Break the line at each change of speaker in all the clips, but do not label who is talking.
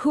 Who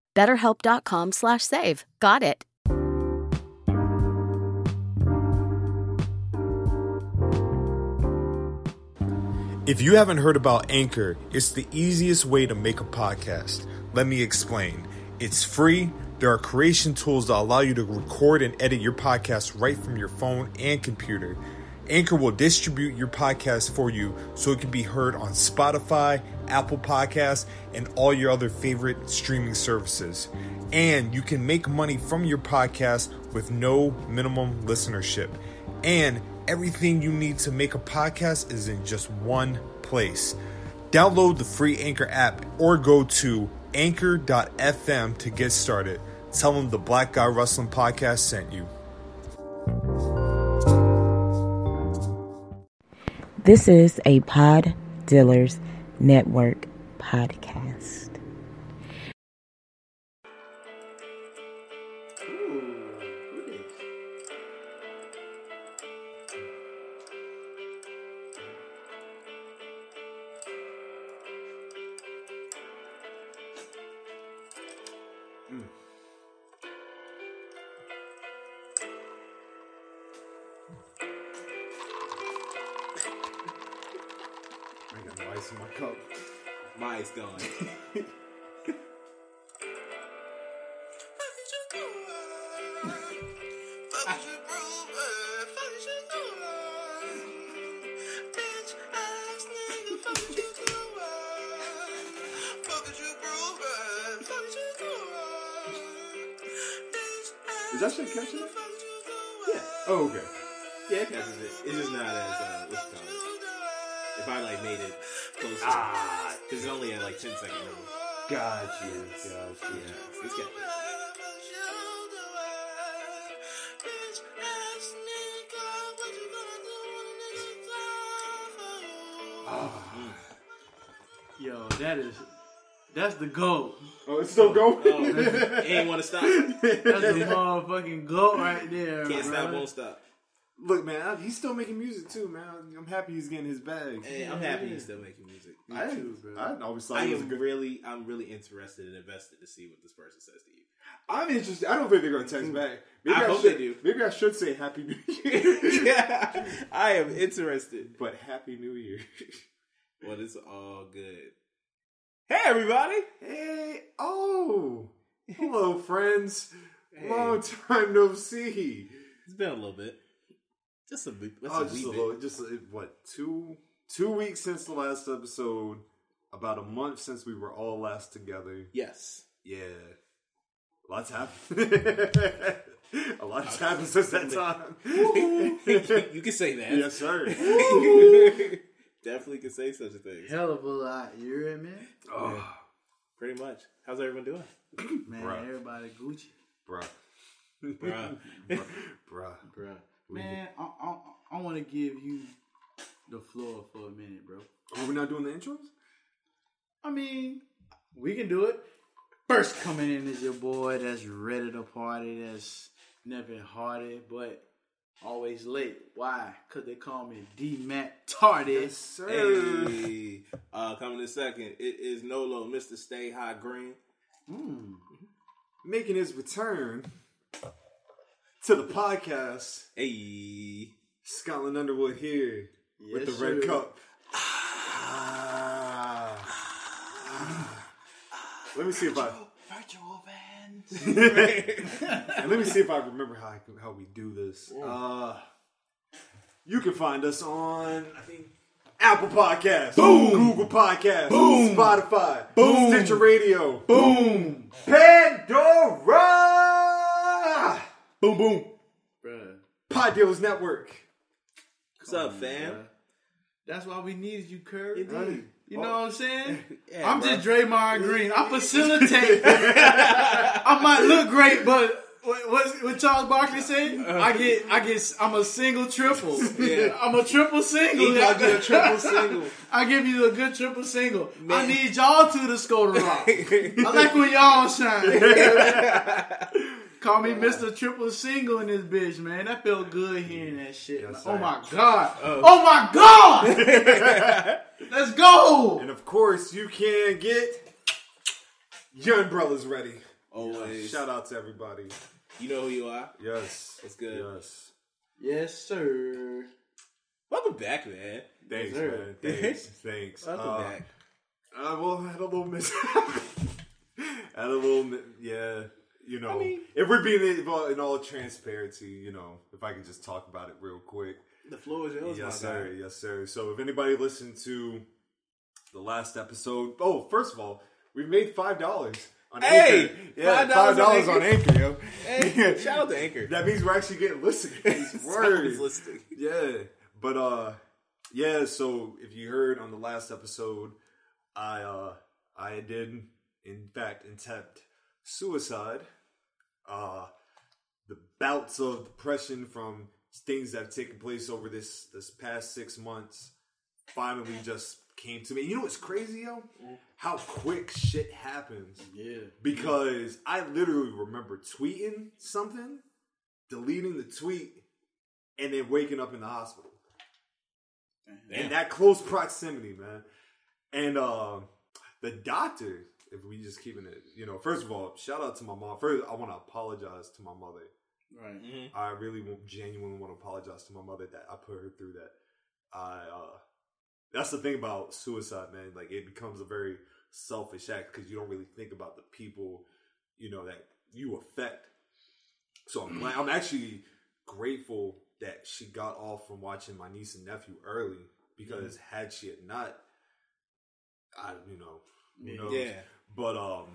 BetterHelp.com slash save. Got it.
If you haven't heard about Anchor, it's the easiest way to make a podcast. Let me explain. It's free. There are creation tools that allow you to record and edit your podcast right from your phone and computer. Anchor will distribute your podcast for you so it can be heard on Spotify, Apple Podcasts, and all your other favorite streaming services. And you can make money from your podcast with no minimum listenership. And everything you need to make a podcast is in just one place. Download the free Anchor app or go to anchor.fm to get started. Tell them the Black Guy Wrestling Podcast sent you.
This is a Pod Dealers Network podcast.
I got no ice in my cup.
Mine's gone.
Is that shit catching it?
Yeah.
Oh, okay.
Yeah, it catches it. It's just not as uh, what's it called? If I like made it closer, because
Ah.
it's only at like ten second level.
Got you. Got
Yeah,
you.
it's got this.
Yo, that is that's the goat.
Oh, it's still going?
Oh, man. ain't want to stop. Can't
That's the motherfucking goat right there.
stop,
bruh.
won't stop.
Look, man, I- he's still making music too, man. I'm happy he's getting his bag.
Hey, I'm happy he's still making music.
I,
too, bro.
I always thought
I
he was a
am
good.
really, I'm really interested and invested to see what this person says to you.
I'm interested. I don't think they're gonna text back. Maybe
Mm. I hope
should,
they do.
Maybe I should say Happy New Year,
yeah, I am interested.
but Happy New Year.
Well, it's all good. Hey, everybody!
Hey, oh, hello, friends. Long time no see.
It's been a little bit. Just a bit. That's
oh,
a
just
wee
a
bit.
little. Just uh, what two two weeks since the last episode. About a month since we were all last together.
Yes.
Yeah. Lots happened. a lot's happened since that time.
you can say that.
yes, sir.
Definitely can say such a thing.
Hell of a lot. You hear me?
oh,
Pretty much. How's everyone doing?
Man,
Bruh.
everybody Gucci.
bruh.
Bruh.
Bruh.
Bruh.
Man, I, I, I want to give you the floor for a minute, bro.
Oh, we're not doing the intros?
I mean, we can do it. First coming in is your boy that's ready to party, that's never hearted, but always late. Why? Because they call me D Mac Tardy.
sir.
Hey. Uh, coming in second, it is Nolo, Mr. Stay High Green.
Making his return to the podcast.
Hey.
Scotland Underwood here with the
Yes,
red
sir.
cup. Ah. Ah. Let me see if I.
Virtual van.
And let me see if I remember how I, how we do this. Uh, you can find us on I think Apple Podcasts, boom, Google Podcasts, boom, Spotify, boom, Stitcher Radio, boom, Pandora, boom, boom,
Bruh.
Pod Deals Network.
What's up, fam?
That's why we needed you, Kurt.
Indeed.
Right. You know what I'm saying?
Yeah,
I'm
bruh.
just Draymond Green. I facilitate. I might look great, but what, what's- what Charles Barkley say? I get, I get, I'm a single triple.
Uh. Yeah.
I'm a triple single.
He gonna get a triple single.
I give you a good triple single. I
Man.
need y'all two to score the rock. I like when y'all shine. Call me Mr. Triple Single in this bitch, man. I feel good hearing that shit.
Yes,
oh
sir.
my god. oh my god. Let's go.
And of course, you can get your umbrellas ready.
Always.
Shout out to everybody.
You know who you are.
Yes,
That's good.
Yes,
Yes, sir.
Welcome back, man.
thanks,
sir.
man. Thanks, thanks.
Welcome
Uh,
back.
I well, I had a little mis. had a little, mi- yeah. You know, if we're being in all, in all transparency, you know, if I can just talk about it real quick.
The floor is yours,
yes,
my
sir.
guy.
Yes, sir. So, if anybody listened to the last episode, oh, first of all, we made five dollars on
Hey!
Anchor. Yeah, five
$5 on
dollars on Anchor, yo.
Hey, shout out to Anchor.
That means we're actually getting listeners.
Someone's
Word.
listening.
Yeah, but uh, yeah. So if you heard on the last episode, I uh, I did in fact attempt suicide. Uh, the bouts of depression from things that have taken place over this this past six months finally just came to me. You know what's crazy, yo? How quick shit happens
Yeah.
because I literally remember tweeting something, deleting the tweet, and then waking up in the hospital.
Damn.
And that close proximity, man. And uh, the doctor, if we just keeping it, you know, first of all, shout out to my mom. First, I want to apologize to my mother.
Right.
I really want, genuinely want to apologize to my mother that I put her through that. I uh, that's the thing about suicide, man. Like it becomes a very selfish act because you don't really think about the people, you know, that you affect. So I'm glad, I'm actually grateful that she got off from watching my niece and nephew early because had she had not, I you know, who knows?
Yeah.
But um,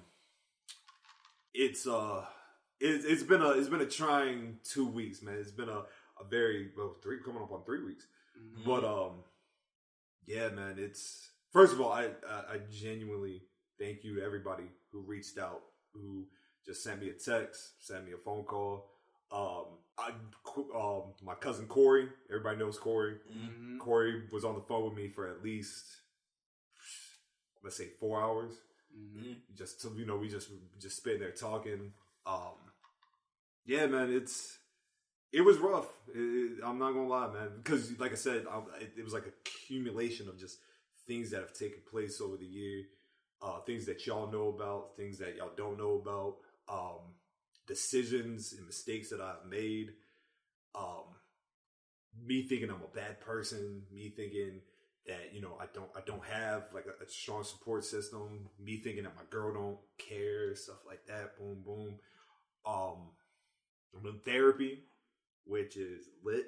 it's uh, it's it's been a it's been a trying two weeks, man. It's been a a very well three coming up on three weeks, but um, yeah, man. It's first of all, I, I I genuinely thank you to everybody who reached out, who just sent me a text, sent me a phone call. Um, I um my cousin Corey, everybody knows Corey. Corey was on the phone with me for at least let's say four hours. Just to, you know, we just just spitting there talking. Um, yeah, man, it's it was rough. It- it- I'm not gonna lie, man, because like I said, I, it, it was like accumulation of just things that have taken place over the year, uh, things that y'all know about, things that y'all don't know about, um, decisions and mistakes that I've made. Um, me thinking I'm a bad person, me thinking that you know I don't I don't have like a, a strong support system, me thinking that my girl don't care, stuff like that. Boom, boom. Um, I'm in therapy, which is lit.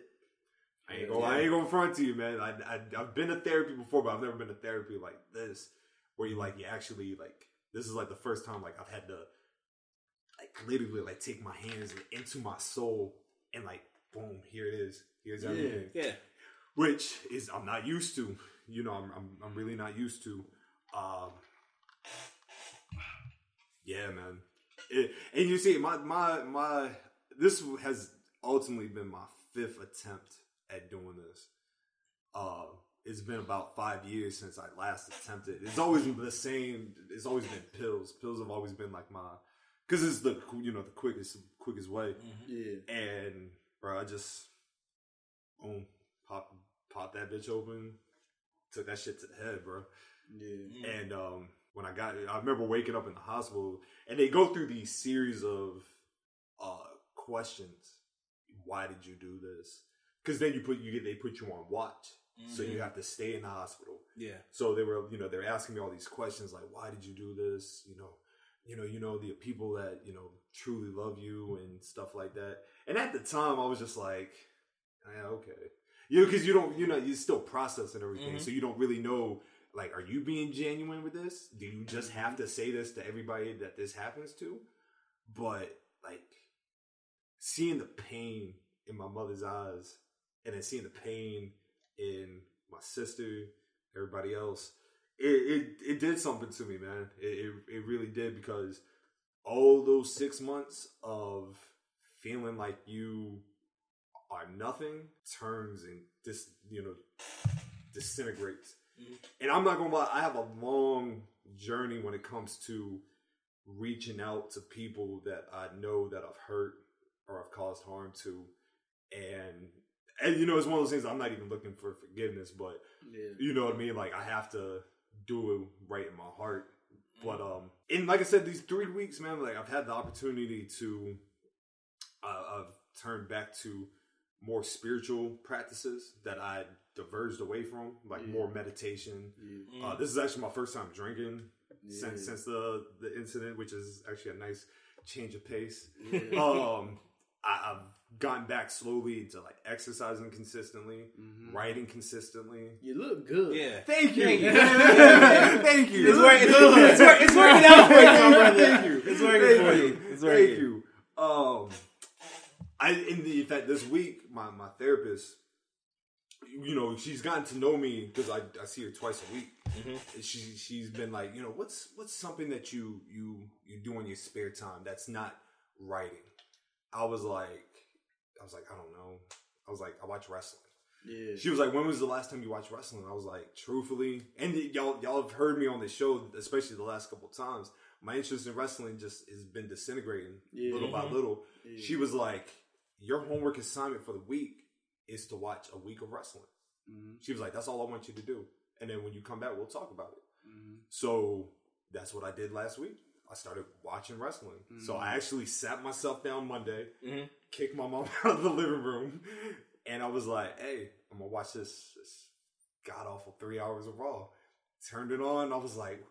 I ain't gonna, I ain't gonna front to you, man. I, I I've been to therapy before, but I've never been to therapy like this, where you like you actually like this is like the first time like I've had to like literally like take my hands into my soul and like boom, here it is, here's everything
Yeah.
which is I'm not used to. You know, I'm I'm, I'm really not used to. Um, yeah, man. It- and you see, my my my this has ultimately been my fifth attempt at doing this. Uh, it's been about five years since I last attempted. It's always been the same. It's always been pills. Pills have always been like my because it's the you know the quickest quickest way.
Yeah.
And bro, I just boom, pop pop that bitch open, took that shit to the head, bro.
Yeah.
And um, when I got, I remember waking up in the hospital, and they go through these series of uh, questions. Why did you do this? Because then you put you get they put you on watch, so
Mm-hmm.
you have to stay in the hospital.
Yeah.
So they were, you know, they're asking me all these questions like, why did you do this? You know, you know, you know the people that you know truly love you and stuff like that. And at the time, I was just like, yeah, okay, you know, because you don't, you know, you're still processing everything, so you don't really know. Like, are you being genuine with this? Do you just have to say this to everybody that this happens to? But like, seeing the pain in my mother's eyes, and then seeing the pain in my sister, everybody else, it it, it did something to me, man. It, it it really did because all those six months of feeling like you are nothing turns and dis you know disintegrates. And I'm not gonna lie, I have a long journey when it comes to reaching out to people that I know that I've hurt or I've caused harm to, and and you know it's one of those things I'm not even looking for forgiveness, but
Yeah.
you know what I mean? Like I have to do it right in my heart. But um, and like I said, these three weeks, man, like I've had the opportunity to, uh, I've turned back to more spiritual practices that I diverged away from, like more meditation. Uh, this is actually my first time drinking since since the the incident, which is actually a nice change of pace. um, I, I've gotten back slowly to like exercising consistently, writing consistently,
Mm-hmm. You look good.
Yeah.
Thank you.
Thank you.
Thank you.
It's, work, it's, it's, work, it's working out for you, my brother.
Thank you.
It's working
Thank
for
you.
you. It's working.
Thank you. Um, I in the in fact this week my my therapist, you know, she's gotten to know me because I, I see her twice a week.
Mm-hmm.
And She she's been like, you know, what's what's something that you you you do in your spare time that's not writing. I was like, I was like, I don't know. I was like, I watch wrestling.
Yeah.
She was like, "When was the last time you watched wrestling?" I was like, "Truthfully," and y- y'all y'all have heard me on this show, especially the last couple times. My interest in wrestling just has been disintegrating
Yeah.
little by little. She was like, "Your homework assignment for the week is to watch a week of wrestling."
Mm-hmm.
She was like, "That's all I want you to do," and then when you come back, we'll talk about it. So that's what I did last week. I started watching wrestling. So
Mm-hmm.
I actually sat myself down Monday kicked my mom out of the living room, and I was like, "Hey, I'm gonna watch this, this god awful three hours of Raw." Turned it on. I was like,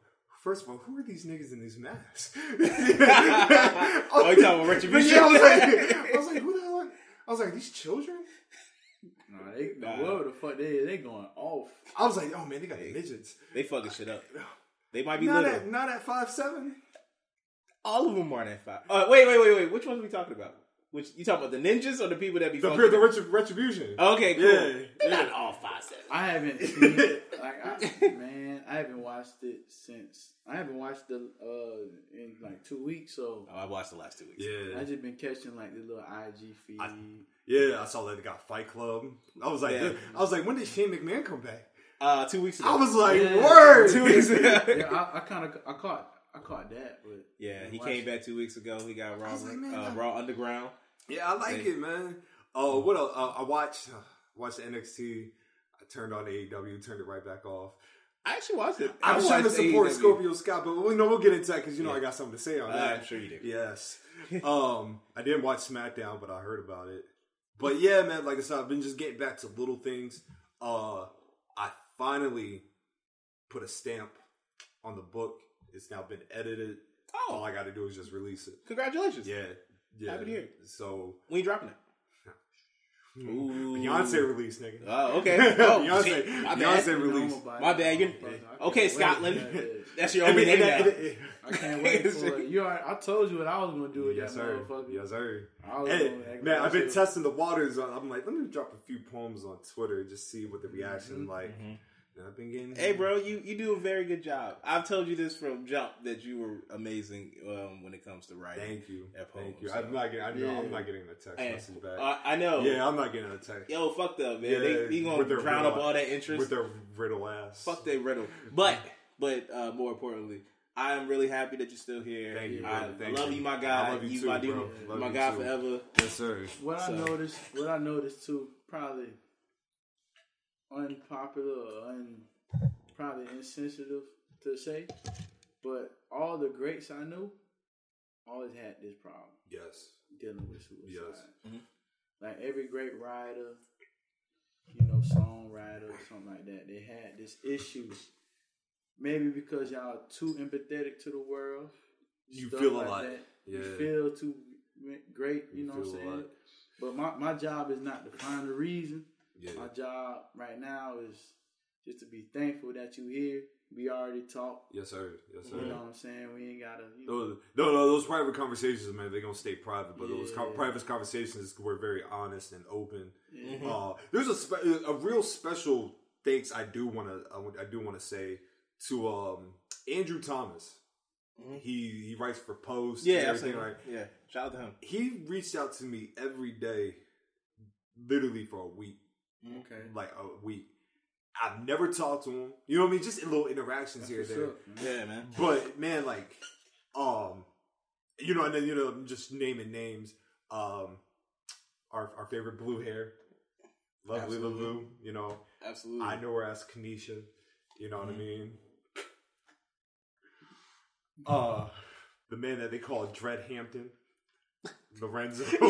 first of all, who are these niggas in these masks?"
Oh, you talking about retribution?
Yeah, I was like, I was like, "Who the hell?" Are, I was like, "These children."
Nah, they, Whoever the fuck they is, they going off.
I was like, "Oh man, they got midgets."
They fucking shit up. They might be
Not
little.
at not at five seven.
All of them aren't at five. Uh, wait, wait, wait, wait. Which ones are we talking about? Which you talking about the ninjas or the people that be
The,
fucking-
the retri- retribution.
Okay, cool.
Yeah,
They're not all five seven.
I haven't seen it. Like, I, man, I haven't watched it since. I haven't watched the uh in like two weeks, so
Oh, I watched the last two weeks.
yeah,
I just been catching like the little IG feed.
yeah. I saw that they got Fight Club. I was like,
Yeah.
I was like, when did Shane McMahon come back?
Uh, two weeks ago.
I was like,
Yeah.
word.
two weeks ago.
yeah, I, I kind of I caught I caught that, but
Yeah, he
watched
came
it.
back two weeks ago. He got raw,
was like, man,
uh,
that-
raw underground.
Yeah, I like
Yeah.
it, man. Oh, what else? Uh, I watched watched NXT. I turned on AEW, turned it right back off.
I actually watched it.
I
I
was trying to
watched E
support
AEW.
Scorpio Scott, but we know we'll get into that because you know I got something to say on
Uh,
that.
I'm sure you do.
Yes. um, I didn't watch SmackDown, but I heard about it. But yeah, man, like I said, I've been just getting back to little things. Uh, I finally put a stamp on the book. It's now been edited.
Oh.
All I got to do is just release it.
Congratulations.
Yeah, yeah.
Happy to hear it.
So
We ain't dropping it.
Hmm.
Ooh.
Beyonce release, nigga.
Oh, okay. Oh,
Beyonce,
shit. My bad.
Beyonce
You know
release.
I'm about
My
it.
bad. You're,
Motherfucker, I can't
okay,
wait.
Scotland.
Yeah, Oh, yeah.
That's your
And
only
then-
name now.
and then-
I can't wait for it. You already, I told you what I was gonna do with
Yes,
that
sir.
motherfucker.
Yes, sir.
I was
Hey,
gonna act
man, I've been
bullshit.
testing the waters. On, I'm like, let me drop a few poems on Twitter and just see what
Mm-hmm.
the reaction like. And I've been getting.
Mm-hmm. Hey, bro, you, you do a very good job. I've told you this from jump that you were amazing um, when it comes to writing.
Thank you.
At home,
Thank you.
so.
I'm not getting. I know
Yeah.
I'm not getting a text
Hey,
message back.
I, I know.
yeah, I'm not getting a text.
Yo, fuck them, man.
Yeah,
they they gonna
with their
drown
riddle-
up all that interest.
with their riddle ass.
Fuck they riddle. But but uh, more importantly, I am really happy that you're still here.
Thank you,
I,
brother. Thank
I love you,
you.
my guy.
I love you
you
too,
my dude,
bro. Love
my
you
guy
too. Mm-hmm.
forever.
Yes, sir.
What
So-
I noticed, what I noticed too, probably unpopular or un, probably insensitive to say, but all the greats I knew always had this problem
Yes.
dealing with suicide.
Yes. Mm-hmm.
Like every great writer, you know, songwriter, or something like that, they had this issue. Maybe because y'all too empathetic to the world,
You
stuff
feel a
like
lot.
that. You
Yeah.
feel too great, you,
You
know what I'm
feel a
saying?
lot.
But my, my job is not to find the reason.
Yeah.
My job right now is just to be thankful that you here. We already talked.
Yes, sir. Yes, sir.
You know what I'm saying? We ain't gotta you know,
Those, no, no, those private conversations, man, they're gonna stay private. But those co-
Yeah.
private conversations were very honest and open.
Mm-hmm.
Yeah.
Uh, there's a spe- a real special thanks I do wanna I, would- I do wanna say to um, Andrew Thomas. He he writes for Post.
Mm-hmm. Yeah,
and everything
absolutely.
like
Yeah, shout out to him.
he reached out to me every day, literally for a week, Mm-hmm.
Okay.
like a week. I've never talked to him. You know what I mean? Just little interactions here and
What's
there.
up, man?
Yeah, man.
But man, like, um, you know, and then you know, I'm just naming names. Um, our our favorite blue hair, lovely
Absolutely.
Lavu. You know,
Absolutely.
I know her as Kanisha. You know what
Mm-hmm.
I mean? Uh, the man that they call Dread Hampton, Lorenzo.
Yo!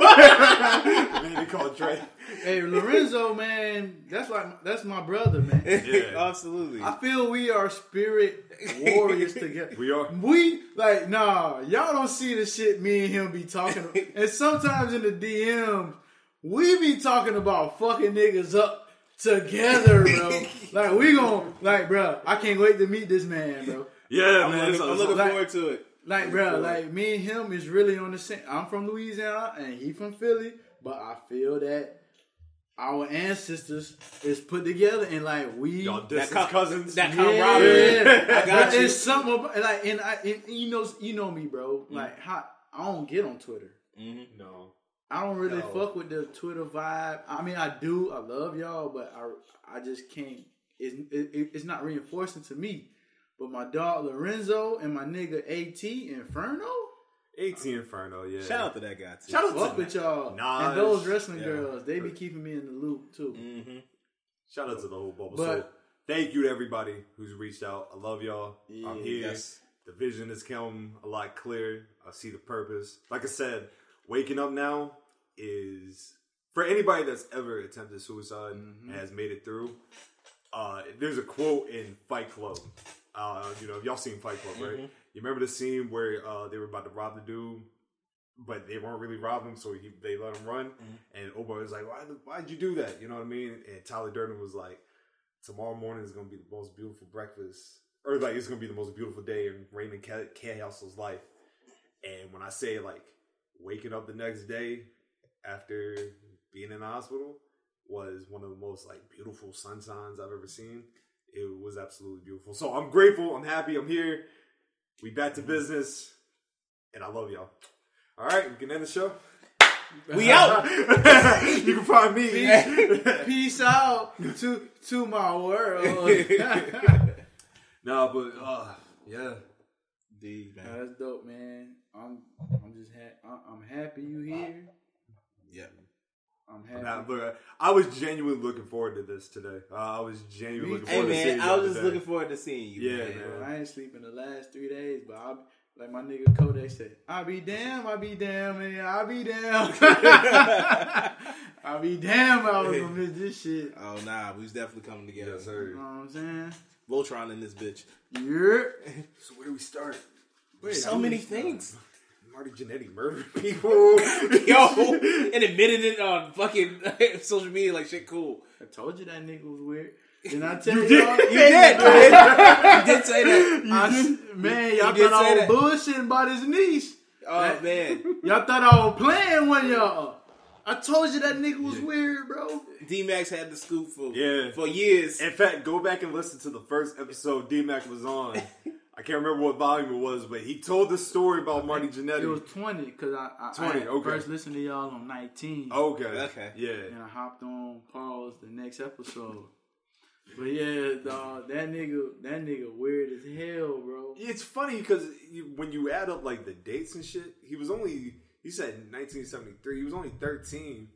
the man they call Dread.
Hey Lorenzo, man, that's like that's my brother, man.
Yeah.
Absolutely.
I feel we are spirit warriors together.
We are.
We like nah, y'all don't see the shit me and him be talking. and sometimes in the DMs, we be talking about fucking niggas up together, bro. like we gon' like, bro. I can't wait to meet this man, bro.
Yeah,
I'm,
man.
looking,
it's a-
I'm
it's
looking
a-
forward to it.
Like, bro, like me and him is really on the same. I'm from Louisiana and he from Philly, but I feel that our ancestors is put together and like we
y'all distant
co-
cousins.
that
Yeah,
camaraderie. I got
But
you.
It's something about, like, and I, and you know, you know me, bro. Like, how I don't get on Twitter.
no.
I don't really
No.
fuck with the Twitter vibe. I mean, I do. I love y'all, but I, I just can't. It's, it, it- it's not reinforcing to me. But my dog Lorenzo and my nigga At Inferno,
18 Inferno, yeah.
Shout out to that guy too.
shout fuck with y'all
Nas,
and those wrestling
yeah.
girls. They be keeping me in the loop too.
Mm. Mm-hmm.
Shout out to the whole bubble. so,
But-
thank you to everybody who's reached out. I love y'all. I'm here.
yes.
The vision is coming a lot clearer. I see the purpose. Like I said, waking up now is for anybody that's ever attempted suicide and has made it through. Uh, there's a quote in Fight Club. Uh, you know, y'all seen Fight Club, right? You remember the scene where uh, they were about to rob the dude, but they weren't really robbing him, so he, they let him run. And Oba was like, "Why? the- Why'd you do that?" You know what I mean? And Tyler Durden was like, tomorrow morning is going to be the most beautiful breakfast, or like it's going to be the most beautiful day in Raymond K. K. House's life. And when I say like waking up the next day after being in the hospital was one of the most like beautiful sunsets I've ever seen. It was absolutely beautiful. So I'm grateful. I'm happy. I'm here. We back to business, and I love y'all. All right, we can end the show.
We out.
you can find me.
Peace out to to my world.
No, but uh, yeah,
Indeed, man.
Nah, that's dope, man. I'm I'm just ha- I- I'm happy you here.
Yeah.
I'm
I'm
happy.
not- look, I was genuinely looking forward to this today. Uh, I was genuinely looking
Hey
forward to
man,
seeing
I was
y'all
just
today.
looking forward to seeing you.
Yeah,
man.
man.
I ain't sleeping the last three days, but I like my nigga Kodak said, I be damn, I be damn, man, I be damn, I be damn. I was gonna miss this shit. You
Oh nah, we was definitely coming together.
Yes, sir.
know what I'm saying?
Voltron in this bitch.
Yeah.
So where do we start?
so many things.
Marty Jannetty murdered people.
Yo, and admitted it on fucking social media like shit cool.
I told you that nigga was weird. Did I tell you
You
y'all?
did. You did, you did say that.
I s- man, y'all
did
thought
say
I was
that.
bullshitting about his niece.
Oh man.
Y'all thought I was playing one of y'all. I told you that nigga was weird, bro.
D Max had the scoop for
Yeah.
for years.
In fact, go back and listen to the first episode D Mac was on. I can't remember what volume it was, but he told the story about Marty Jannetty.
It was 20 because I, I,
20,
I
okay.
had
Oh.
first listened to y'all on 19.
okay.
Okay.
Yeah.
And I hopped on pause the next episode. but yeah, dog, that nigga, that nigga weird as hell, bro.
It's funny because you, when you add up like the dates and shit, he was only he said 1973. He was only 13.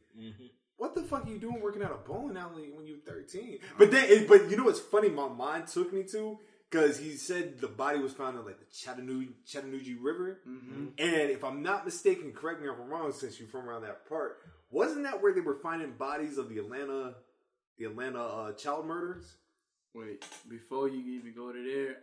What the fuck are you doing working at a bowling alley when you were 13? But then, it, but you know what's funny? My mind took me to because he said the body was found in like the Chattanooga, Chattanooga River, and if I'm not mistaken, correct me if I'm wrong, since you're from around that part, wasn't that where they were finding bodies of the Atlanta, the Atlanta uh, child murders?
Wait, before you even go to there,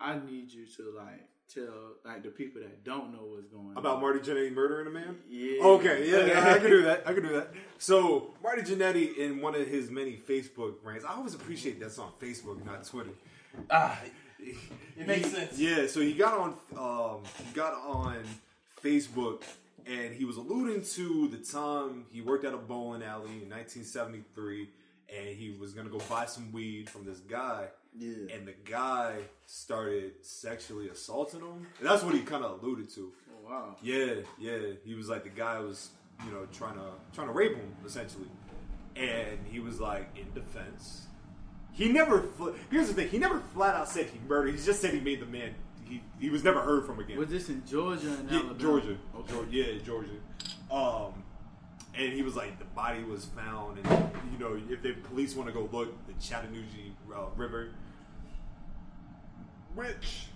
I need you to like tell like the people that don't know what's going on
About Marty Jannetty murdering a man?
Yeah.
Okay, yeah, yeah, I can do that. I can do that. So Marty Jannetty in one of his many Facebook rants. I always appreciate that's on Facebook, not Twitter.
Ah, it makes sense.
Yeah, so he got on um, he got on Facebook and he was alluding to the time he worked at a bowling alley in 1973 and he was gonna go buy some weed from this guy.
Yeah.
And the guy started sexually assaulting him. And that's what he kind of alluded to.
Oh, Wow.
Yeah, yeah. He was like the guy was, you know, trying to trying to rape him essentially, and he was like in defense. He never. Fl- Here's the thing. He never flat out said he murdered. He just said he made the man. He he was never heard from again.
Was this in Georgia and
yeah,
Alabama?
Georgia.
Okay.
Geor- Yeah, Georgia. Um, and he was like the body was found, and you know if the police want to go look, the Chattanooga uh, River. Which,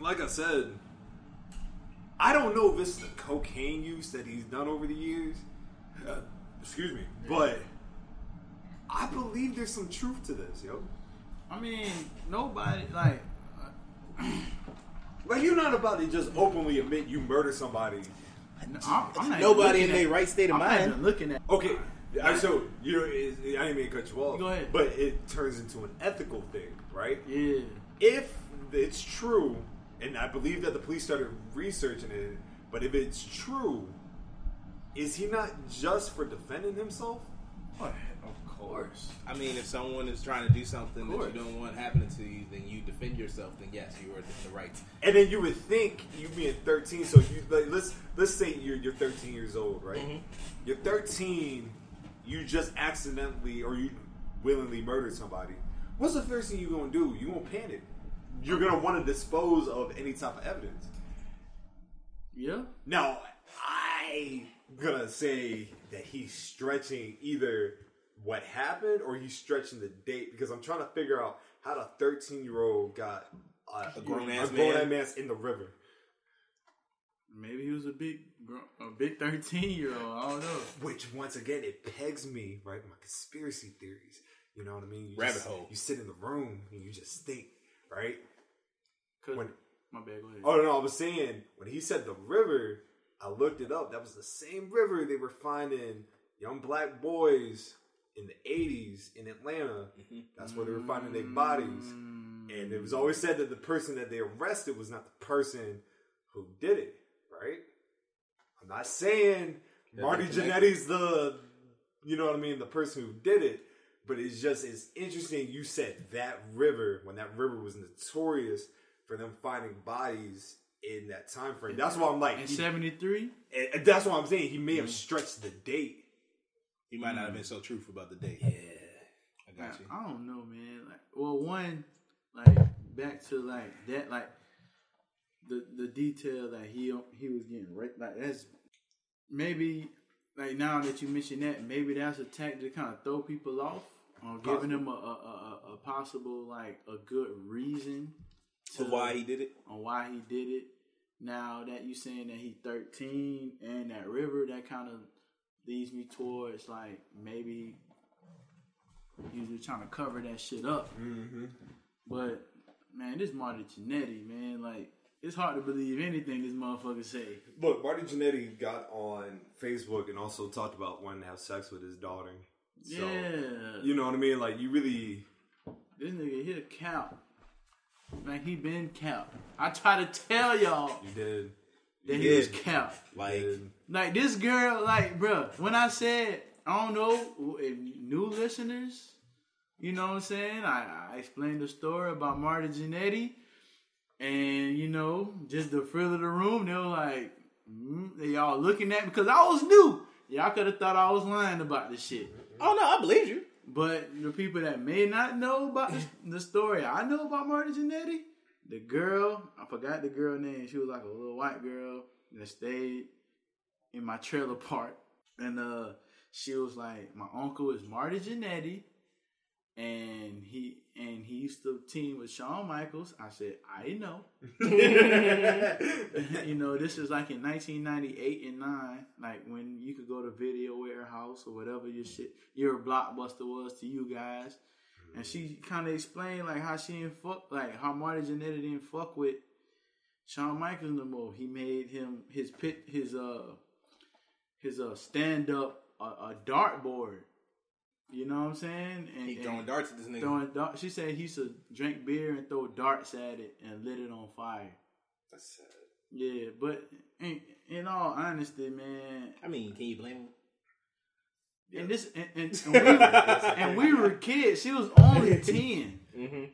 like I said, I don't know if it's the cocaine use that he's done over the years. Uh, excuse me, but I believe there's some truth to this, yo.
I mean, nobody like.
Like you're not about to just openly admit you murder somebody.
I'm, I'm not even
Nobody
looking
in
at-
their right state of
I'm not
mind.
even looking at.
Okay, I, so you know, it, I didn't mean to cut you off.
Go ahead.
But it turns into an ethical thing, right?
Yeah.
If it's true, and I believe that the police started researching it, but if it's true, is he not just for defending himself?
Of course.
I mean, if someone is trying to do something that you
course.
don't want happening to you, then you defend yourself. Then yes, you are the, the right.
And then you would think you being 13, so you like, let's let's say you're you're 13 years old, right? You're 13, you just accidentally or you willingly murdered somebody. What's the first thing you gonna do? You gonna panic. You're gonna want to dispose of any type of evidence.
Yeah.
Now, I gonna say that he's stretching either what happened or he's stretching the date because I'm trying to figure out how the 13 year old got uh, a grown
grown-ass
ass
man.
man in the river.
Maybe he was a big, gr- a big thirteen year old. I don't know.
which once again it pegs me right my conspiracy theories you know what i mean you
Rabbit
just-
hole.
you sit in the room and you just think right
'Cause-
When-
my bad. Go ahead.
oh no, i was saying when he said the river i looked it up that was the same river they were finding young black boys in the 80s in atlanta that's where they were finding their bodies and it was always said that the person that they arrested was not the person who did it right i'm not saying
Yeah,
marty
they're connected.
Jannetty's the you know what I mean, the person who did it. But it's just it's interesting you said that river when that river was notorious for them finding bodies in that time frame. That's why I'm like
In
he-
seventy three.
and- and that's why I'm saying he may
Mm-hmm.
have stretched the date.
You might not have been so truthful about the date. Yeah, I got you.
I don't know, man. Like, well, one, like back to like that, like the the detail that he he was getting raped. Like that's maybe like now that you mention that, maybe that's a tactic to kind of throw people off on giving them a, a, a, a- a possible like a good reason
So why he did it?
on why he did it. Now that you saying that he 13 and that river, that kind of leads me towards like maybe he was just trying to cover that shit up. Mm-hmm. But man, this Marty Jannetty, man, like it's hard to believe anything this motherfucker say.
Look, Marty Jannetty got on Facebook and also talked about wanting to have sex with his daughter. So,
yeah,
You know what I mean? Like you really
this nigga hit a count. Like he been count. I try to tell y'all
you did.
that
He
he was
did.
count.
Like
did.
Like this girl, like bruh, when I said I don't know if new listeners, you know what I'm saying? I, I explained the story about Marta Jannetty, and you know, just the thrill of the room. They were like, mm, they all looking at me because I was new. Y'all could have thought I was lying about this shit.
oh no, I believe you.
But the people that may not know about the, the story I know about Marta Jannetty, the girl, I forgot the girl name. She was like a little white girl that stayed in my trailer park. And uh she was like, My uncle is Marty Jannetty and he and he used to team with Shawn Michaels. I said, I know. you know, this is like in 1998 and 9, like when you could go to Video Warehouse or whatever your shit, your blockbuster was to you guys. And she kind of explained like how she didn't fuck, like how Marty Jannetty didn't fuck with Shawn Michaels no more. He made him his pit his uh his uh stand up a, a dartboard. You know what I'm saying? And,
He throwing
and
darts at this nigga.
Throwing dart. She said he used to drink beer and throw darts at it and lit it on fire.
That's sad.
Yeah, but in, in all honesty, man,
I mean, can you blame him?
and this and, and, and, we, and we were kids. She was only ten.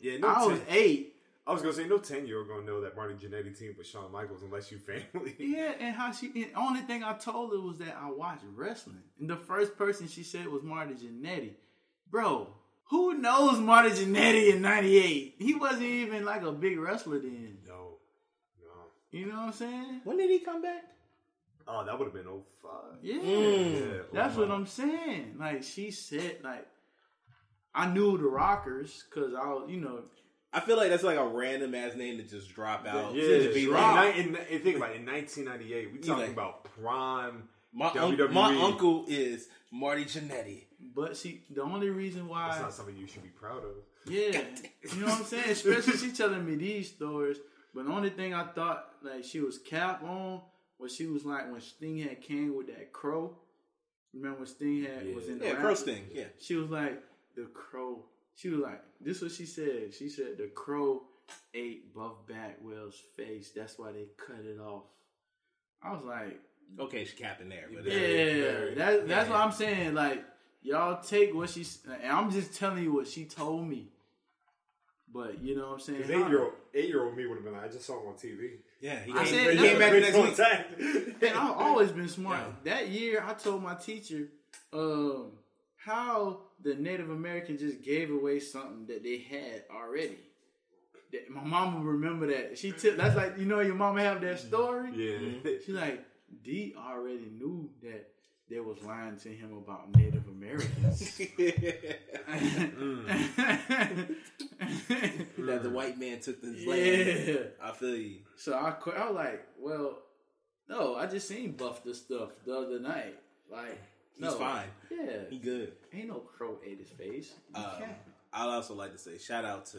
Yeah, no
I was
ten-
eight.
I was gonna say no ten year old gonna know that Marty Jannetty team with Shawn Michaels unless you family.
Yeah, and how she and only thing I told her was that I watched wrestling. And the first person she said was Marty Jannetty. Bro, who knows Marty Jannetty in ninety eight? He wasn't even like a big wrestler then.
No, no.
You know what I'm saying?
When did he come back?
Oh, that would have been 05.
Yeah.
Mm.
Yeah,
That's what
05.
I'm saying. Like she said, like I knew the rockers because I was, you know,
I feel like that's like a random ass name to just drop out.
Yeah,
To just be
in,
like,
ni- in, and think about it, in 1998, we talking
like-
about prime E.
my, unc-
WWE.
my uncle is Marty Jannetty.
but she the only reason why
That's not something you should be proud of.
Yeah, you know what I'm saying. Especially she telling me these stories. But the only thing I thought like she was cap on was she was like when Sting had came with that crow. Remember when Sting had was in the
Yeah,
rap?
Crow Sting. Yeah.
She was like the crow. She was like this. What she said. She said the crow ate Buff Bagwell's face. That's why they cut it off. I was like,
Okay, she's capping there. But uh,
yeah, that, that's what I'm saying. Like, y'all take what she. s- And I'm just telling you what she told me. But you know what I'm saying.
Because eight year old, eight year old me would have been like, I just saw him on TV.
Yeah, he
I
came,
said
he
that's
came back the next week.
week.
And I've always been smart. That year, I told my teacher um, how the Native American just gave away something that they had already. That- my mama remember that. She took. That's like you know your mama have that story.
Yeah.
She like D already knew that they was lying to him about Native Americans.
that the white man took this land.
yeah.
I feel you.
So I, que- I was like, well, no, I just seen Buff this stuff the other night. Like,
He's
no.
fine.
Yeah,
He good.
ain't no crow ate his face. You
Um,
can't.
I'd also like to say shout out to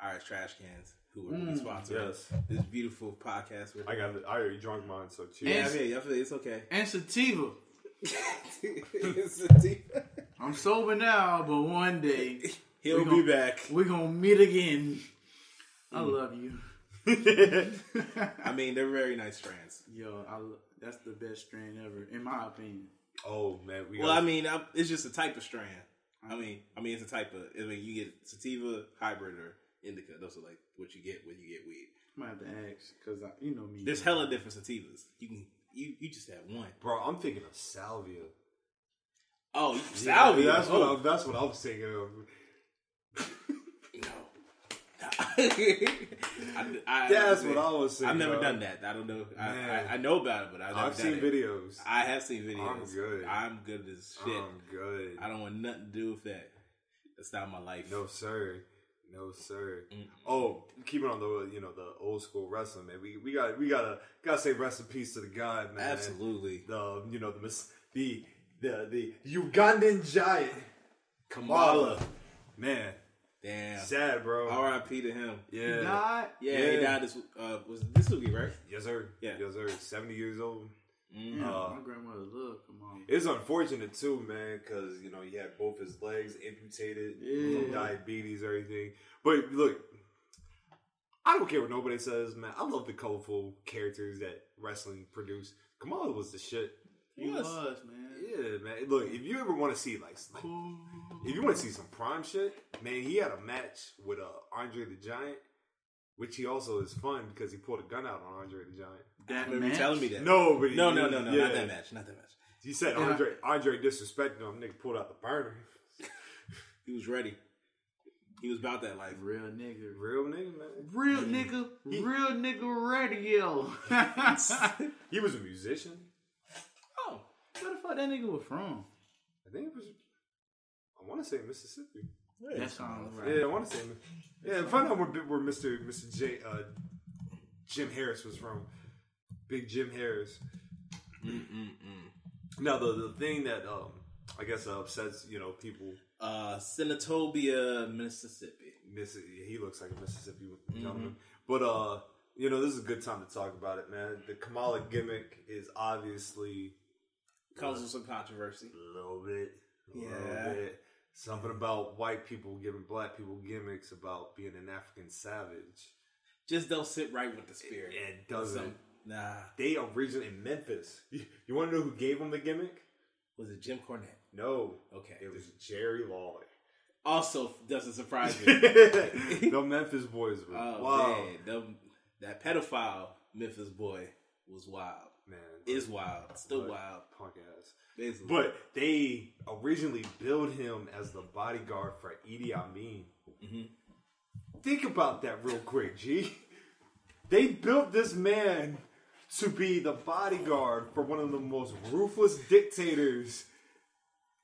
Irish Trash Cans who were
Mm.
really sponsoring
yes.
this beautiful podcast with.
I got, I already drunk mine, so
yeah,
cheers.
I mean, I feel it's okay.
And sativa.
It's a deep-
I'm sober now, but one day
He'll be
gon-
back.
we're gonna meet again. I love you,
I mean, they're very nice friends.
yo. I, lo- that's the best strain ever, in my opinion.
Oh man, we
Well,
got
I mean, i it's just a type of strand. I
Mm-hmm.
mean, I mean, it's a type of. I mean, you get sativa, hybrid, or indica. Those are like what you get when you get weed.
I'm gonna have to ask because you know me.
There's hella different sativas. You can you you just have one.
bro, I'm thinking of salvia.
Oh, you- salvia.
That's what
oh.
I'm, that's what I'm um, thinking of.
I, I,
That's what I was
I've
thinking
never
of.
done that. I don't know. I,
Man.
I, I know about it, but I've, never
I've
done
seen
it.
videos.
I have seen videos.
I'm good.
I'm good as shit.
I'm good.
I don't want nothing to do with that. That's not my life.
No sir, no sir. Oh, keep it on the you know the old school wrestling man. We we got we gotta gotta say rest in peace to the god man.
Absolutely.
The um, you know the mis- the the the Ugandan giant
Kamala.
Mala man.
Damn.
Sad bro.
R.I.P. to him.
Yeah.
God,
Yeah, he
Yeah.
died this uh, was this week, right?
Yes sir.
Yeah. Mm-hmm.
Yes sir. Seventy years old.
Uh,
Uh,
my grandmother look, come on.
It's unfortunate too, man, because you know he had both his legs amputated from diabetes, everything. But look, I don't care what nobody says, man. I love the colorful characters that wrestling produced. Kamala was the shit.
He
Yes.
was man.
Yeah, man. Look, if you ever want to see like, like, if you want to see some prime shit, man, he had a match with uh, Andre the Giant, which he also is fun because he pulled a gun out on Andre the Giant.
I
That
remember you
match?
telling me that.
No, but
no, no, no, no,
yeah.
not that match, not that match.
He said Andre, Andre disrespected him. Nigga pulled out the burner.
He was ready. He was about that life.
Real nigga.
Real nigga, man.
Real nigga, real nigga radio. Where
He was a musician.
Oh,
the fuck that nigga was from?
I think it was. I want to say Mississippi.
That sounds right.
Yeah, I want to say. Yeah, find out where, where Mr. Mr. J, uh, Jim Harris was from. Big Jim Harris. Now the the thing that um I guess uh, upsets you know people.
uh, Senatobia, Mississippi. Mm-hmm.
Missi- he looks like a Mississippi gentleman, but uh You know, this is a good time to talk about it, man. The Kamala gimmick is obviously
Causing some controversy.
a little bit, a
Yeah.
little bit. Something about white people giving black people gimmicks about being an African savage.
Just don't sit right with the spirit.
It doesn't.
Some- nah.
They originally in Memphis. You, you want to know who gave them the gimmick?
Was it Jim Cornette?
No.
Okay.
It was Jerry Lawler.
Also doesn't surprise me.
the Memphis boys were
oh
wow,
man, them- that pedophile Memphis boy was wild.
man.
Is wild. Still
But-
wild.
punk ass.
Basically.
But they originally billed him as the bodyguard for Idi Amin. Think about that real quick, G. They built this man to be the bodyguard for one of the most ruthless dictators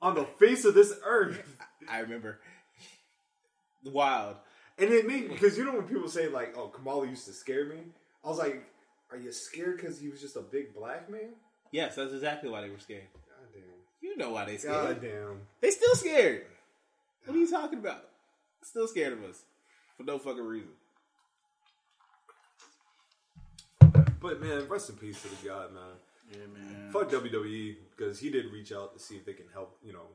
on the face of this earth.
I remember. Wild.
And it made because you know when people say like, "Oh, Kamala used to scare me," I was like, "Are you scared because he was just a big black man?"
Yes, that's exactly why they were scared.
Goddamn,
You know why they scared.
goddamn.
They still scared. What are you talking about? Still scared of us. For no fucking reason.
But man, rest in peace to the god, man.
Yeah, man.
Fuck WWE because he did reach out to see if they can help, you know,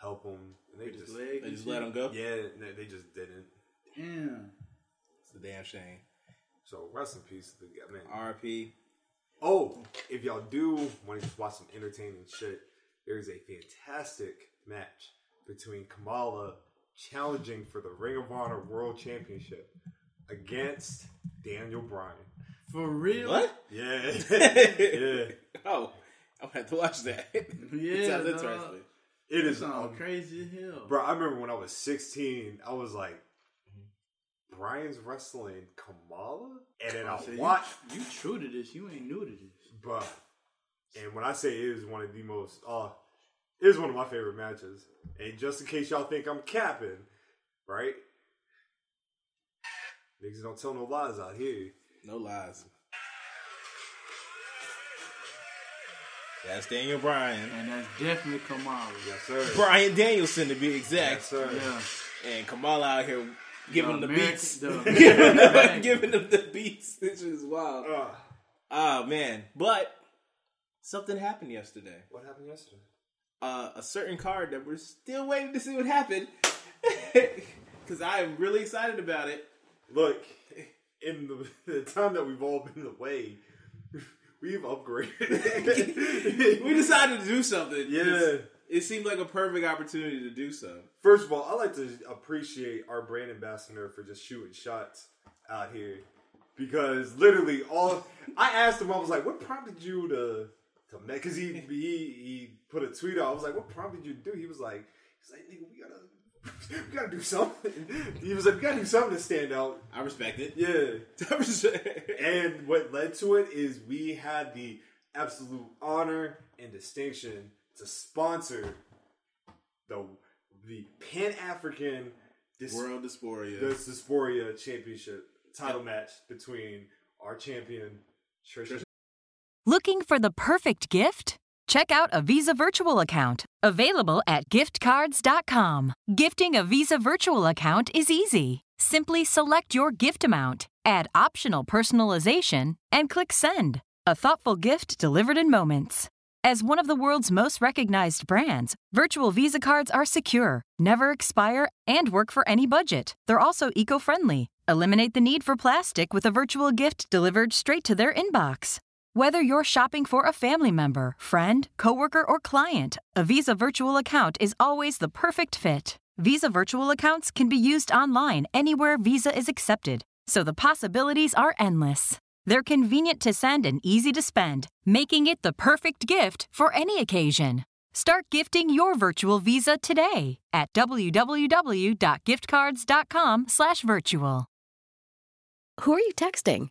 help him, and they
His
just
leg.
They just let them go.
yeah, no, they just didn't.
Damn.
It's a damn shame.
So rest in peace to the god, man.
RP.
Oh, if y'all do want to just watch some entertaining shit, there is a fantastic match between Kamala challenging for the Ring of Honor World Championship against Daniel Bryan.
For real?
What?
Yeah, yeah.
Oh, I'm gonna have to watch that. it sounds
nah.
interesting.
It
That
is
sounds
um,
crazy as hell.
Bro, I remember when I was 16, I was like, Brian's wrestling Mm-hmm. Kamala? And then I
So you-
watched,
You, true to this. You ain't new to this.
bro. And when I say it is one of the most, uh, it is one of my favorite matches. And just in case y'all think I'm capping, right? Niggas don't tell no lies out here.
No lies. That's Daniel Bryan.
And that's definitely Kamala.
Yes, sir.
Brian Danielson to be
Yes,
exact.
sir.
Yeah.
and Kamala out here giving the,
American-
beats.
The
giving them the beats. This is wild.
Uh,
Oh man. But something happened yesterday.
what happened yesterday?
uh, a certain card that we're still waiting to see what happened because I am really excited about it.
Look, in the, the time that we've all been away, we've upgraded.
We decided to do something.
Yeah.
It's- it seemed like a perfect opportunity to do so.
First of all, I like to appreciate our brand ambassador for just shooting shots out here because literally all I asked him, I was like, "What prompted you to to make?" Because he, he he put a tweet out. I was like, "What prompted you to do?" He was like, "He's like, nigga, we gotta we gotta do something." He was like, "We gotta do something to stand out."
I respect it.
Yeah,
I respect it.
and what led to it is we had the absolute honor and distinction to sponsor the the Pan African Dis-
World Dysphoria.
Dis- Dysphoria Championship title match between our champion Trisha.
Looking for the perfect gift? Check out a Visa virtual account, available at giftcards.com. Gifting a Visa virtual account is easy. Simply select your gift amount, add optional personalization, and click send. A thoughtful gift delivered in moments. As one of the world's most recognized brands, virtual Visa cards are secure, never expire, and work for any budget. They're also eco friendly. Eliminate the need for plastic with a virtual gift delivered straight to their inbox. Whether you're shopping for a family member, friend, coworker, or client, a Visa virtual account is always the perfect fit. Visa virtual accounts can be used online anywhere Visa is accepted, so the possibilities are endless. They're convenient to send and easy to spend, making it the perfect gift for any occasion. Start gifting your virtual Visa today at www.giftcards.com/virtual.
Who are you texting?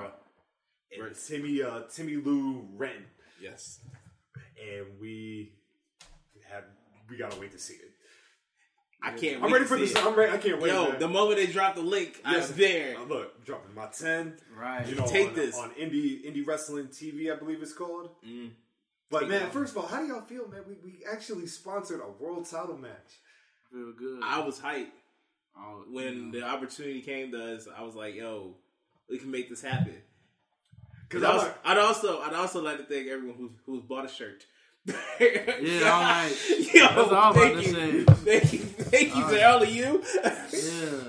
and
Right.
Timmy uh, Timmy Lou Renton,
Yes.
and we have we gotta wait to see it.
I can't.
I'm
wait
ready
to
for
see
this.
it.
I'm ready. I can't wait.
Yo,
man.
the moment they drop the link, I
Yes.
was there.
Uh, look, dropping my ten.
Right.
You know,
Take
on,
this. Mm.
on indie indie wrestling TV, I believe it's called. But man, first of all, how do y'all feel, man? We, we actually sponsored a world title match.
Feel good.
I was hyped
Oh,
Mm.
when the opportunity came to us. I was like, "Yo, we can make this happen."
Because
Because
I'm
also,
like,
I'd also, I'd also like to thank everyone who's who's bought a shirt. yeah,
all right.
Yo,
That's all I'm
thank
about
you,
to say.
thank you, thank you to all of you.
yeah.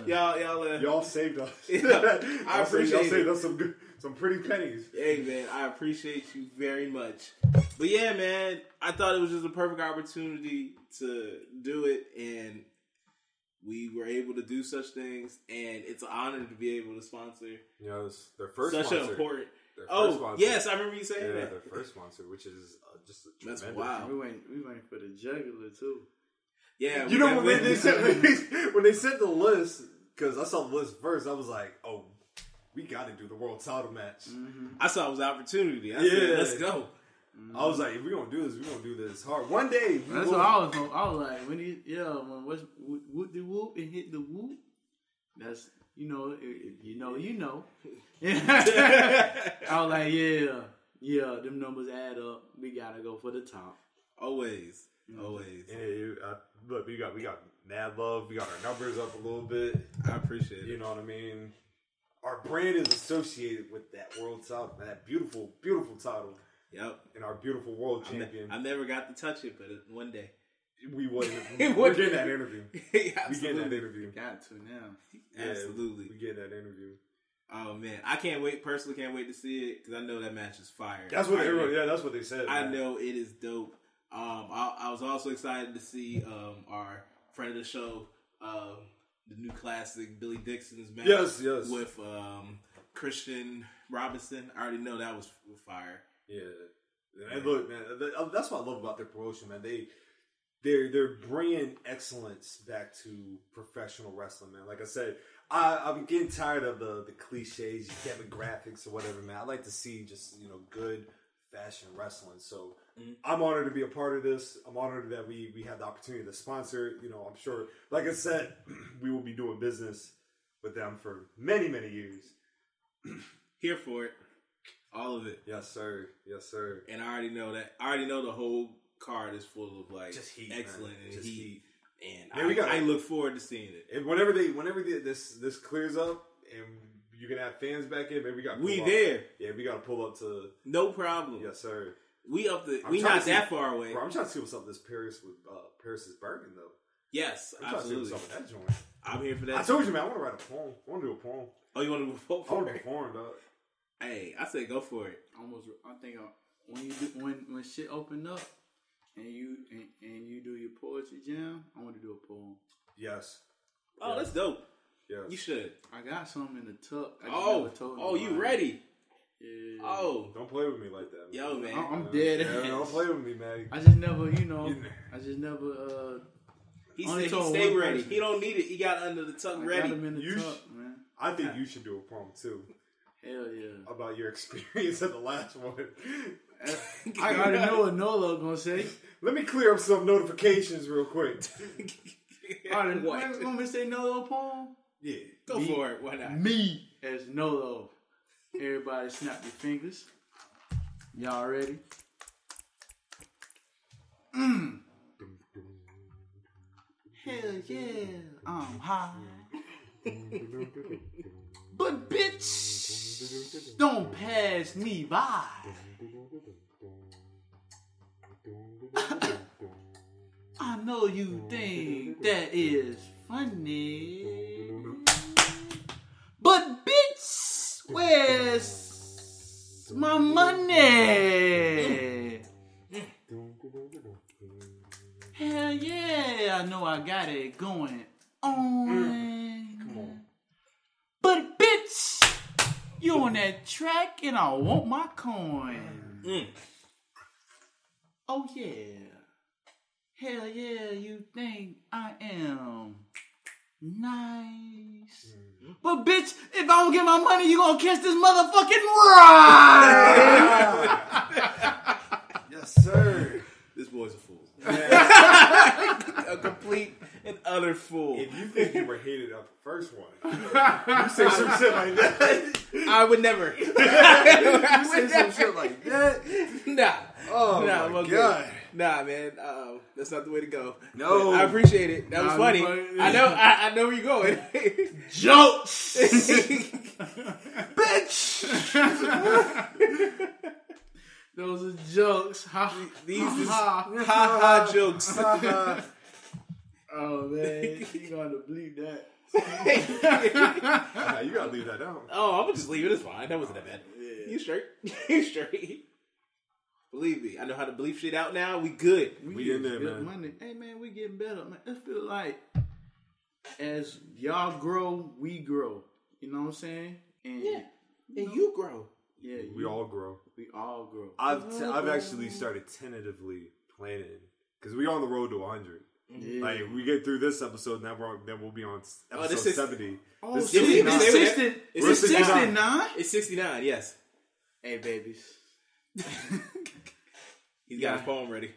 y'all, y'all, uh,
y'all saved us.
Yeah, I
Y'all saved-
appreciate
Y'all saved
it.
us some good, some pretty pennies.
Hey man, I appreciate you very much. But yeah, man, I thought it was just a perfect opportunity to do it, and we were able to do such things, and it's an honor to be able to sponsor
You know, it's their first
such an
sponsor.
important.
Their first
Oh
sponsor.
yes, I remember you saying
yeah,
that.
their first sponsor, which is uh, just a
That's
tremendous-
wild.
We went, we went for the jugular too.
Yeah,
You
we
know
got
when they, they
this.
said when they said the list because I saw the list first, I was like, oh, we got to do the world title match.
I saw it was an opportunity. I
Yeah.
said, "Let's go."
I was like, if we're gonna do this, we're gonna do this hard. One day, we
That's
will-
what I was. gonna- I was like, when he, yeah, when what's whoop whoop the whoop and hit the whoop. That's you know, if, if you know, you know. I was like, yeah, yeah, them numbers add up. We gotta go for the top.
Always,
Mm-hmm.
always.
Yeah, you- I- look, we got we got mad love. We got our numbers up a little bit.
I appreciate
You
it.
know what I mean? Our brand is associated with that world title, that beautiful, beautiful title,
Yep.
and our beautiful world
I ne-
champion.
I never got to touch it, but it- one day.
we would.
It
We're
would-
getting that interview. We get that
Absolutely.
interview.
Got to now.
Yeah,
Absolutely.
we get that interview.
Oh man, I can't wait. Personally, can't wait to see it because I know that match is fire.
That's what
I
everyone.
know-
Yeah, that's what they said.
I
man.
know it is dope. Um, I, I was also excited to see um our friend of the show, um, the new classic Billy Dixon's match.
Yes, yes.
With um Christian Robinson, I already know that was fire.
Yeah. And look, man, th- uh, that's what I love about their promotion, man. They they're they're bringing excellence back to professional wrestling, man. Like I said, I, I'm getting tired of the the cliches, demographics, or whatever, man. I like to see just you know good fashion wrestling. So I'm honored to be a part of this. I'm honored that we we have the opportunity to sponsor. it. You know, I'm sure, like I said, we will be doing business with them for many many years.
Here for it, all of it.
Yes, sir. Yes, sir.
And I already know that. I already know the whole card is full of like
Just heat, man.
excellent and
Just
heat. And
Man,
I,
we got-
I look forward to seeing it.
And whenever they, whenever the, this this clears up, and you can have fans back in, maybe we got
We
up.
there.
Yeah, we got to pull up to
No problem.
yes, sir.
We up the.
I'm
we
trying
not
to see-
that far away.
Bro, I'm trying to see what's up with this Paris with uh, Paris is burning though.
Yes,
I'm
absolutely.
trying to see what's up with that joint.
I'm here for
I
that.
told you, man. I want to write a poem. I want to do a poem.
oh, you want to vote
I want
for
to
it?
perform, dog.
Hey, I say go for it.
Almost. I think I, when you do, when when shit opened up and you and, and you do your poetry jam, I want to do a poem.
Yes,
Oh, that's dope.
yes.
You should.
I got something in the tuck. I just
oh,
never told
oh, you
nobody.
ready?
Yeah. Uh-uh.
Oh,
Don't play with me like that.
yo,
man.
man.
I- I'm
Yeah,
dead.
yeah, don't
ass.
play with me, man.
I just never, you know,
You-
I just never. uh
he
only
said he
told
stay
one
ready.
person.
He don't need it. He got under the tuck
I got
ready.
him in the
You
tuck,
sh-
man.
I think you should do a poem too
Hell yeah!
about your experience at the last one.
I already know what Nolo gonna say.
Let me clear up some notifications real quick.
I already,
What?
what? Want me to say Nolo poem?
Yeah.
Go for it. Why not?
Me as Nolo. Everybody, snap your fingers. Y'all ready? Mm. Hell yeah! I'm high. But bitch, don't pass me by. I know you think that is funny. But bitch, where's my money? Hell yeah, I know I got it going on. Come on. But bitch, you on that track and I want my coin. Oh yeah. Hell yeah, you think I am nice. But bitch, if I don't get my money, you gonna catch this motherfucking ride.
Yes, sir.
This boy's a fool. a complete and utter fool.
if you think you were hated on the first one, you say some shit like that.
I would never.
You say some shit like that.
Nah.
Oh
nah,
my
I'm okay.
god.
Nah, man. Uh, that's not the way to go.
No.
But I appreciate it. That was
Nah,
funny.
you funny.
I know. I, I know where you're going.
Jokes. Those are jokes. Ha
These is ha
ha.
ha jokes.
Oh man, you gonna bleep that?
Nah, you gotta leave that out.
Oh, I'm gonna just leave it. It's fine. That wasn't that bad. You straight? you straight? Believe me, I know how to bleep shit out now. We good.
We
getting
in there,
good
man.
Money. Hey man, we getting better, man. It feel like as y'all grow, we grow. You know what I'm saying? And yeah,
And you grow.
yeah
We all grow.
we all grow.
I've t- I've actually started tentatively planning because we're on the road to 100.
Yeah.
Like we get through this episode, now we're on, then we'll be on s-
Oh,
episode
this is-
70.
oh,
This is
shit,
we-
not-
they
it's
were-
sixty.
it's
It's
69.
sixty nine.
It's 69. Yes,
Hey babies,
he's got his
Yeah.
poem ready.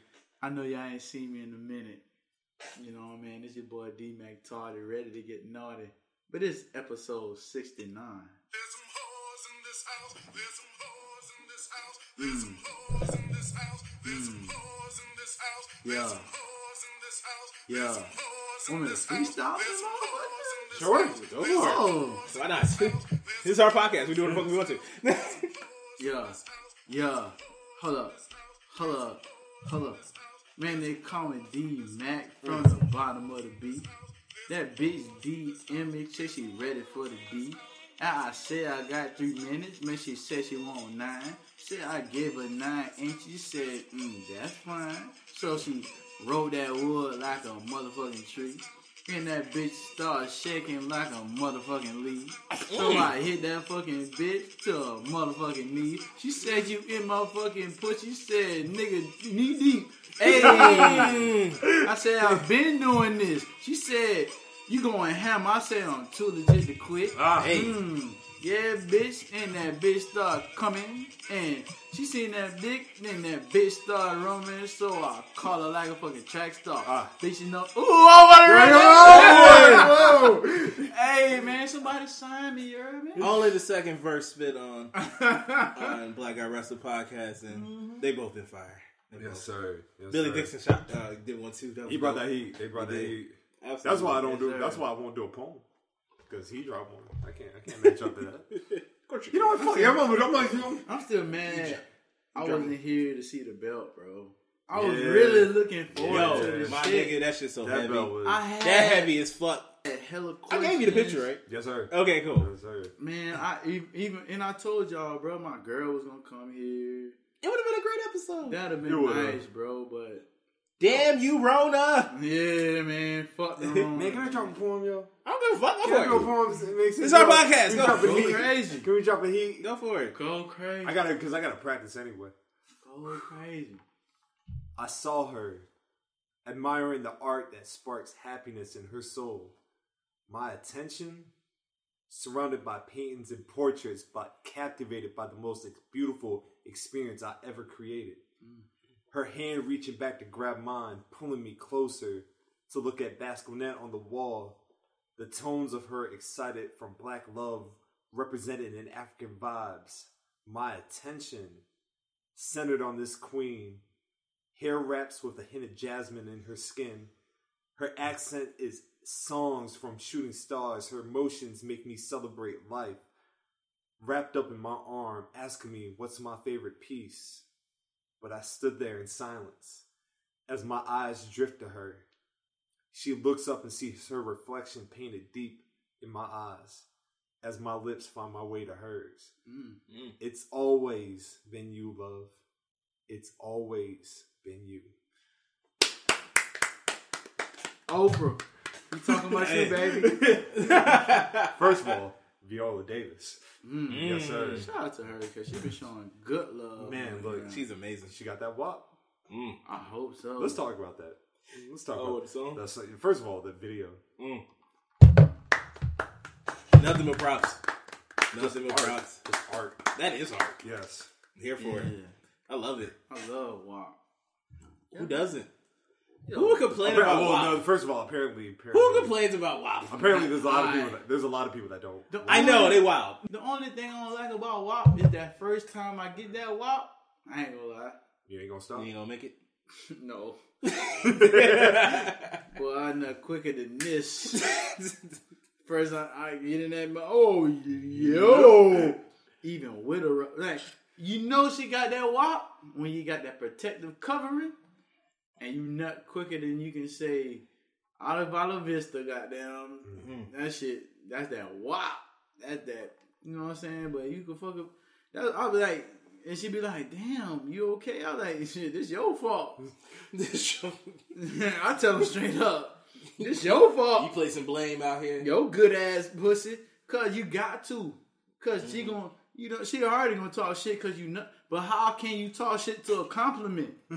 I know y'all ain't seen me in a minute. You know what I mean? It's your boy D Mac Tardy, ready to get naughty. But it's episode sixty nine.
There's some hoes in this house. There's some hoes in this house. There's some hoes in this house. There's
Mm.
some hoes in this house.
Yeah.
There's some hoes in this house.
Yeah.
There's some hoes in
Woman,
this house.
freestyle,
There's some
motherfucker?
hoes in this
Sure,
house.
go for it.
Oh,
Why not? this is our podcast. We do what the fuck we want to.
Yeah. Yeah. Hold up. Hold up. Hold up. Man, they call me D Mac from the bottom of the beat. That bitch DM said she ready for the beat. I I said I got three minutes, man. She said she want nine. Said I gave her nine, and she said, mm, that's fine. So she rolled that wood like a motherfucking tree. And that bitch started shaking like a motherfucking leaf. So I hit that fucking bitch to a motherfucking knee. She said you in my fucking pussy. Said nigga knee deep. Hey, I said I've been doing this. She said you going ham. I said I'm too legit to quit.
Ah.
Ah.
Mm, yeah, bitch, and that bitch start coming, and she seen that dick, then that bitch start roaming, so I call her like a fucking track star. Bitch, you know, ooh, oh my god! hey, man, somebody sign me, you heard me?
Only the second verse spit on on Black Guy Wrestle podcast, and they both been fire. They
Mm-hmm. Yes,
both.
sir. Yes,
Billy
sir.
Dixon shot uh, did one too.
He brought that heat. They brought
He
that
did.
heat.
Absolutely.
That's why I don't do.
sir.
That's why I won't do a poem because he dropped one. I can't. I can't match up to that. You know what? Fuck. it, I'm, over- I'm like, you know,
I'm still mad I wasn't here to see the belt, bro. I was
Yeah.
really looking forward
Yo,
to this
my
shit.
nigga, that shit so
that
heavy.
belt was.
I had
That heavy as fuck.
hella
I gave you the picture, right?
yes, sir.
Okay, cool.
Yes, sir.
Man, I e- even and I told y'all, bro, my girl was gonna come here.
It would have been a great episode.
That'd have
You
been
would've.
nice, bro. But
Damn you, Rona.
yeah, man, fuck the
Um, Man, can I
Rona.
drop a poem, yo?
I don't give a fuck.
Can I
Go
drop
for it.
poems? It makes
It's
sense.
our
Yo, Can
podcast.
we
Go.
drop a
Go
heat?
crazy.
Can we drop a heat?
Go for it.
Go crazy.
I gotta, cause I gotta practice anyway.
go crazy.
I saw her, admiring the art that sparks happiness in her soul. My attention, surrounded by paintings and portraits, but captivated by the most ex- beautiful experience I ever created. Her hand reaching back to grab mine, pulling me closer to look at Basquiat on the wall. The tones of her excited from black love represented in African vibes. My attention centered on this queen hair wraps with a hint of jasmine in her skin. Her accent is songs from shooting stars. Her emotions make me celebrate life. Wrapped up in my arm, asking me what's my favorite piece. But I stood there in silence as my eyes drift to her. She looks up and sees her reflection painted deep in my eyes as my lips find my way to hers. It's always been you, love. It's always been you.
Oprah, you talking about you, baby?
First of all, Mm. Viola Davis. Yes, sir.
Mm.
Shout out to her because she been showing good love.
Man, look, she,
She's amazing.
she got that wop.
I hope so.
Let's talk about that. Let's talk
Oh,
about
the song?
That's, first of all, the video.
Nothing but props. Nothing but props.
art.
That is art.
Yes.
I'm here for it. I love it.
I love WAP.
Who doesn't? Who would complain about
well, no,
WAP?
first of all, apparently, apparently
Who complains about WAP?
Apparently, there's a lot of people. That, there's a lot of people that don't.
The-
I know they wild.
The only thing I don't like about WAP is that first time I get that WAP, I ain't gonna lie.
You ain't gonna stop.
You ain't gonna make it.
No. well, I'm not quicker than this. First, I, I get in that. mo- Oh, yo! Even with a ru- like, you know, she got that wop when you got that protective covering, and you not quicker than you can say, "Olive Olive Vista." Goddamn, that shit. That's that wop. That's that. You know what I'm saying? But you can fuck up. That, I'll be like, and she be like, "Damn, you okay?" I was like, "Shit, this your fault." I tell them straight up, this your fault.
You play some blame out here.
Yo, good ass pussy. Cause you got to. because she
Mm-hmm.
gon' you know she already gonna talk shit cause you know but how can you talk shit to a compliment?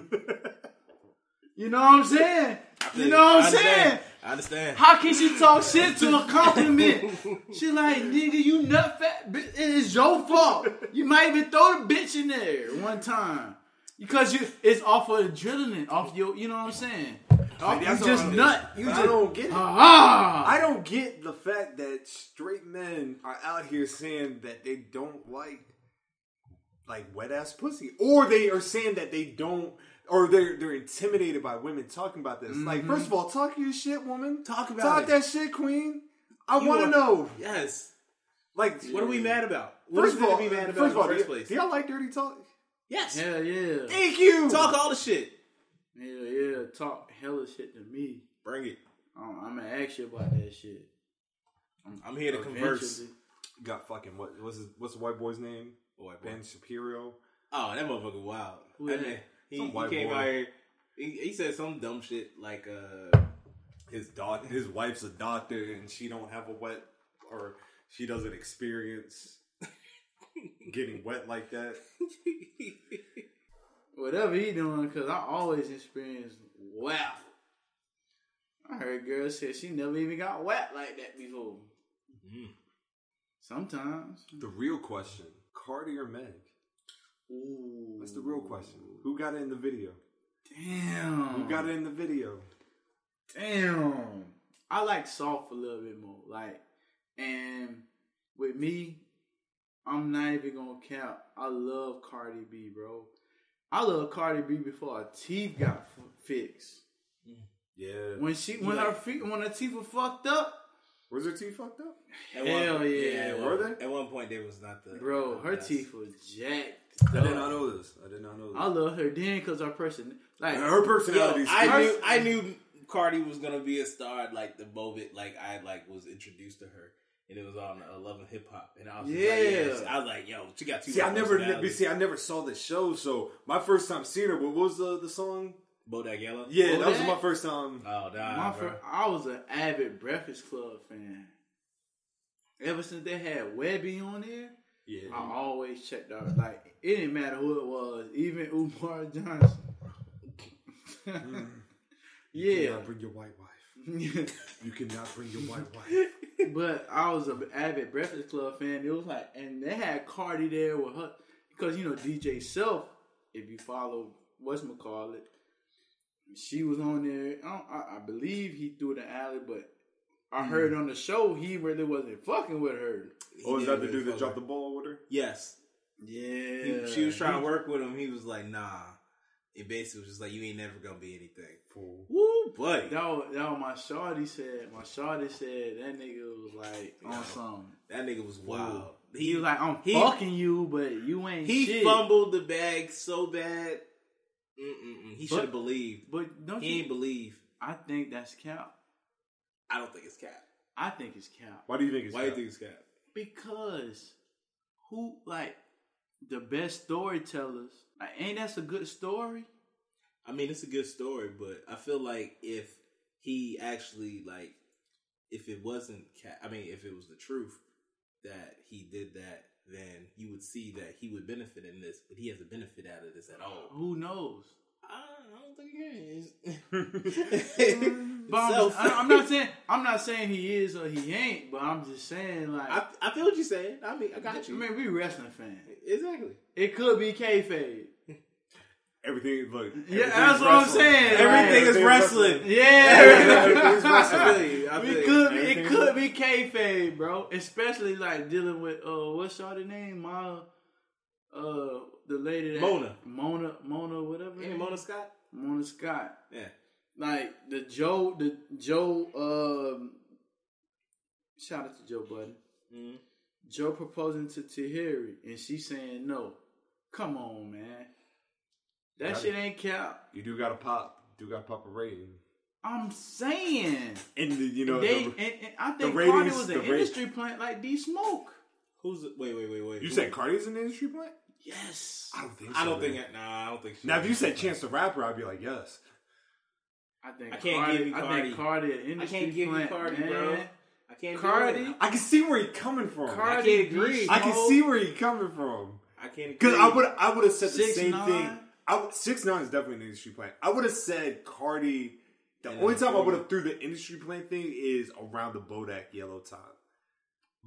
you know what I'm saying? You know what
I
I'm
understand.
saying?
I understand.
How can she talk shit to a compliment? she like, nigga, you nut fat bitch. It is your fault. You might even throw the bitch in there one time. Because you it's off of adrenaline, off your you know what I'm saying? Off, you
that's
just
what I'm-
nut. You
I
just
don't get it.
ah.
I don't get the fact that straight men are out here saying that they don't like like wet ass pussy, or they are saying that they don't, or they're they're intimidated by women talking about this. Like, first of all, talk your shit, woman.
Mm-hmm. Talk about
talk
it.
that shit, queen. I
You
want to
are-
know.
Yes.
Like,
What are we mad about? What
First
is
of
there
all,
to be mad about
first of all,
in the first
do, y-
place?
do y'all like dirty talk?
Yes.
Hell yeah.
Thank you.
Talk all the shit.
Yeah, yeah, talk hella shit to me.
Bring it.
Um, I'm gonna ask you about that shit.
I'm here to converse.
Eventually.
Got fucking what? What's his, what's the white boy's name?
White boy.
Ben Shapiro.
Oh, that motherfucker wild.
Who
That
that?
man, he,
Some
he
white
came
boy.
out here. He, he said some dumb shit like, uh,
his daughter, his wife's a doctor, and she don't have a wet, or she doesn't experience getting wet like that.
Whatever he doing, cause I always experience wow. I heard girls say she never even got whacked like that before.
Mm-hmm.
Sometimes.
The real question: Cardi or Meg?
Ooh.
That's the real question. Who got it in the video?
Damn.
Who got it in the video?
Damn. I like soft a little bit more. Like, and with me, I'm not even gonna count. I love Cardi B, bro. I love Cardi B before her teeth got f- fixed.
Yeah.
When she, when her feet, when her teeth were fucked up,
Was her teeth fucked up?
at
Hell
point-
yeah.
at
Were
one-
they?
At one point, they was not the
bro,
the
her
best.
teeth was jacked.
I did
up.
not know this. I did not know this.
I love her then because her person, like,
her
Yo,
personality.
I
speaks-
knew I knew Cardi was gonna be a star like the moment like I like was introduced to her and it was on uh, Love and Hip Hop and I was just like,
Yeah.
yes. I was like yo she got two
See, I never
personalities.
see. I never saw the show, so my first time seeing her. What was the the song?
Bodak Yellow
Yeah, that was Uh,
Bodak?
my first time.
oh
My
nah bro.
fir- I was an avid Breakfast Club fan. Ever since they had Webby on there,
Yeah.
I always checked out. Like it didn't matter who it was, even Umar Johnson.
You
yeah,
cannot bring your white wife. You cannot bring your white wife.
but I was an avid Breakfast Club fan. It was like, and they had Cardi there with her because you know DJ Self. If you follow what's call it, she was on there. I, don't, I, I believe he threw the alley, but I heard on the show he really wasn't fucking with her.
Oh, is
Yeah,
that the dude that
fuck
dropped
her.
the ball with her?
yes
Yeah,
He- she was trying to work with him he was like nah it basically was just like you ain't never gonna be anything
Fool.
woo buddy
That was, that was my shorty said. My shorty said that nigga was like on
Yeah.
some.
that nigga was wild
He was like, I'm
he-
fucking you, but you ain't
he
shit.
fumbled the bag so bad Mm-mm-mm. he should have believed
But don't
he
you?
ain't believe
I think that's cap.
I don't think it's cap
I think it's cap
Why do you think it's
why do you
that?
think it's cap
because who like the best storytellers? Like, ain't that's a good story?
I mean, it's a good story, but I feel like if he actually like, if it wasn't, ca- I mean, if it was the truth that he did that, then you would see that he would benefit in this, but he hasn't benefit out of this at all.
Who knows?
I don't think he is.
But I'm,
Self.
just- I- I'm not saying I'm not saying he is or he ain't, but I'm just saying like
I, I feel what you're saying. I mean, I got
I
you.
mean we wrestling fans.
exactly.
It could be kayfabe.
Everything, look.
Yeah,
everything's
that's what I'm
wrestling.
saying.
Everything
like,
is wrestling.
Yeah.
Everything's wrestling. I feel you. I feel
It
you.
could be, it could be kayfabe, bro. Especially like dealing with uh, what's y'all name, Mona, uh, the lady that
Mona.
Mona, Mona, whatever. her
Ain't
name
it
is.
Mona Scott?
Mona Scott.
Yeah.
Like the Joe, the Joe. Um, shout out to Joe Budden.
Mm-hmm.
Joe proposing to Tahiri, and she saying no. Come on, man. That
Got
shit
it.
ain't cap.
You do got to pop. You do got to pop a rating.
I'm saying
And the, you know,
they.
the-
and, and I think
ratings-
Cardi was
the
an
ra-
industry plant like D Smoke.
Who's the, wait wait wait wait?
you
Who-
said Cardi's an industry plant?
Yes,
I don't think. so.
I don't think.
man.
I, nah, I don't think. she-
now, if you said Chance the Rapper, I'd be like, yes.
I think
I can't
Cardi,
give you
I think Cardi, an
I
industry
can't give you
plant,
Cardi,
man.
bro. I can't. do
Cardi?
it.
I can see where he's coming from.
Cardi,
can't
D
agree.
I can
Smoke.
see where he's coming from.
I can't.
Because I
agree.
would I would have said the
Six
same
nine?
thing. I would, six nine is definitely an industry plant. I would have said Cardi. The
And
only
then
time I
Forty.
would have threw the industry plant thing is around the Bodak Yellow time.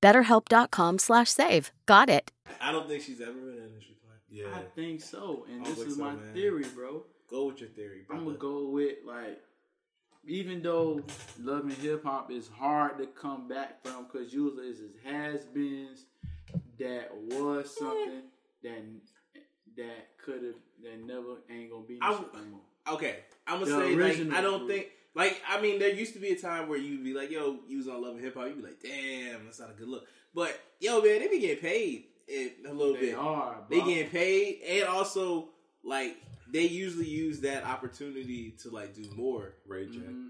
BetterHelp.com slash save. Got it.
I don't think she's ever been an industry plant.
yeah,
I think so, and
I
this
think
is
so,
my
man.
theory, bro.
Go with your theory, bro.
I'm gonna go with like, even though love and hip hop is hard to come back from, because usually it's just has beens that was
Eh.
something that that could have that never ain't gonna be no
I
shit no
w-
more.
Okay, I'm gonna
The
say like
original
I don't
group.
think like I mean there used to be a time where you'd be like, yo, you was on Love and Hip Hop, you'd be like, damn, that's not a good look. But yo, man, they be getting paid eh, a little
They
bit.
are,
They
bro.
getting paid, and also like they usually use that opportunity to like do more.
Ray J.
Mm-hmm.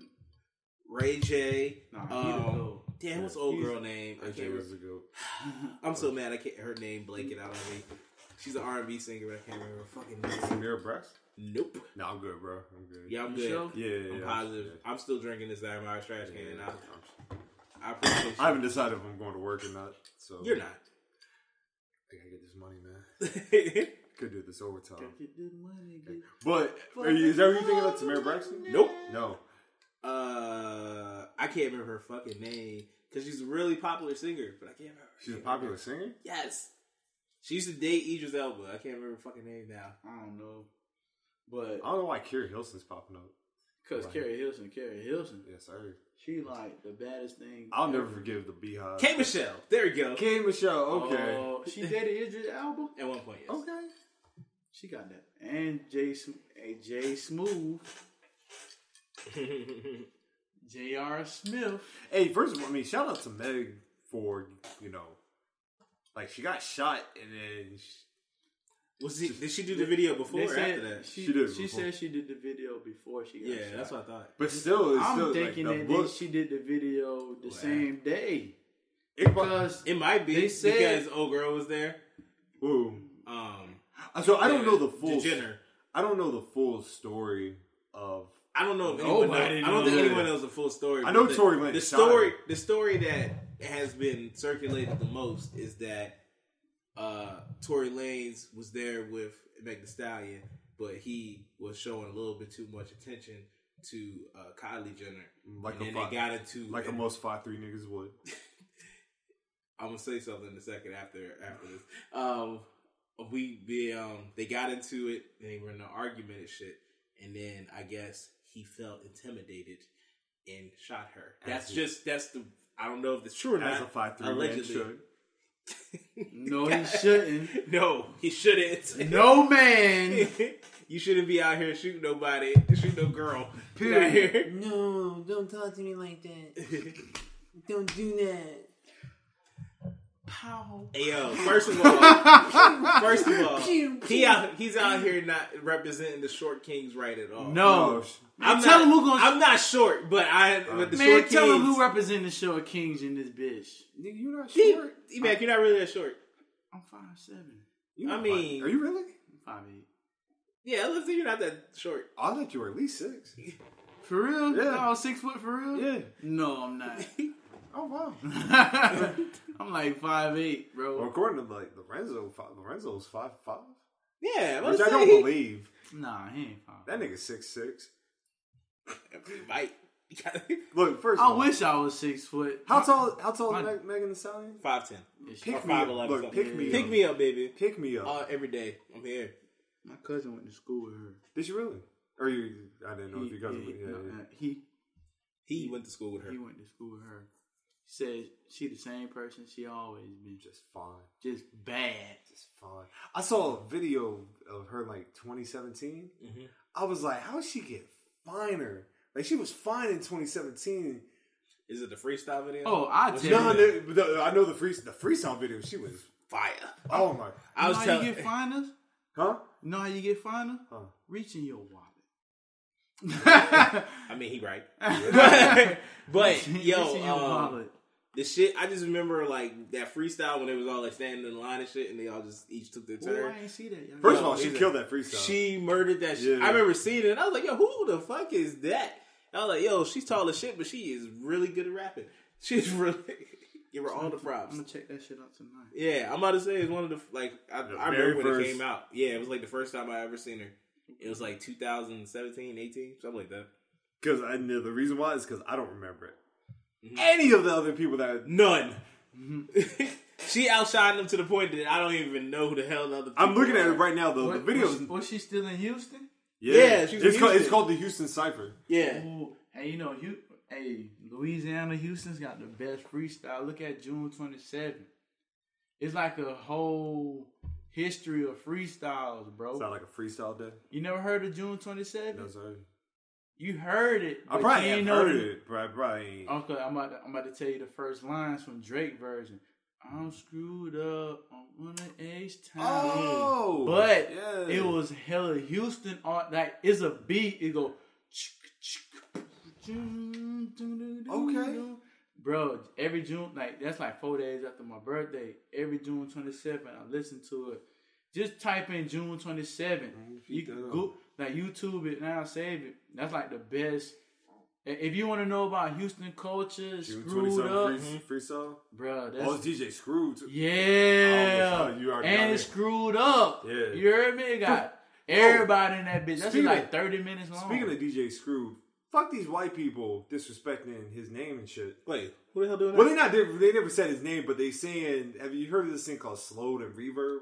Ray J,
Nah,
Uh,
he the
um,
goat.
damn, what's old
He's-
girl name?
Ray
I can't
J was
remember.
a good.
I'm so mad. I can't. Her name blanket out of me. She's an R&B singer, but I can't remember her fucking name.
Mira Brax?
Nope.
No, I'm good, bro. I'm good.
Yeah, I'm
You
good.
sure?
Yeah, yeah,
I'm
yeah.
positive. I'm still drinking this Diamond Irish trash can, and I, I appreciate you.
I haven't decided if I'm going to work or not. So
You're not.
I gotta get this money, man. Could do this overtime.
Get the money, get-
But are you, is that what you thinking about Tamir Braxton?
Nope.
No.
uh, I can't remember her fucking name because she's a really popular singer, but I can't remember.
She's a popular singer.
Yes. She used to date Idris Elba. I can't remember her fucking name now.
I don't know,
I
but
don't know why Carrie Hilson's popping up.
because Carrie Hilson, Carrie Hilson,
Yes, sir.
she like the baddest thing.
I'll
ever.
never forgive the Beehive.
K Michelle. There we go.
K Michelle. Okay.
Oh, she dated Idris Elba.
At one point, yes.
okay.
She got that. And Jay, Sm- eh, Jay Smooth. J.R. Smith.
Hey, first of all, I mean, shout out to Meg for you know, like she got shot and then she,
Was she, did she do the video before
They
or after
said
that?
she,
She
she,
did it before.
said she did the video before she got
yeah,
shot.
that's what I thought.
but still, it's
I'm
still,
thinking
like, the
that they-
look-
she did the video the same day.
Iqbal-
Because
It might be
They said-
because old girl was there.
Ooh. Uh,
Um,
So I don't know the full.
Jenner.
I don't know the full story of
I don't know if anyone knows,
Nobody
I don't think
knows.
anyone knows the full story.
I know
but the,
Tory Lanez
The
shot
story,
him.
the story that has been circulated the most is that uh, Tory Lanez was there with Meg Thee Stallion, but he was showing a little bit too much attention to uh, Kylie Jenner,
Like
and
a
then
fi-
they got into
like
and-
most five three niggas would.
I'm gonna say something in a second after after this. Um, we the um they got into it and they were in an argument and shit, and then I guess he felt intimidated and shot her. That's just that's the I don't know if it's true or not.
As a five three man
allegedly.
should.
No, he shouldn't.
No, he shouldn't.
No man.
you shouldn't be out here shooting nobody, shoot no girl.
Period.
No, don't talk to me like that. don't do that.
Hey, yo, first of all, first of all, he out, he's out here not representing the short kings right at all.
No.
I'm
tell
not,
him who gonna-
I'm not short, but I
Uh,
but the
Man,
short
tell
kings.
him who represent the show of Kings in this bitch.
Nigga, you not
He-
short.
he back, you're not really that short.
I'm five seven.
You
I
not
mean-
five- are you really?
I'm five eight.
Yeah, let's say you're not that short.
I thought you were at least six.
For real?
Yeah.
No, six foot for real?
Yeah.
No, I'm not.
Oh wow.
I'm like five eight,
Well,
bro.
according to like Lorenzo, fi- Lorenzo's five five,
Yeah,
which
let's
I
say
don't believe.
Nah, he ain't five.
That nigga's six six.
he might.
Look, first, of
I
all,
wish I was six foot.
How tall? How tall is
my-
Meg- Megan Thee Stallion?
Five ten.
Pick
Or
me up.
5'11",
Look,
something.
pick me
Pick
up.
me up, baby.
Pick me up.
Uh, every day. I'm here.
My cousin went to school with her.
Did you really? Or you? I didn't know
He,
if you guys.
he,
Yeah,
no,
yeah.
uh, he
He went to school with her.
he went to school with her. He said she the same person she always been. Just
Just fine.
just bad.
Just fine. I saw a video of her like 2017. I was like, how would she get finer? Like she was fine in 2017.
Is it the freestyle video?
Oh, I
Was she
tell
No,
you.
on
that-
it?
the, the, I know the free the freestyle video. She was.
fire.
Oh my.
I
you
was
know how
telling
you get finals?
Huh?
You know how you get finals?
Huh.
Reaching your wallet.
I mean, he right. but yo,
Reaching your
um,
wallet.
the shit. I just remember like that freestyle when it was all like standing in line and shit, and they all just each took their
Oh,
turn.
I ain't see that. Y'all
First
got-
of all, she
either.
killed that freestyle.
She murdered that shit.
Yeah.
I remember seeing it. and I was like, yo, who the fuck is that? I was like, yo, she's tall as shit, but she is really good at rapping. She's really give her all the props.
I'm gonna check that shit out tonight.
Yeah, I'm about to say it's one of the like I,
The
I
very
remember when it
first-
came out. Yeah, it was like the first time I ever seen her. It was like 2017, 18, something like that.
Because I know the reason why is because I don't remember it.
Mm-hmm.
Any of the other people that
None. she outshined them to the point that I don't even know who the hell the other.
I'm
people
looking at
are.
it right now though.
What-
the video.
Was, was she still in Houston?
Yeah, she's
it's
in
called it's
Houston.
called the Houston Cipher.
Yeah,
Ooh, hey, you know, you, hey, Louisiana, Houston's got the best freestyle. Look at June 27th. It's like a whole history of freestyles, bro.
It's not like a freestyle day.
you never heard of June 27th?
No, sorry.
You heard it.
I
but
probably
you
ain't
ain't
heard
know-
it, but I probably ain't.
Okay, I'm about, to, I'm about to tell you the first lines from Drake version. I'm screwed up. I'm on the H time.
Oh,
But
yeah.
it was hella Houston on like it's a beat. It go
Okay.
Bro, every June like that's like four days after my birthday. Every June twenty seventh, I listen to it. Just type in June twenty seventh. You
that
can
up.
go like YouTube it now, save it. That's like the best. i- If you want to know about Houston culture,
June
screwed
27th
up,
free, freestyle.
bro.
Oh, it's
That's
DJ Screw too. I
yeah,
almost- you already got
and
it.
it's screwed up.
Yeah. Oh.
You heard me? It got everybody in that bitch. That's
Speaking
like
of-
thirty minutes long.
Speaking of DJ Screw, fuck these white people disrespecting his name and shit.
wait, who the hell doing
Well,
that?
they not they never said his name, but they saying, have you heard of this thing called slowed and reverb?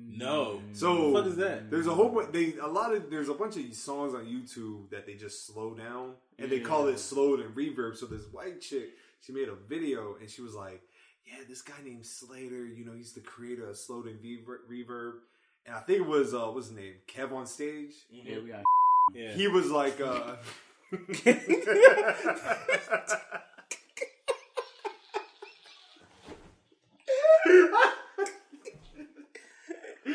No,
So
What the fuck is that?
There's a whole bunch. They a lot of there's a bunch of songs on YouTube that they just slow down and they call it slowed and reverb. So this white chick, she made a video and she was like, "Yeah, this guy named Slater, you know, he's the creator of slowed and reverb." reverb. And I think it was uh, what's his name, Kev on stage.
yeah, we got
yeah.
He was like, uh,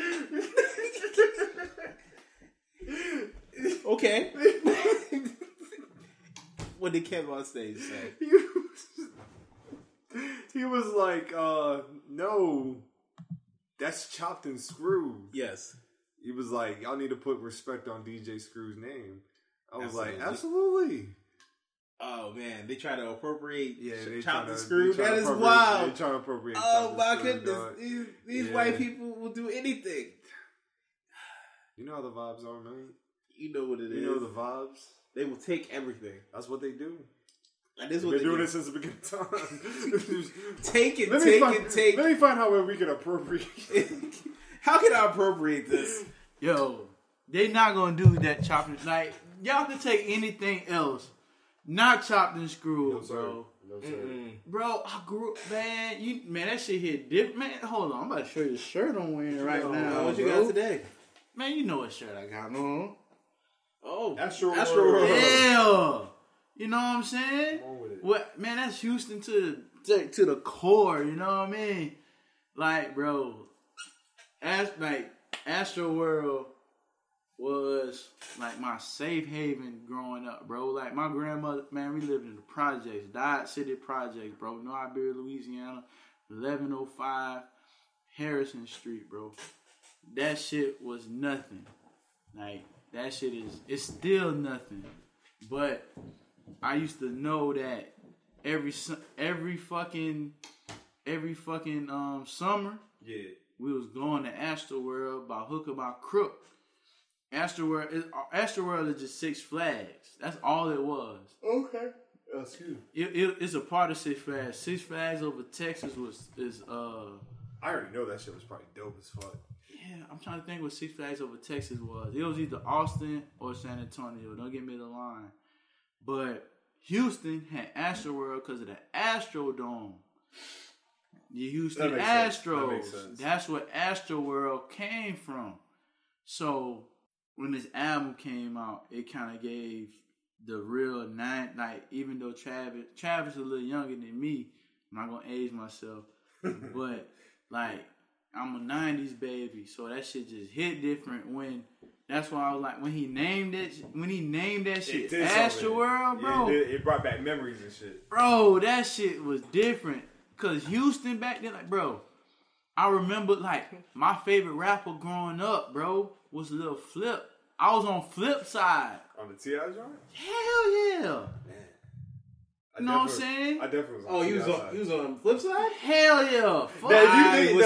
okay. what did Kev on stage say?
he was, he was like, uh, "No, that's chopped and screwed."
Yes,
he was like, "Y'all need to put respect on DJ Screw's name." I was like, "Absolutely,
Absolutely. Oh man, they try to appropriate
yeah." They
chop
tryna-
the
they
screw.
tryna
That is
appropriate- They
wild.
trying to appropriate.
Oh
Chop
my
and Screw,
goodness,
dog.
these, these
Yeah.
white people will do anything.
You know how the vibes are, man.
You know what it is.
You know the vibes.
they will take everything.
That's what they do.
That is
They've
what
been
they
doing
do.
it since the beginning of time.
Take it,
let me
take
find,
it, take.
Let me find out where we can appropriate.
How can I appropriate this?
yo. They not gonna do that chopping like y'all can take anything else, not chopped and screwed, bro. Bro, I grew man. You man, that shit hit different. Man, hold on, I'm about to show you the shirt I'm wearing right now.
what you
bro.
got today?
Man, you know what shirt I got on.
Oh,
Astro
Astro
World.
World.
Yeah, you know what I'm saying? What man? That's Houston to the to, to the core. You know what I mean? Like, bro, as like Astro World was like my safe haven growing up, bro. Like my grandmother, man, we lived in the projects, Dodge City projects, bro. No Iberia, Louisiana, eleven oh five Harrison Street, bro. That shit was nothing. Like that shit is it's still nothing. But I used to know that every su- every fucking every fucking um summer
Yeah.
we was going to Astroworld by hook or by crook. Astroworld is Astroworld is just Six Flags. That's all it was.
Okay. That's you.
It, it, it's a part of Six Flags. Six Flags over Texas was is uh
I already know that shit was probably dope as fuck.
Yeah, I'm trying to think what Six Flags over Texas was. It was either Austin or San Antonio. Don't get me the line. But Houston had Astroworld because of the Astrodome. The
That
Houston
makes sense.
Astros.
That makes sense.
That's where Astroworld came from. So when this album came out, it kind of gave the real nine. Like even though Travis, Travis is a little younger than me, I'm not gonna age myself, but like I'm a '90s baby, so that shit just hit different. When that's why I was like, when he named it, when he named that shit,
did something. Yeah,
Astroworld, bro,
it, it brought back memories and shit.
bro, that shit was different. Cause Houston back then, like, bro, I remember like my favorite rapper growing up, bro, was Lil Flip. I was on Flip side.
On the T.I. joint?
Hell yeah.
I
Know what I'm
definitely-
saying?
I definitely was on
Oh, you was
T.I.
on
side.
you was on flip side.
Hell yeah. Fuck.
Now, if you
I
think-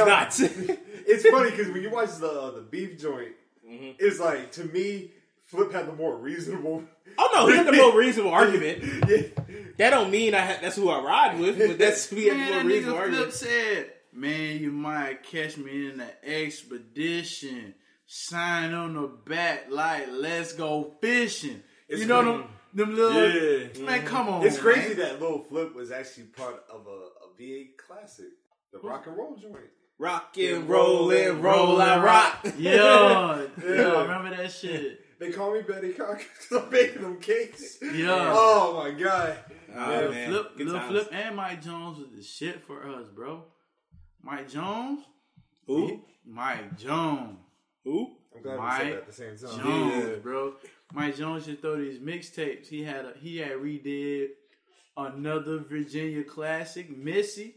was
now,
not.
it's funny because when you watch the uh, the beef joint,
Mm-hmm.
it's like to me, Flip had the more reasonable.
Oh no, he had the more reasonable argument.
yeah.
That don't mean I ha- that's who I ride with, but that's we had the
Man,
more
that
reasonable
nigga Flip
argument.
said, man, you might catch me in the expedition. Sign on the back like, let's go fishing.
It's
you know
crazy.
them, them little,
Yeah.
man, come on.
It's crazy
Oh, man.
that Lil Flip was actually part of a, a VA classic, the rock and roll joint.
Rock and roll and roll I rock.
Yo,
Yeah.
yo, remember that shit.
They call me Betty Cock 'cause I'm making them cakes.
Yeah.
Oh my god.
Oh, man.
Flip,
Good
Lil
times.
Flip and Mike Jones was the shit for us, bro. Mike Jones,
Who?
Mike Jones,
Who?
I'm glad we
Mike
said that at the same time.
Jones,
Yeah.
bro. Mike Jones should throw these mixtapes. He had a, he had redid another Virginia classic, Missy.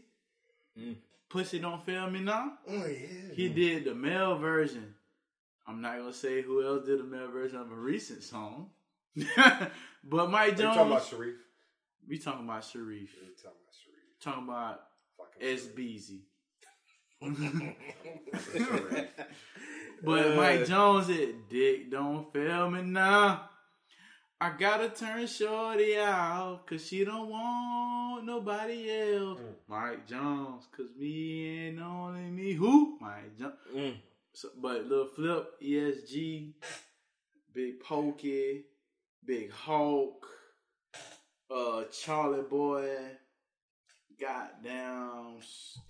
Pussy don't fail me now.
Oh yeah.
He did the male version. I'm not gonna say who else did the male version of a recent song, but Mike
You talking about
Jones.
Sharif?
We talking about Sharif.
You talking about Sharif?
Talking about
Fucking
SBZ. but Mike Jones said, Dick, don't fail me now. I gotta turn shorty out, cause she don't want nobody else. Mike Jones, cause me and only me. Who? Mike Jones. So, but Lil Flip, ESG, Big Pokey, Big Hulk, uh, Charlie Boy, goddamn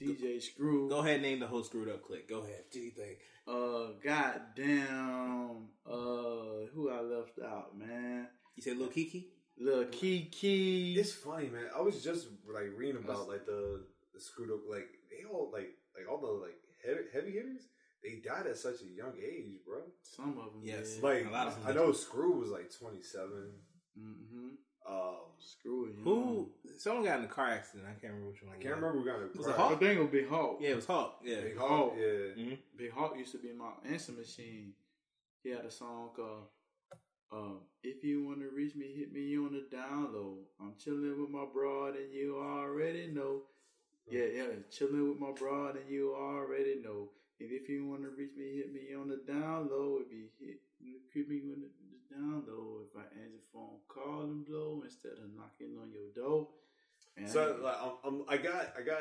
DJ Screw,
Go ahead and name the whole screwed up click. Go ahead. Do you think?
uh, goddamn, uh, who I left out, man,
You said Lil Kiki?
Lil Kiki.
It's funny, man. I was just like reading about like the, the screwed up, like they all like like all the like heavy, heavy hitters. They died at such a young age, bro.
some of them,
Yes.
yeah.
Like
A lot of them
I know Screw was like twenty seven.
mm-hmm.
Um,
Screw it, you
Who? Someone got in a car accident. I can't remember which one.
I can't remember. We got it.
was a Oh.
know. I
Hulk?
think it'll be Hulk.
Yeah, it was Hawk. Yeah.
Big
Hulk.
Hulk. Yeah.
Mm-hmm.
Big Hawk used to be my answer machine. He had a song called um, "If You Want to Reach Me, Hit Me on the Down Low." I'm chilling with my broad, and you already know. Yeah, yeah, chilling with my broad, and you already know. And if you want to reach me, hit me on the down low. If you hit, you hit me on the down low. If I answer phone, call and blow instead of knocking on your door. And
So like, I'm, I'm, I got I got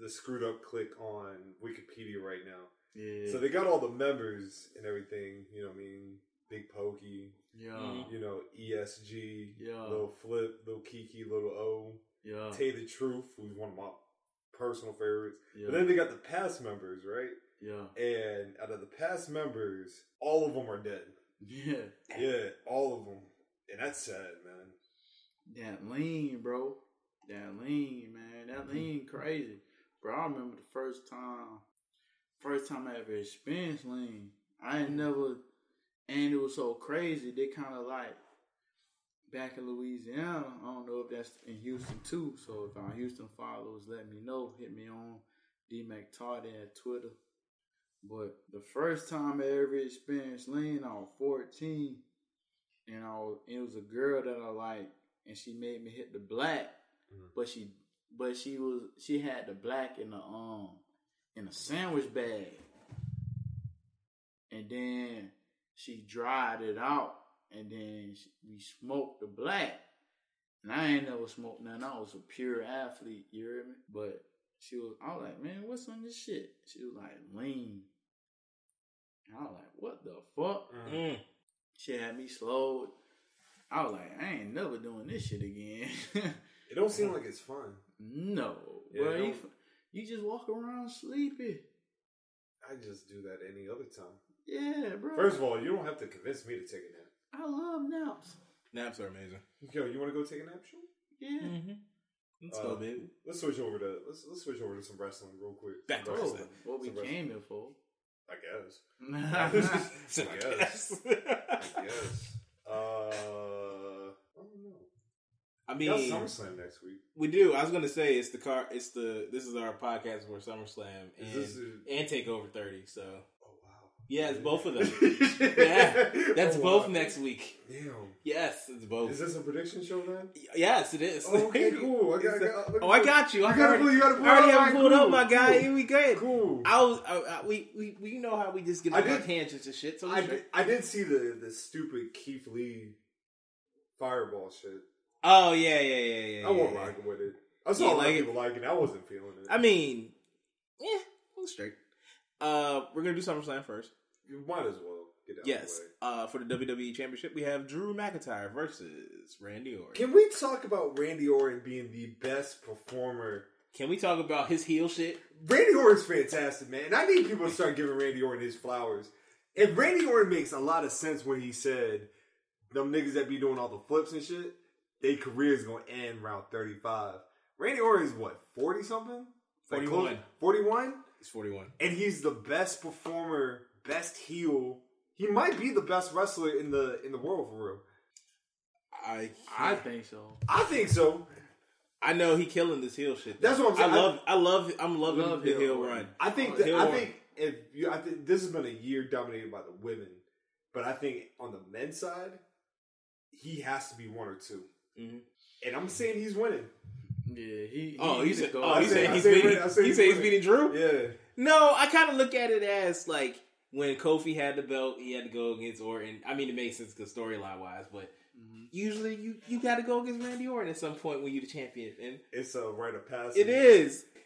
the screwed up click on Wikipedia right now.
yeah,
So they got all the members and everything. You know what I mean? Big Pokey,
Uh.
Yeah.
you know, E ESG,
Yeah.
Little Flip, Little Kiki, Little O,
Yeah.
Uh.
Tay the Truth, who's one of my personal favorites.
Yeah.
But then they got the past members, right?
Yeah.
And out of the past members, all of them are dead.
Yeah.
Yeah, all of them. And that's sad, man.
That lean, bro. That lean, man. That lean crazy. Bro, I remember the first time first time I ever experienced lean. I ain't never and it was so crazy, they kinda like back in Louisiana, I don't know if that's in Houston too. So if our Houston followers let me know, hit me on D McTardy at Twitter. But the first time I ever experienced lean, I was fourteen and I was, it was a girl that I like, and she made me hit the black, but she but she was she had the black in the um in a sandwich bag, and then she dried it out, and then she, we smoked the black, and I ain't never smoked none. I was a pure athlete, you hear me? But she was, I was like, man, what's on this shit? She was like, lean. And I was like, what the fuck?
Mm. Mm-hmm.
She had me slowed. I was like, I ain't never doing this shit again.
It don't
Mm.
seem like it's fun.
no,
Yeah,
bro, you,
don't-
you just walk around sleepy.
I just do that any other time.
Yeah, bro.
First of all, you don't have to convince me to take a nap.
I love naps.
Naps are amazing.
Yo, you want to go take a nap, sure?
Yeah,
Mm. Mm-hmm. Let's
Uh,
go, baby.
Let's switch over to let's let's switch over to some wrestling real quick.
Back to
Some
bro,
wrestling.
what we
Some wrestling.
came here for?
I guess.
So I
Yes.
guess.
I guess. Uh, I don't know.
I
We
mean,
got SummerSlam next week.
we do. I was gonna say it's the car. It's the this is our podcast for SummerSlam and
Is this a-
and Takeover Thirty. So
Oh wow.
yeah, it's both of them.
yeah,
That's both next week.
Damn.
Yes, it's both.
Is this a prediction show then?
yes, it is.
Okay, cool. I got- I got-
oh, I got you. I
You gotta
already,
pull- you gotta pull
I already
it up,
have it
right?
pulled up,
Cool,
my guy.
cool.
Here we go.
Cool.
I was. I, I, we, we we know how we just get
I
on our
did-
tangents and shit. So
I
we
did, I did see the the stupid Keith Lee fireball shit.
oh yeah, yeah, yeah, yeah. yeah
I won't
yeah.
rocking with it. I saw
Yeah,
a lot
like-
of people liking. it. I wasn't feeling it.
I mean, yeah, we'll straight. Uh, we're gonna do SummerSlam first.
you might as well get out
Yes.
of the way.
Uh, for the WWE Championship, we have Drew McIntyre versus Randy Orton. Can,
Can we talk about Randy Orton being the best performer?
we talk about his heel shit?
Randy Orton's fantastic, man. And I need people to start giving Randy Orton his flowers. And Randy Orton makes a lot of sense when he said, them niggas that be doing all the flips and shit, their career's gonna end around 35. Randy Orton's what, 40 something?
41.
41?
He's forty-one.
and he's the best performer, best heel. He might be the best wrestler in the in the world for real.
I
I
I,
think so.
I think so.
I know he killing this heel shit.
That's what I'm saying.
I love. I love. I'm loving
Love
the heel,
heel Orton.
run. Uh,
I think
Heel
that, I
Orton.
think if you I think this has been a year dominated by the women, but I think on the men's side, he has to be one or 2
Mhm.
And I'm saying he's winning.
Yeah, he. he
Oh, you
the
said.
goat.
Oh,
I
you
say-
saying
I
he's
say
beating.
Randy- I say
You
he's
say he's
winning.
beating Drew?
Yeah,
No, I kind of look at it as like when Kofi had the belt, he had to go against Orton. I mean, it makes sense because storyline wise, but usually you you got to go against Randy Orton at some point when you're the champion, and
it's a rite of passage.
it is,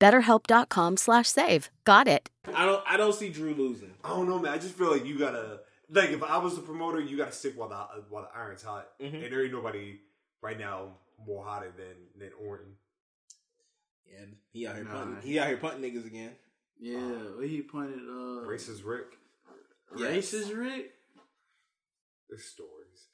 BetterHelp.com slash save. Got it.
I don't. I don't see Drew losing.
I don't know, man. I just feel like you gotta like if I was the promoter, you gotta stick while the while the iron's hot, and there ain't nobody right now more hotter than than Orton.
And he out here
Nah.
punting. He out here punting niggas again.
Yeah, well, he pointed. Uh,
Racist Rick,
Yes.
racist Rick.
there's stories.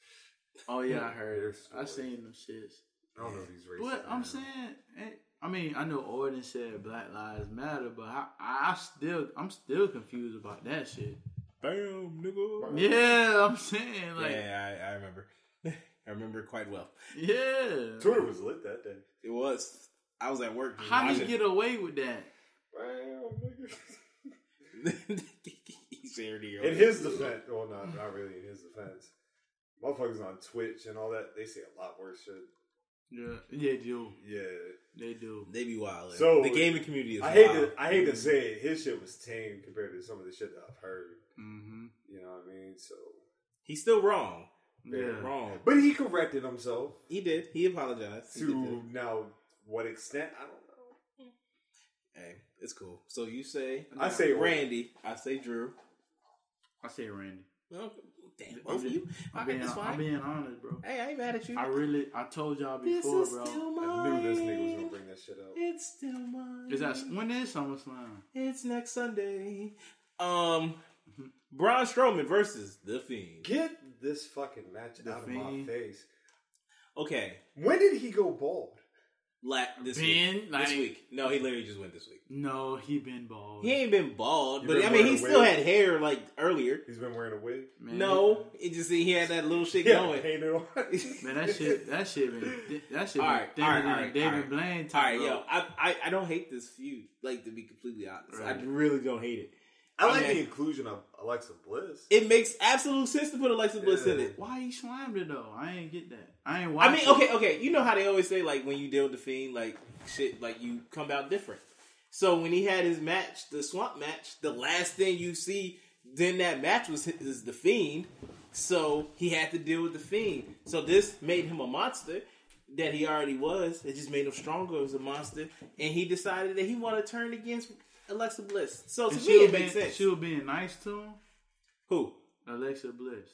Oh yeah, I
Their
heard. I
story.
seen them shits.
I don't know if he's racist.
But I'm
man.
saying, eh, I mean, I know Orden said Black Lives Matter, but I, I still, I'm still confused about that shit.
Bam, nigga.
Yeah, I'm saying like, yeah,
yeah, I, I remember. I remember quite well.
Twitter was lit that day.
It was. I was at work. just
how do you
watching.
get away with that?
He's already
In his defense, well, not not really in his defense. Motherfuckers on Twitch and all that, they say a lot worse shit.
Yeah, they do,
Yeah,
they do.
They be wild.
So-
the gaming community is.
I hate
wild.
to I hate to say it, his shit was tame compared to some of the shit that I've heard.
hmm
You know what I mean? So,
He's still wrong.
Yeah.
Wrong.
but he corrected himself
He did. He apologized. He did
to
that.
now what extent I don't know.
Hey, it's cool. So you say
I say
Randy. I say Drew.
I say Randy.
Well, damn,
I'm
both of
being-
you. All
I'm
right,
being,
that's
I'm
fine.
being honest, bro.
Hey, I ain't mad at you.
I really, I told y'all
this
before,
is still
bro.
I
mine.
knew this nigga was gonna bring that shit up.
It's still mine.
Is that when is SummerSlam?
It's next Sunday. Um,
Mm-hmm.
Braun Strowman versus The Fiend.
Get this fucking match
The
out of
Fiend.
my face.
Okay,
When did he go bald?
la- this
Ben,
week.
like-
this week. No, he literally just went this week.
No, he been bald.
He ain't been bald,
You
but
been
I mean, he
wearing a
still
wig?
had hair like earlier.
He's been wearing a wig.
Man,
No, it just he had that little shit
Yeah,
going.
painted on.
Man, that shit, that shit been, thi- that shit been
All right,
thinner
all right,
than
all right,
a David
all right.
Blaine
All
type.
right, yo, I, I I don't hate this feud. Like to be completely honest, I
Right.
really don't hate it.
I like
Okay.
the inclusion of Alexa Bliss.
It makes absolute sense to put Alexa Bliss in
Yeah.
it.
Why he slammed it though? I ain't get that. I ain't
I
watching.
mean, okay, okay. You know how they always say like when you deal with the fiend, like shit, like you come out different. So when he had his match, the swamp match, the last thing you see then that match was his, is the fiend. So he had to deal with the fiend. So this made him a monster that he already was. It just made him stronger as a monster, and he decided that he wanted to turn against Alexa Bliss. So to
And
me,
she, was
it
being,
makes sense.
she was being nice to him.
Who?
Alexa Bliss,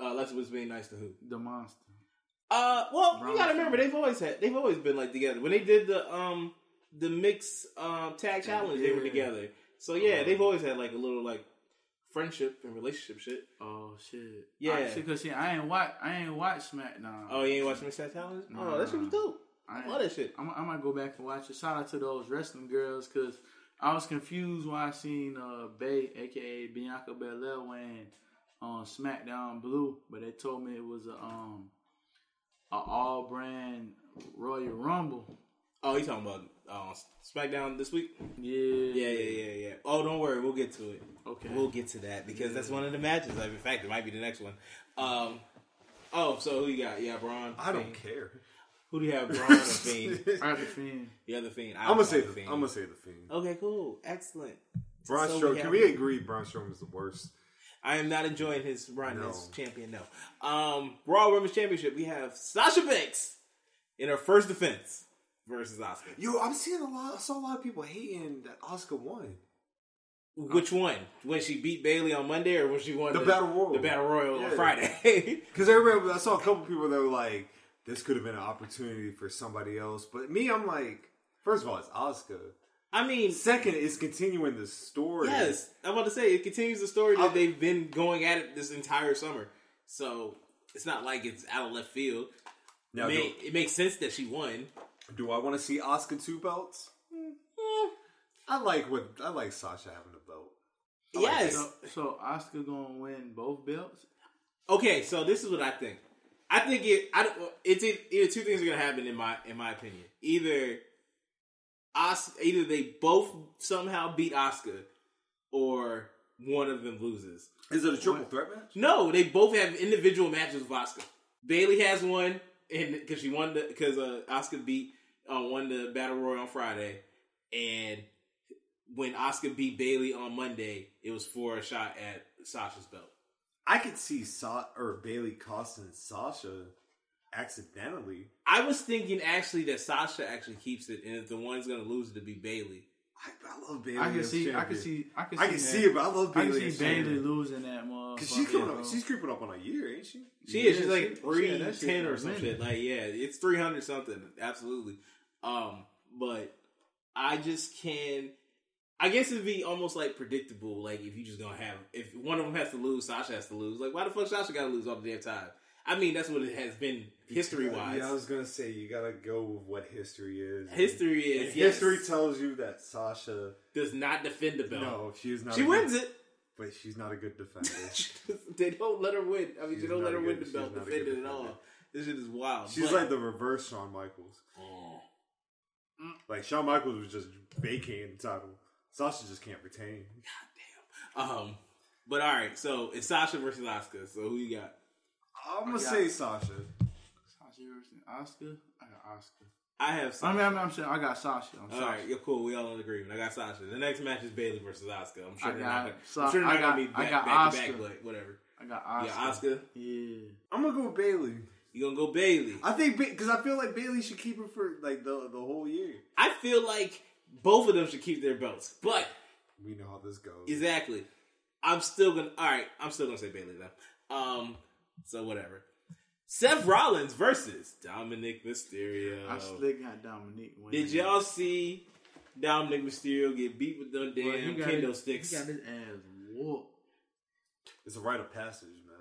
Uh, Alexa Bliss being nice to who?
the monster.
Uh, well,
Braun
you gotta remember
Strowman.
they've always had they've always been like together. When they did the um the mix um tag challenge, they were
Yeah.
together. So yeah, they've always had like a little like friendship and relationship shit.
Oh shit!
Yeah.
because see, I ain't watch. I ain't watch SmackDown.
Oh, you ain't watching mix tag challenge? Oh, that shit was dope. I,
ain't-
love that shit.
I'm, I might go back and watch it. Shout out to those wrestling girls because I was confused when I seen uh, Bay, aka Bianca Belair, when on SmackDown Blue, but they told me it was a um a all brand Royal Rumble.
Oh, you talking about uh, SmackDown this week?
Yeah,
Yeah, yeah, yeah, yeah. Oh, don't worry, we'll get to it.
Okay.
We'll get to that because that's one of the matches. Like, in fact, it might be the next one. Um. Oh, so who you got? Yeah, Braun.
I don't
Fiend.
care.
Who do you have? Braun or Fiend?
I got the fiend.
The other Fiend. I
I'm gonna
don't
say
like
the
Fiend.
I'm gonna say the fiend.
Okay, cool. Excellent.
Braun
So
Strowman.
we
can
have-
we agree Braun Strowman is the worst?
I am not enjoying his run
No.
as champion, no. Um, Raw Women's Championship, we have Sasha Banks in her first defense versus Oscar.
Yo, I'm seeing a lot. I saw a lot of people hating that Oscar won.
Which one? When she beat Bailey on Monday or when she won
Uh. The Battle Royal.
The Battle Royal
Yeah.
on Friday.
Because everybody, I saw a couple people that were like, "This could have been an opportunity for somebody else." But me, I'm like, first of all, it's Oscar.
I mean,
Second, it's continuing the story.
yes, I'm about to say it continues the story that
I'll-
they've been going at it this entire summer. So it's not like it's out of left field.
Now,
I mean,
do,
it makes sense that she won.
do I want to see Oscar two belts? Mm, eh. I like what I like Sasha having a belt.
yes.
So, so Oscar gonna win both belts.
Okay, so this is what I think. I think it. I don't. It's it, either two things are gonna happen in my in my opinion. Either Os, either they both somehow beat Oscar, or one of them loses.
Is it a triple threat match?
No, they both have individual matches with Oscar. Bailey has one, and because she won the because uh, Oscar beat uh, won the battle royal on Friday, and when Oscar beat Bailey on Monday, it was for a shot at Sasha's belt.
I could see Sa- or Bailey costing Sasha accidentally.
I was thinking actually that Sasha actually keeps it, and if the one's gonna lose it to be Bailey.
I, I love Bailey.
I can
as
see. I
champion.
can see. I can.
I can
that.
see it, but I love
I can
Bailey.
see Bailey losing that motherfucker.
because she's coming
bro.
up. She's creeping up on a year, ain't she?
She
Yeah,
is. She's
she- she
like
had
three ten
that shit for
or
a
some
minute.
shit. Like yeah, it's three hundred something. Absolutely. Um, but I just can. I guess it'd be almost like predictable. Like if you just gonna have if one of them has to lose, Sasha has to lose. Like why the fuck Sasha gotta lose all the damn time? I mean, that's what it has been history wise.
Yeah, I was gonna say you gotta go with what history is.
History
And
is yes,
history tells you that Sasha.
does not defend the belt.
No, she is not.
she
a
wins
good,
it.
but she's not a good defender.
they don't let her win. I mean,
She's
they don't
not
let
a
her win
good-
the
she's
belt
not a good
defended at
defender.
all. This shit is wild.
she's
but-
like the reverse Shawn Michaels.
Oh. Mm.
Like Shawn Michaels was just vacating the title. Sasha just can't retain.
Um, but all right, so it's Sasha versus Oscar. So who you got?
I'm gonna
Yeah.
say Sasha.
Sasha versus Oscar. I got Oscar.
I have.
I
Sasha.
mean, I'm, I'm saying I got Sasha. I'm
All
Sasha.
right, you're cool. We all in agreement. I got Sasha. The next match is Bailey versus Oscar. I'm sure
I
they're
got-
not.
so
I'm sure they're
I
not gonna be
got- I
back,
got
back to back,
Asuka.
but whatever.
I got Oscar.
Yeah, Oscar.
Yeah.
I'm gonna go with Bailey.
You gonna go Bailey?
I think because I feel like Bailey should keep her for like the the whole year.
I feel like both of them should keep their belts, but
We know how this goes.
exactly, I'm still gonna. All right, I'm still gonna say Bailey though. Um, so whatever. Seth Rollins versus Dominic Mysterio.
I still got Dominique. Winning.
Did y'all see Dominic Mysterio get beat with them
Boy, he
damn
got
kendo
his-
sticks?
He got his ass whooped.
It's a rite of passage, man.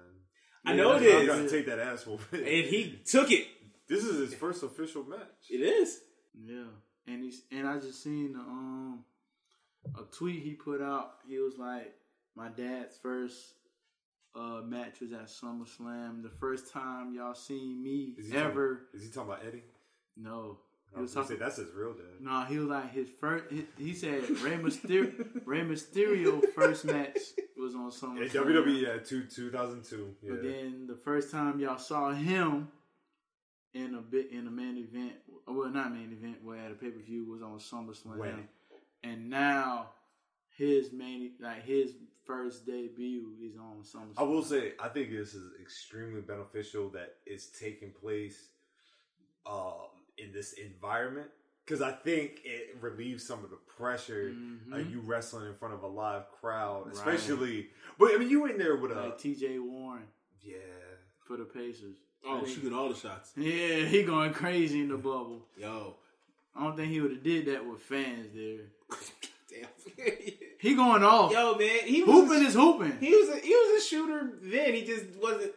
I know it
You gotta
is,
take that ass whooping.
and he took it.
This is his first official match.
It is.
Yeah, and he's and I just seen the, um a tweet he put out. He was like, "My dad's first uh match was at SummerSlam. The first time y'all seen me
Is he
ever."
talking- Oh, is he talking about Eddie?
No,
I
he
was
was
gonna say
talking.
that's his real dad.
No, he was like his first. He, he said Rey Mysterio. Rey Mysterio first match was on
Yeah,
SummerSlam.
WWE, yeah, uh, two, 2002. Yeah.
But then the first time y'all saw him in a bit in a main event, well, not main event, well at a pay per view was on SummerSlam,
When?
and now his main like his first debut is on SummerSlam.
I will say, I think this is extremely beneficial that it's taking place um, in this environment because I think it relieves some of the pressure. Uh, you wrestling in front of a live crowd,
Mm-hmm. Right.
especially. But I mean, you in there with a
uh,
like T.J. Warren
yeah.
for the Pacers.
Oh, shooting all the shots.
Yeah, he going crazy in the bubble.
Yo.
I don't think he would have did that with fans there.
Damn.
He going off.
Yo, man. He was,
hooping is hooping.
he, was a, he was a shooter then. He just wasn't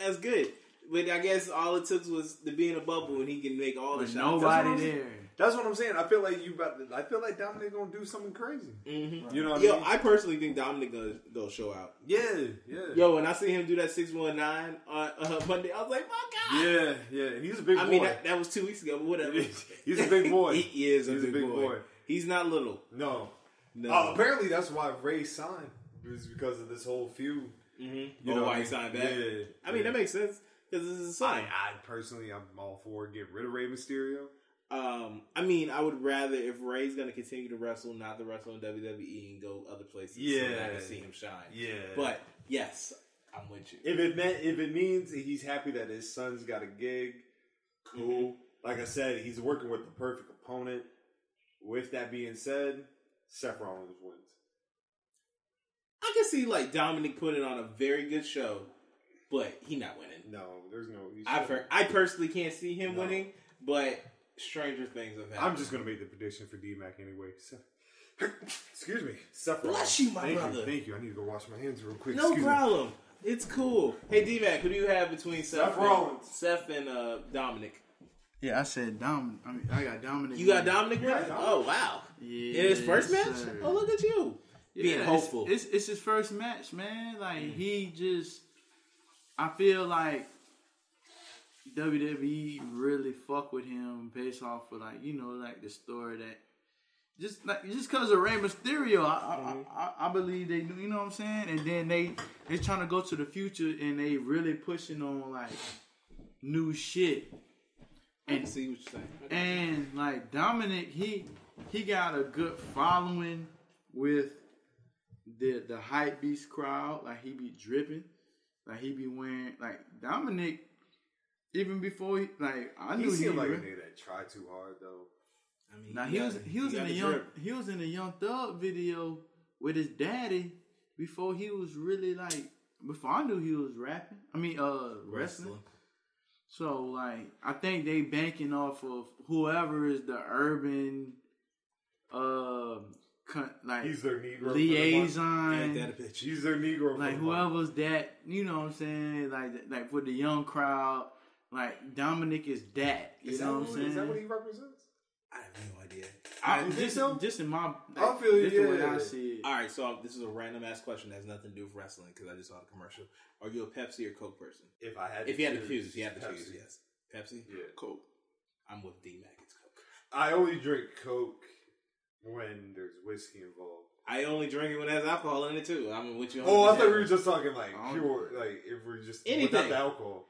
as good. But I guess all it took was to be in a bubble and he can make all the
With
shots.
nobody
That's what I'm
there.
That's what I'm saying. I feel like you about. To, I feel like Dominic gonna do something crazy.
Mm-hmm.
You know what I
Yo,
mean?
I personally think Dominic gonna, gonna show out.
yeah, yeah,
Yo, when I see him do that 619 on uh, Monday, I was like, my God.
yeah, yeah. And he's a big
I
boy.
mean, that, that was two weeks ago, but whatever.
He's a big boy.
he is a,
He's
big, boy. He's not little.
No.
No.
Oh, apparently that's why Ray signed is because of this whole feud.
Mm-hmm.
You know
why
what I
he
mean?
signed back?
Yeah,
I mean,
yeah.
that makes sense because this is a
I,
sign.
I personally, I'm all for get rid of Ray Mysterio.
Um, I mean, I would rather if Ray's going to continue to wrestle, not to wrestle in WWE and go other places, so that I
Yeah.
can see him shine.
Yeah.
but yes, I'm with you.
If it meant, if it means that he's happy that his son's got a gig, cool.
Mm-hmm.
Like I said, he's working with the perfect opponent. With that being said, Seth Rollins wins.
I can see like Dominic putting on a very good show, but he not winning.
No, there's no. he
I
shouldn't.
per- I personally can't see him
No.
winning, but stranger things have happened.
I'm just gonna make the prediction for D-Mac anyway. So, excuse me, Seth
Bless
Rollins.
you, my
Thank
brother.
Thank you. I need to go wash my hands real quick.
No
Excuse me.
problem. It's cool. Hey, D Mac, who do you have between Seth,
Seth
and,
Rollins.
Seth and uh, Dominic?
Yeah, I said Dom. I mean, I got Dominic.
You got Dominic
Yeah,
winning?
Dominic.
Oh wow!
Yeah,
In his first
sir.
match? Oh look at you
Yeah,
being
it's-
hopeful.
It's, it's his first match, man. Like he just, I feel like WWE really fuck with him based off of like you know like the story that just like just because of Rey Mysterio, I, I-
Mm-hmm.
I, I I believe they do. You know what I'm saying? And then they they trying to go to the future and they really pushing on like new shit.
I see what you're saying. Okay.
And like Dominic, he he got a good following with the the hype beast crowd. Like he be dripping, like he be wearing like Dominic. Even before he, like I
He
knew he,
seemed like a
was.
nigga that tried too hard though.
I mean,
Now
you
he
got-
was he was
you got
in a
the
young
drip.
he was in a young thug video with his daddy before he was really like before I knew he was rapping. I mean uh wrestling. So like I think they banking off of whoever is the urban uh con- like
He's their Negro for the month.
liaison,
Ain't that a bitch?
She's their Negro. for the
like
month.
whoever's that, you know what I'm saying? Like like for the young crowd, like Dominic is that. You
Is that
know what I'm
who-
saying?
Is that what he represents?
I have no idea.
I,
think
just,
so?
just in my,
I feel you,
just the way
yeah.
I see it.
All right, so um, this is a random ass question that has nothing to do with wrestling because I just saw the commercial. Are you a Pepsi or Coke person?
If I had,
If you had to choose, you had to
Pepsi.
choose. Yes, Pepsi.
Yeah.
Coke. I'm with D Mac. It's Coke.
I only drink Coke when there's whiskey involved.
I only drink it when it has alcohol in it too. I'm with you.
Oh, I
100%.
thought we were just talking like
I don't-
pure, like if we're just without
Anything.
the alcohol.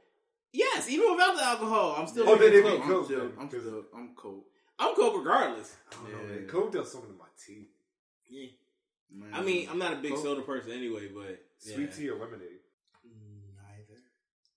Yes, even without the alcohol, I'm still.
Oh, then
drinking
it'd be
Coke.
Coke
I'm still,
then,
I'm
'cause-
still, I'm cold.
I'm Coke regardless.
I don't know, man. Coke does something to my tea.
Yeah.
Man.
I mean, I'm not a big
Coke,
soda person anyway, but
Sweet
yeah.
tea or lemonade.
Mm, Neither.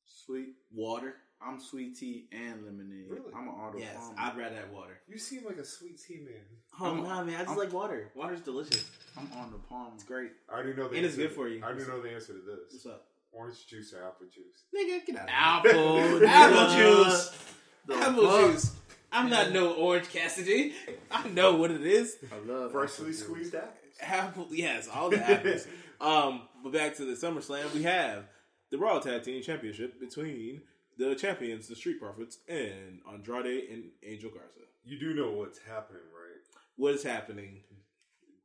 Sweet,
Water.
I'm sweet tea and lemonade.
Really?
I'm an auto.
Yes,
I'm,
I'd rather have water.
You seem like a sweet tea man.
Oh
I'm-
nah, man, I just
I'm-
like water. Water's delicious.
I'm on the palm. It's
Great.
I already know the
And it's
answer
good
to-
for you.
I already know the answer to this.
What's up,
Orange juice or apple juice?
nigga? Get out.
Apple,
Apple juice.
The
apple
fuck?
juice. I'm not no Orange Cassidy. I know what it is.
I love
Freshly
apple juice.
squeezed apples.
Apple, yes, all the apples. um, but back to the SummerSlam, we have the Raw Tag Team Championship between the champions, the Street Profits, and Andrade and Angel Garza.
You do know what's happening, right?
What is happening,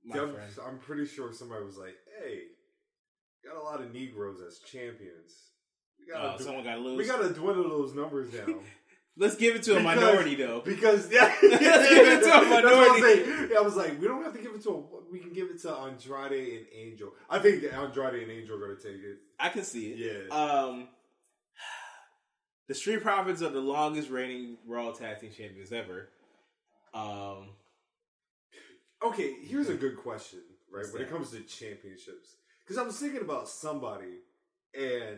my
Yeah, I'm,
friend?
I'm pretty sure somebody was like, "Hey, got a lot of Negroes as champions. We gotta,
Oh,
du-
someone got to
we
lose.
gotta dwindle those numbers down."
Let's give it to a
Because-
minority, though.
Because yeah,
give it to a
That's what I was
minority.
saying. Yeah, I was like, we don't have to give it to a. We can give it to Andrade and Angel. I think that Andrade and Angel are gonna take it.
I can see it.
Yeah.
Um, the Street Profits are the longest reigning Raw Tag Team Champions ever. Um,
Okay, here's a good question, right?
What's
when it
that?
comes to championships, because I was thinking about somebody, and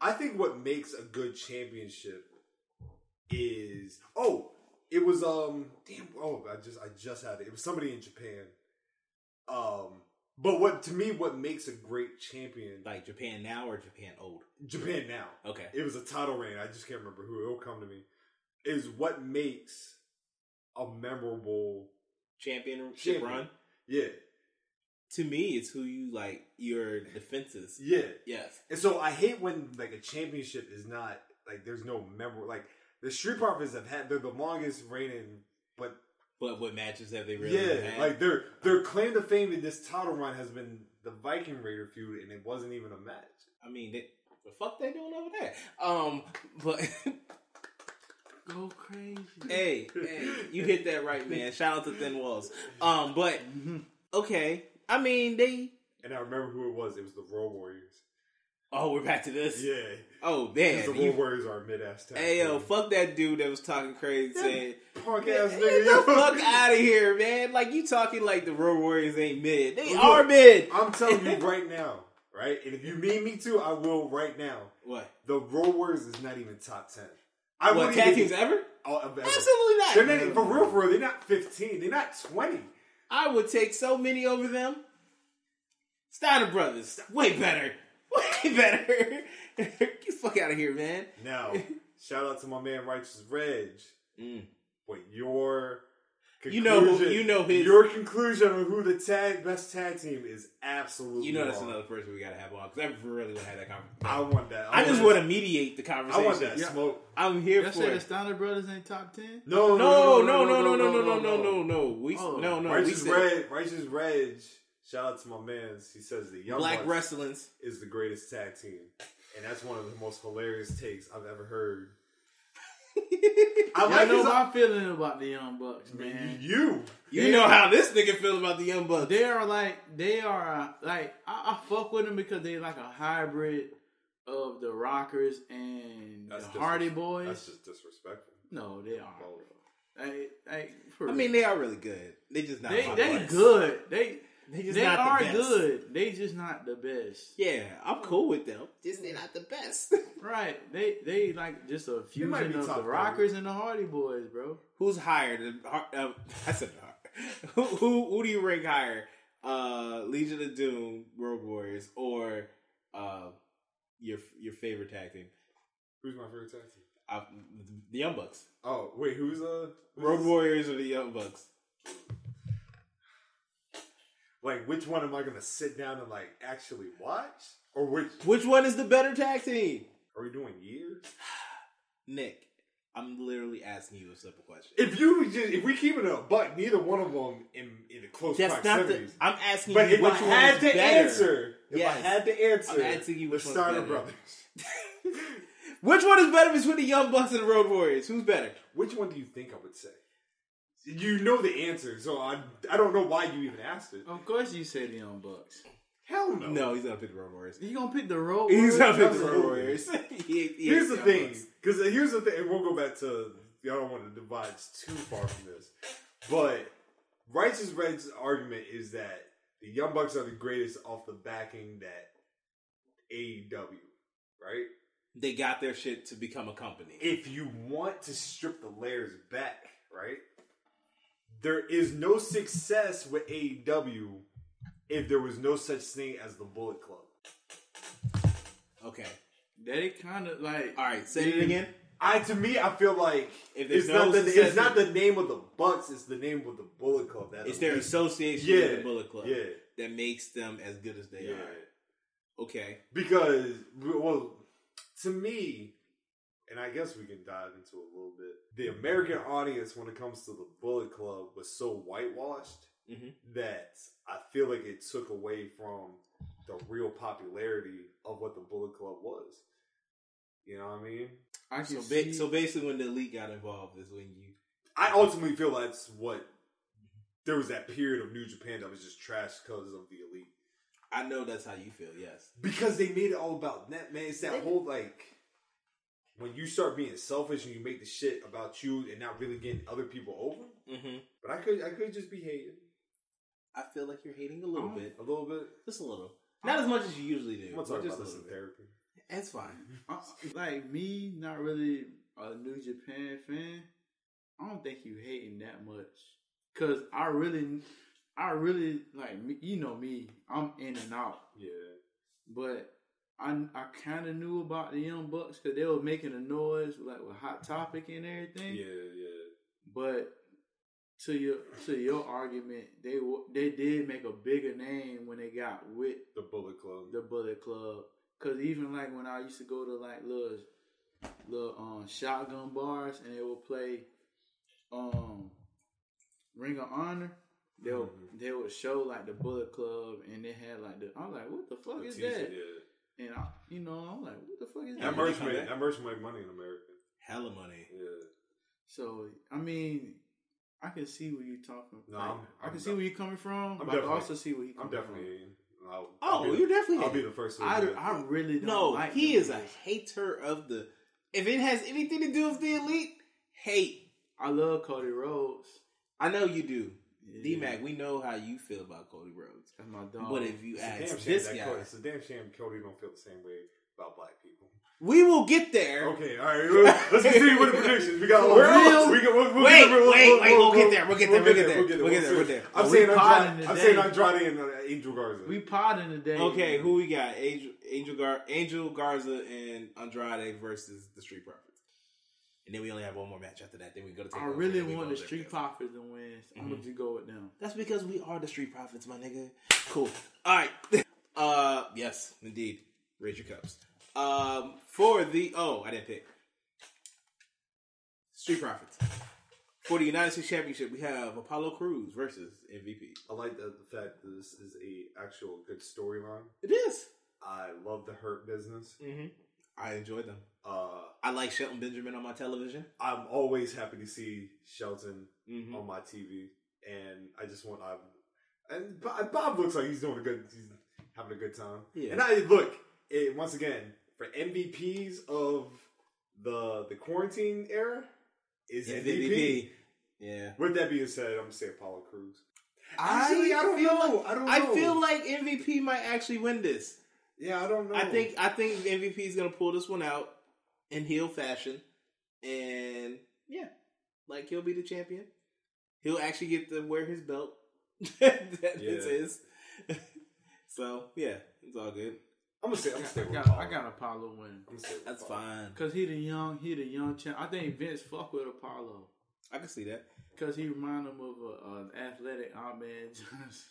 I think what makes a good championship is oh, it was um damn oh I just I just had it. It was somebody in Japan. Um, but what to me what makes a great champion
like Japan now or Japan old?
Japan now.
Okay.
It was a title reign. I just can't remember who. It'll come to me. Is what makes a memorable
Championship
Champion.
run?
yeah
To me, it's who you like your defenses.
yeah.
Yes.
And so I hate when like a championship is not like there's no member like the Street Profits have had they're the longest reigning, but
But what matches have they really
yeah,
had?
like their their claim to fame in this title run has been the Viking Raider feud, and it wasn't even a match.
I mean, they, the fuck they doing over there? Um, but
Go crazy.
hey, hey, you hit that right, man. Shout out to Thin Walls. Um, but okay, I mean they.
And I remember who it was. It was the Road Warriors.
Oh, we're back to this.
Yeah,
Oh
'Cause
man,
the Road
you,
Warriors are mid ass time.
hey yo, fuck that dude that was talking crazy. Saying,
punk
Get
ass nigga.
the
yo.
fuck out of here, man! Like you talking like the Road Warriors ain't mid. They
Look,
are mid.
I'm telling you right now, right? And if you need me to, I will right now.
What?
The Road Warriors is not even top ten. I
what
wouldn't
tag
even-
teams ever?
Oh, of- of-
Absolutely not.
They're not for real, for real. They're not fifteen. They're not twenty.
I would take so many over them. Steiner Brothers, way better, way better. Get the fuck out of here, man.
Now, shout out to my man Righteous Reg.
Mm.
What your
You know who-
conclusion-
you know his-
your conclusion on who the tag best tag team is absolutely.
You know that's
wrong.
another person we gotta have on because I really want to have that conversation.
I want that.
I just want to mediate the
I
conversation.
want that smoke.
I'm here
Y'all
for
say the
it.
Steiner Brothers ain't top ten?
No,
No, no, no, no, no, no, no, no, no, no. We
Oh,
no, no. We
Righteous
said
Reg. Righteous Reg. Shout out to my man's. He says the young
black
Bucks
wrestlings.
is the greatest tag team, and that's one of the most hilarious takes I've ever heard. I
I
like
know
his-
my feeling about the Young Bucks, man.
You.
You know how this nigga feel about the Young Bucks.
They are like they are uh, like I, I fuck with them because they like a hybrid of the Rockers and
That's
the Hardy
disres-
Boys.
That's just disrespectful.
no, they are.
Oh.
Well,
Like, like, for
I
real.
mean, they are really good. They just not.
they
my
they
Bucks.
good. They
They
they,
just not the
are
best.
good. They just not the best.
Yeah, I'm cool with them. Just they not the best.
Right? They they like just a
might
fusion
be
of
top
the
three.
Rockers and the Hardy Boys, bro.
Who's higher? Than, Har- uh, I said Har- who, who who do you rank higher? Uh, Legion of Doom, Road Warriors, or uh, your your favorite tag team,
Who's my favorite tag team?
uh, the Young Bucks,
Oh wait, who's uh? who's
Road
this-
Warriors, or the Young Bucks?
like which one am I gonna sit down and like actually watch? Or which
Which one is the better tag team?
are we doing years?
Nick, I'm literally asking you a simple question.
If you just if we keep it up, but neither one of them in in the close
That's not the.
proximities.
I'm asking
but
you
if
which
I
one
had
is
to
better.
answer, if
Yes.
I had to answer,
I'm asking you which
the
one's
Starter
better.
Brothers.
Which one is better between the Young Bucks and the Road Warriors? Who's better?
Which one do you think I would say? You know the answer, so I I don't know why you even asked it.
Of course you said the Young Bucks.
Hell no.
No, he's gonna pick the Road Warriors.
You gonna pick the road?
He's
Warriors?
gonna pick the
Absolutely.
Road Warriors. He- he
Here's
hates
the
Young
thing,
Bucks.
because here's the thing, and we'll go back to y'all don't want to divide too far from this, but righteous red's argument is that the Young Bucks are the greatest off the backing that AEW, right?
They got their shit to become a company.
If you want to strip the layers back, right? There is no success with AEW if there was no such thing as the Bullet Club.
Okay.
That it kind of like.
All right. Say it again.
I to me, I feel like
If there's
it's
no
not the
success-
it's not the name of the Bucks, it's the name of the Bullet Club. That
It's their association with the
Yeah,
Bullet Club
yeah.
that makes them as good as they
Yeah.
are. Okay.
because well, to me, and I guess we can dive into it a little bit. The American audience, when it comes to the Bullet Club, was so whitewashed
Mhm.
that I feel like it took away from the real popularity of what the Bullet Club was. You know what I mean?
I
So,
can
ba-
see.
so basically, when the elite got involved is when you.
I ultimately feel that's what there was that period of New Japan that was just trash because of the elite.
I know that's how you feel. Yes.
Because they made it all about that, man. It's that whole like when you start being selfish and you make the shit about you and not really getting other people over.
Mm-hmm.
But I could I could just be hating
I feel like you're hating a little bit,
a little bit.
just a little, not as much as you usually
Uh-huh. I'm
do.
gonna talk
but just
about
a
this in
little bit.
therapy.
That's fine.
Uh, like me, not really a New Japan fan. I don't think you hating that much, cause I really, I really like me, you know me. I'm in and out,
Yeah.
but I I kind of knew about the Young Bucks because they were making a noise like with Hot Topic and everything.
Yeah,
But to your to your argument, they wa- they did make a bigger name when they got with
yeah. The Bullet Club.
the Bullet Club. Cause even like when I used to go to like little little um shotgun bars and they would play um Ring of Honor. They would,
Mm-hmm.
they would show like the Bullet Club and they had like the I'm like what the fuck
The
is
t-shirt,
that?
yeah.
And I you know I'm like what the fuck is
That
that?
merch
come
made
back.
that merch made money in America.
Hella money.
Yeah.
So I mean, I can see where you're talking.
No,
like,
I'm-
i
I'm
can see
de-
where you're coming from. but I can
definitely-
also see where he
I'm
coming
definitely hating. I'll,
Oh,
I'll be
you're
the,
definitely
I'll be
hating.
the first
from.
one.
I,
to admit it.
I really don't.
No,
like
he
them
is a
niggas.
hater of the. If it has anything to do with the elite, hate.
I love Cody Rhodes.
I know you do. D Mac, we know how you feel about Cody Rhodes.
That's my dog.
but if you
It's a damn
ask
shame
this
that
guy,
Cody, it's a damn shame Cody don't feel the same way about black people.
we will get there.
Okay, all right. well, Let's continue with the predictions. We got a lot.
Real-
We can, we'll, we'll
Wait,
get there, we'll,
wait,
we'll,
wait,
We'll,
we'll get there, we'll get there, we'll get there, we'll get there.
I'm
We
saying
potting
Andrade. I'm
today.
saying Andrade and uh, Angel Garza.
we podding today.
Okay,
man.
who we got? Angel Angel, Gar- Angel Garza and Andrade versus the Street Profits. And then we only have one more match after that. Then we go to.
I
Takeover,
really
and we
want
go
the
there.
Street Profits to win. so I'm
Mm-hmm.
gonna just go with them.
That's because we are the Street Profits, my nigga. Cool. All right. Uh, yes, indeed. Raise your cups. Um, for the oh, I didn't pick Street Profits. For the United States Championship, we have Apollo Cruz versus MVP.
I like the, the fact that this is a actual good storyline.
It is.
I love the hurt business.
Mm-hmm. I enjoyed them.
Uh,
I like Shelton Benjamin on my television.
I'm always happy to see Shelton
Mhm.
on my TV, and I just want I. And Bo- Bob looks like he's doing a good, he's having a good time.
Yeah.
And I look it, once again for MVPs of the the quarantine era is
Yeah,
MVP.
MVP. Yeah.
With that being said, I'm gonna say Apollo Cruz.
Actually, I don't know.
I don't.
I
know.
feel like MVP might actually win this.
yeah, I don't know.
I think I think MVP is gonna pull this one out in heel fashion, and yeah, like he'll be the champion. He'll actually get to wear his belt. that is
Yeah.
his. so yeah, it's all good.
I'm gonna say I'm
I
gonna stay with
got,
Apollo.
I got Apollo winning
I'm gonna stay with
That's
Apollo.
fine.
because he the young, he the young champ. I think Vince fuck with Apollo
I can see that.
because he remind him of a, an athletic Ahmed Johnson.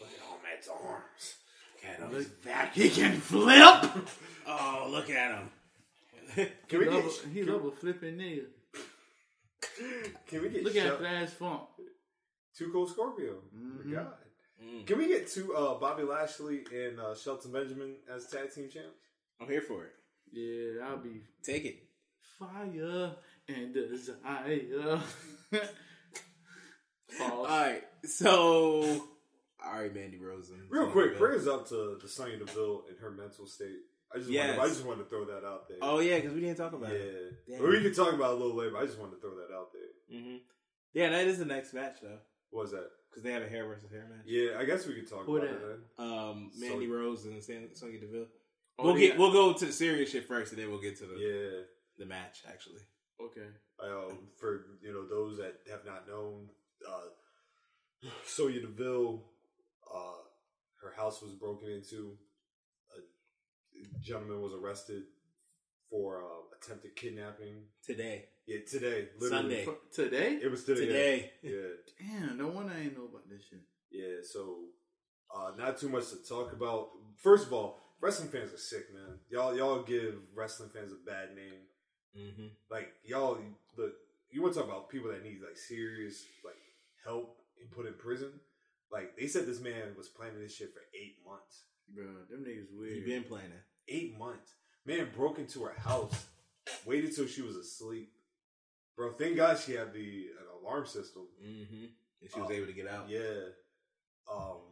Look at all Matt's arms. Look at those
That he can flip.
Oh, look at him.
Can we
Love
get
a- he love a flipping nigga.
can we get
Look at
Shel-
Flash Funk.
Two Cold Scorpio.
Mm-hmm.
My God. Can we get two uh, Bobby Lashley and uh, Shelton Benjamin as tag team champs?
I'm here for it.
Yeah, that'll be
Take it.
fire and desire.
All
Pause.
right. So, all right, Mandy Rosen.
Real quick, prayers up to the Sonya Deville and her mental state. I just
Yes.
wanted, I just wanted to throw that out there.
Oh yeah, because we didn't talk about it.
yeah.
Damn.
Well, we can talk about it a little later. But I just wanted to throw that out there.
hmm Yeah, that is the next match though,
What was that?
because they had a hair versus hair match.
Yeah, I guess we could talk
Who
about
that?
it. Then.
Um, Mandy Rose and San- Sonya Deville.
Oh,
we'll
they
get
got-
we'll go to the serious shit first, and then we'll get to the
Yeah.
the match actually.
Okay.
um, for you know those that have not known, uh, Sonya Deville, uh, her house was broken into. A gentleman was arrested for uh, attempted kidnapping.
Today,
Yeah, today, literally.
Sunday.
F- Today?
It was today.
today.
Yeah, yeah.
Damn, no one I ain't know about this shit.
yeah, So, uh, not too much to talk about. First of all, wrestling fans are sick, man. Y'all, y'all give wrestling fans a bad name.
Mm-hmm.
like y'all look you want to talk about people that need like serious like help and put in prison like they said this man was planning this shit for eight months
Bro, them niggas
You've
weird.
been planning.
eight months man broke into her house waited till she was asleep bro thank god she had the an alarm system
Mm-hmm. And she was
Oh,
able to get out.
yeah um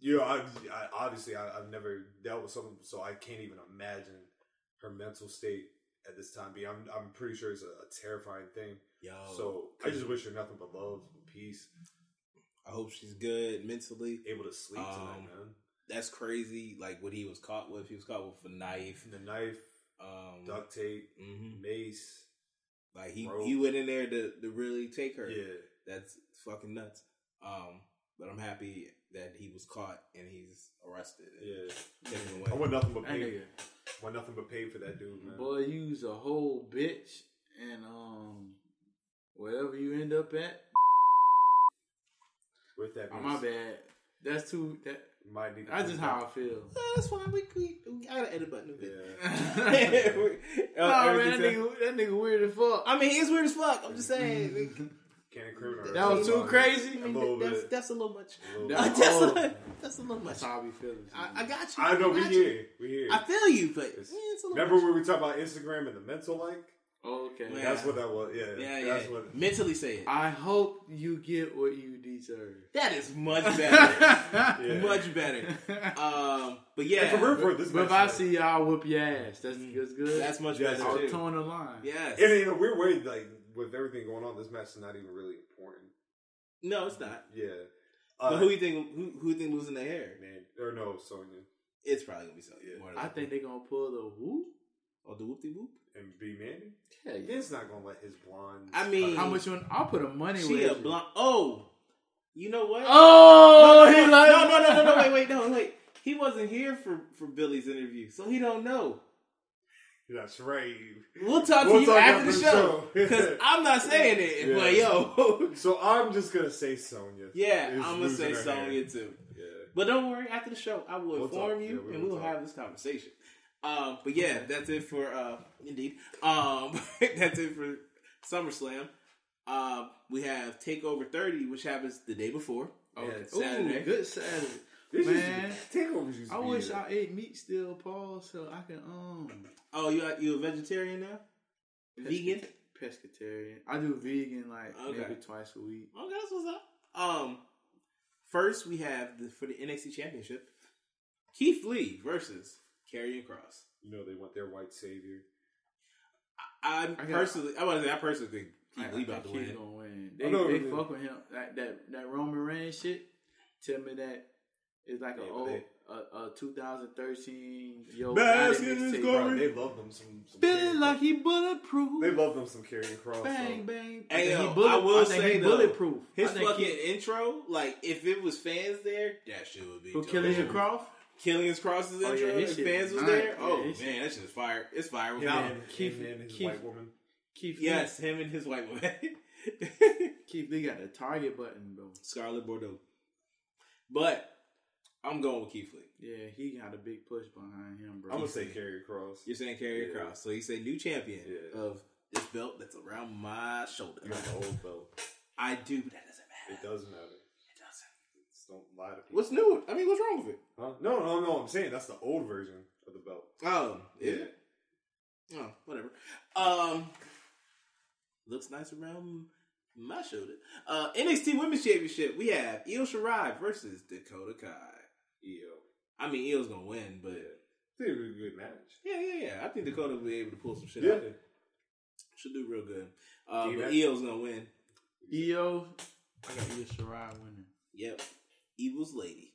you know i, I obviously I, i've never dealt with something so i can't even imagine her mental state at this time being i'm, I'm pretty sure it's a, a terrifying thing
Yo,
So I just wish her nothing but love, peace,
I hope she's good mentally.
able to sleep tonight,
Um,
man.
That's crazy. Like what he was caught with. He was caught with a knife.
The knife,
Um,
duct tape,
mhm.
mace.
Like he
Rope.
he went in there to to really take her.
Yeah,
That's fucking nuts. Um, but I'm happy that he was caught and he's arrested. and
yeah.
Taken
I
away.
want nothing but
That
pay.
nigga.
Want nothing but pay for that dude, man.
Boy, use a whole bitch and um wherever you end up at.
With that,
Oh,
being
my
said,
bad. That's too that
Might need to
that's
do
just
that.
how I feel.
Uh, that's fine. We, we, we gotta edit button.
Yeah.
Nah, man, that nigga, that nigga weird as fuck.
uh, I mean, he's weird as fuck. I'm just saying.
Mm-hmm.
like,
Can't incriminate.
That was too
ourselves.
crazy.
A little
that's,
bit.
that's a little much.
A little
That-
bit.
that's,
oh.
a, that's a little much.
That's how I be feeling.
I, I got you.
I know we
got you.
here. We here.
I feel you, but
It's-
yeah, it's a little
Remember
much.
when we talked about Instagram and the mental like?
okay.
Man.
That's what that was. Yeah,
Yeah, yeah.
that's what.
Mentally say it.
I hope you get what you deserve.
that is much better.
Yeah.
Much better. Um, but yeah,
And for real, for real, this
But if I
match-
see y'all whoop your ass, that's, that's good.
Mm-hmm. that's much
Yes,
better.
it
I'll
too.
is.
tone the line.
Yes.
And in a weird way, like with everything going on, this match is not even really important.
no, it's not.
Yeah. Uh,
but who you think who who you think losing their hair?
Man, or no, Sonya
It's probably gonna be Sonya. More than
I
likely.
think they gonna pull the whoop.
or the whoop de whoop.
and B Mandy.
Yeah, yeah.
Vince not gonna let his blonde.
I mean,
How much you want? I'll put a money
She
wager.
a blonde. Oh, you know what?
Oh,
no, no,
he
no,
like
no, no, no, no, wait, wait, no, wait. He wasn't here for for Billy's interview, so he don't know.
That's right.
We'll talk
We'll
to you
talk
after the show because I'm not saying it.
Yeah.
But yo,
So I'm just gonna say Sonya.
yeah,
is
I'm gonna
losing
say
her
Sonya
hair.
too.
Yeah.
But don't worry, after the show, I will
We'll talk.
inform you,
Yeah, we
and
will
we'll
talk.
have this conversation. Um, but yeah, that's it for uh, indeed. Um, that's it for SummerSlam. Um, we have Takeover 30, which happens the day before.
Okay.
Ooh,
Saturday.
good Saturday.
This
Man,
is, takeovers used to
I
be
wish
it.
I ate meat still, Paul, so I can um
Oh, you you a vegetarian now? Vegan?
pescata- pescatarian. I do vegan like
Okay.
maybe twice a week.
Okay, Oh, that's what's up. Um, first we have the, for the NXT Championship, Keith Lee versus Karrion Cross.
You know they want their white savior.
I, I
got-
personally, I want to say I personally think
I,
Keith
I
Lee about to
think
win.
he's
it.
gonna win. They,
I know
they
it is.
fuck with him like that that Roman Reigns shit. Tell me that it's like
Yeah,
a
but
old
they-
a, a 2013 yo.
Basket
Biden
is
mixtape.
going-
Bro, they love them some. some
Feeling
Karrion-
like he bulletproof.
they love them some carrying cross.
bang bang. I
Hey,
think
yo,
he bullet-
I will
I think
say
he
though,
bulletproof.
His
I think
fucking
he,
intro, like if it was fans there, that shit would be.
who
dope.
killing your croft.
Killian's Cross's
Oh, yeah,
intro,
his
if
shit
fans
is
was
nice.
there.
Yeah,
oh man,
his shit-
that shit is fire. It's fire
Him
without.
and,
Keith-
him and his
Keith-
white woman.
Keith Lee-
Yes, him and his white woman,
Keith Lee got the target button, bro.
Scarlet Bordeaux. But I'm going with Keith Lee.
Yeah, he got a big push behind him, bro.
I'm gonna say Carrier Cross.
You're saying Carrier
Yeah.
Cross. So you say new champion
Yeah.
of this belt that's around my shoulder.
You got the old belt.
I do, but that doesn't matter.
It doesn't matter.
It doesn't.
Just don't lie to people.
What's new? I mean, what's wrong with it?
Huh? No, no, no. I'm saying that's the old version of the belt.
Oh, is
Yeah.
it? Oh, whatever. Um, looks nice around my shoulder. Uh, NXT Women's Championship. We have Io Shirai versus Dakota Kai.
EO.
I mean, Io's gonna win, but
Did a really good match.
yeah, yeah, yeah. I think Dakota will be able to pull some shit
Yeah.
out there. She'll do real good. Uh,
Gee,
but
that-
Io's gonna win.
EO, I got Io Shirai winning.
Yep. Evil's Lady.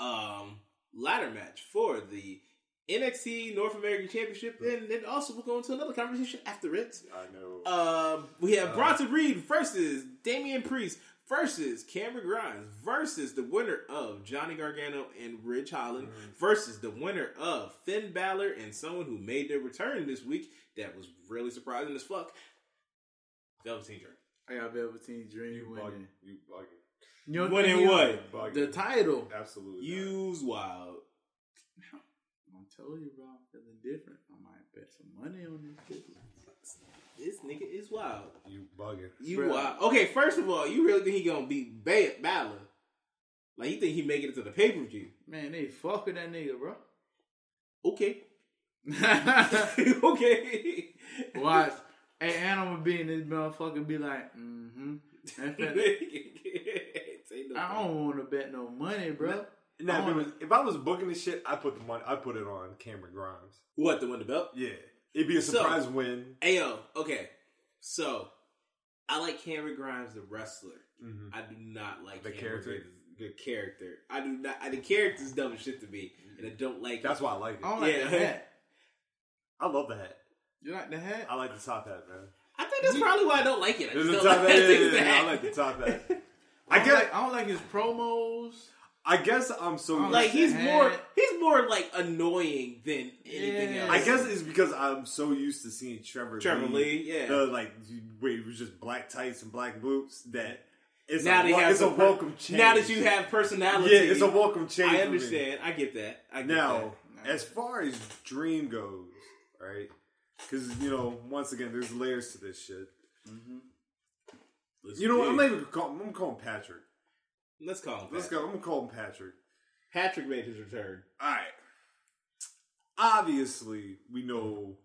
Um, ladder match for the NXT North American Championship, and then also we'll go into another conversation after it.
I know.
Um, we
Uh,
have Bronson Reed versus Damian Priest versus Cameron Grimes versus the winner of Johnny Gargano and Ridge Holland
Mm-hmm.
versus the winner of Finn Balor and someone who made their return this week that was really surprising as fuck. Velveteen Dream.
I got Velveteen
you
Dream
bugging.
winning.
You bugging.
You don't
Winning
think he-
what?
Bugging.
The title.
Absolutely. not.
Use wild.
I'm telling you, bro. I'm feeling different. I might bet some money on this.
This nigga is wild.
You bugging.
You
Bruh.
wild. Okay, first of all, you really think he gonna beat ba- Balor? Like you think he make it to the pay per view?
Man, they fuck with that nigga, bro.
Okay. okay.
Watch. Hey, animal be in this motherfucker be like, mm-hmm.
Say no
I don't want to bet no money, bro. I
Now, if, it
wanna-
was, if I was booking this shit, I put the money. I put it on Cameron Grimes.
What, the win the belt?
Yeah, it'd be a
So-
surprise win.
Ayo, okay. So, I like Cameron Grimes, the wrestler. I do not like
The
Cameron
character?
Grimes, The character. I do not. I, the character's dumb as shit to me, and I don't like
That's
it.
why I like it.
I don't like
Yeah.
the hat.
I love the hat.
You like the hat?
I like the top hat, man.
I think that's probably why I don't like it. I
There's
just
a
don't
top hat.
like
Yeah,
that.
yeah, yeah, I like the top hat. I
don't
guess.
like, I don't like his promos.
I guess I'm so.
I don't
Like, he's
Hat.
more. He's more like annoying than anything
Yeah.
else.
I guess it's because I'm so used to seeing Trevor.
Trevor Lee, yeah.
The, like where it was just black tights and black boots. That it's
now
a,
they
wel-
have
it's a
some per-
welcome change.
Now that you have personality,
yeah, it's a welcome change.
I
for me.
understand. I get that. I get
Now,
that.
as far as Dream goes, right? Because you know, once again, there's layers to this shit.
that.
You know what? I'm not
like,
even gonna call. I'm gonna call him Patrick.
let's call him.
Let's
Patrick.
go. I'm gonna call him Patrick.
Patrick made his return.
All right. Obviously, we know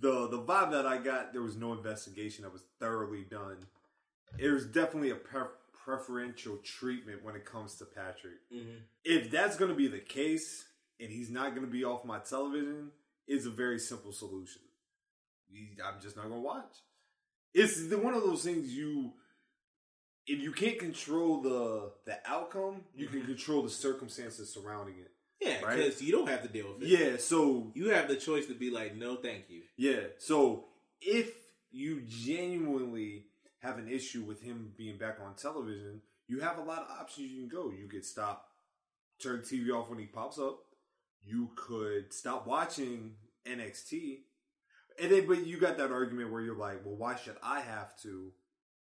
the the vibe that I got. There was no investigation that was thoroughly done. There's definitely a pre- preferential treatment when it comes to Patrick.
Mm-hmm.
If that's going to be the case, and he's not going to be off my television, it's a very simple solution. You- I'm just not going to watch. It's the, one of those things you. If you can't control the the outcome, you can control the circumstances surrounding it.
Yeah,
Right?
because you don't have to deal with it.
Yeah, so
you have the choice to be like, no, thank you.
yeah, so if you genuinely have an issue with him being back on television, you have a lot of options you can go. You could stop, turn TV off when he pops up. You could stop watching NXT, and then but you got that argument where you're like, well, why should I have to?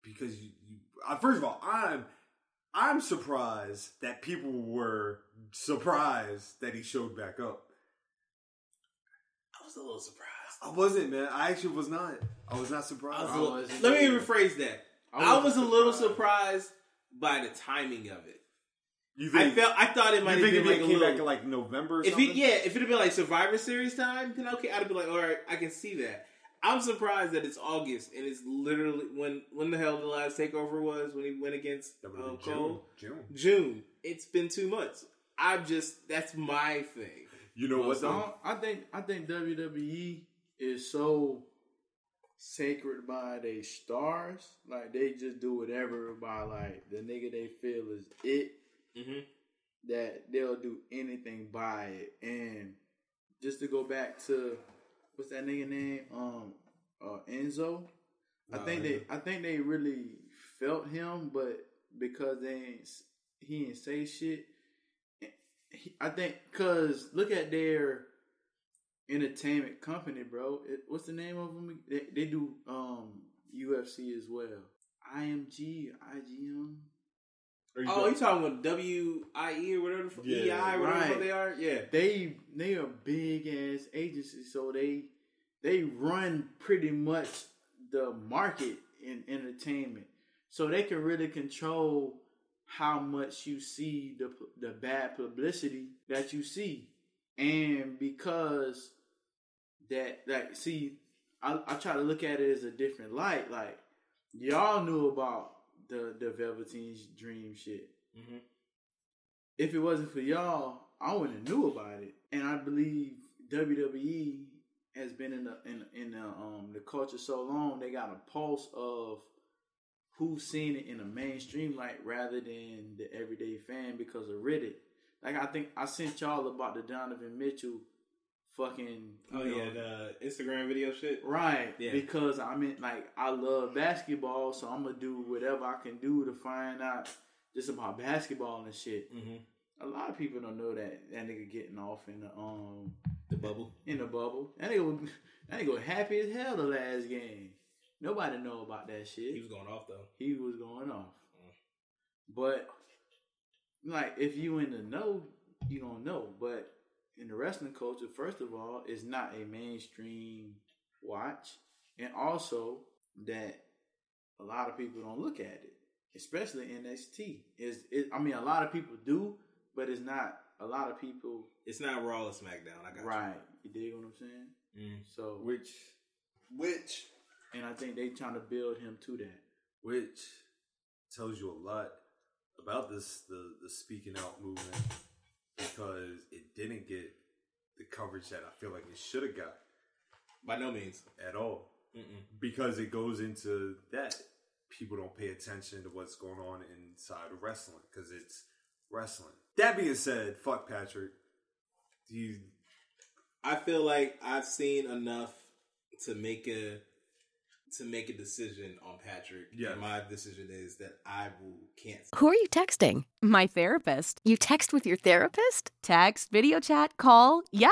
Because you, you uh, first of all, I'm I'm surprised that people were surprised that he showed back up.
I was a little surprised.
I wasn't, man. I actually was not. I was not surprised.
I was a
I
little-
was-
let me rephrase that. I
I
was,
was
a little
surprised.
surprised by the timing of it.
you
I felt I thought it might
you
have
think
been
if
like
it
a
came
little.
back in like November? Or
if
something?
it, yeah, if it had been like Survivor Series time, then okay, I'd have been like, all right, I can see that. I'm surprised that it's August and it's literally when when the hell the last takeover was when he went against
that would
uh,
have been June.
Cole
June.
June. It's been two months. I'm just that's my thing.
You know what
I,
though?
don't- I think I think WWE is so sacred by they stars, like they just do whatever by like the nigga they feel is it.
Mhm.
That they'll do anything by it, and just to go back to what's that nigga name? Um, uh, Enzo. I think they I think they really felt him, but because they ain't, s- he didn't say shit. eh, he- I think because look at their entertainment company, bro. It, what's the name of them? They, they do um UFC as well. IMG, IGM.
Or you
Oh,
go-
you talking about W I E or whatever the fuck
Yeah,
E I whatever the
right.
fuck they are? Yeah.
They they are big ass agencies, so they they run pretty much the market in entertainment. So they can really control how much you see the the bad publicity that you see, and because that like see, I, I try to look at it as a different light. Like y'all knew about the the Velveteen Dream shit
Mm-hmm.
if it wasn't for y'all, I wouldn't have knew about it. And I believe WWE has been in the in in the um the culture so long they got a pulse of who's seen it in the mainstream light rather than the everyday fan because of Riddick. Like I think I sent y'all about the Donovan Mitchell fucking
Oh
you know,
yeah, the Instagram video shit.
Right.
Yeah.
Because I mean, like, I love basketball, so I'm gonna do whatever I can do to find out just about basketball and shit.
Mhm.
A lot of people don't know that that nigga getting off in the um
The bubble.
in the bubble. That nigga, was- that nigga was happy as hell the last game. Nobody know about that shit
He was going off though.
he was going off. But like if you in the know, you don't know. But in the wrestling culture, first of all, it's not a mainstream watch. And also that a lot of people don't look at it. Especially NXT. Is it I mean a lot of people do, but it's not a lot of people
It's not Raw or SmackDown. I got you.
right. You dig what I'm saying? So
which, which,
and I think they trying to build him to that.
which tells you a lot about this the the speaking out movement because it didn't get the coverage that I feel like it should have got
By no means.
at all because it goes into that people don't pay attention to what's going on inside of wrestling because it's wrestling. That being said, fuck Patrick. Do you
I feel like I've seen enough to make a to make a decision on Patrick.
Yeah.
And my decision is that I will cancel.
Who are you texting?
My therapist.
You text with your therapist?
Text, video chat, call. Yep.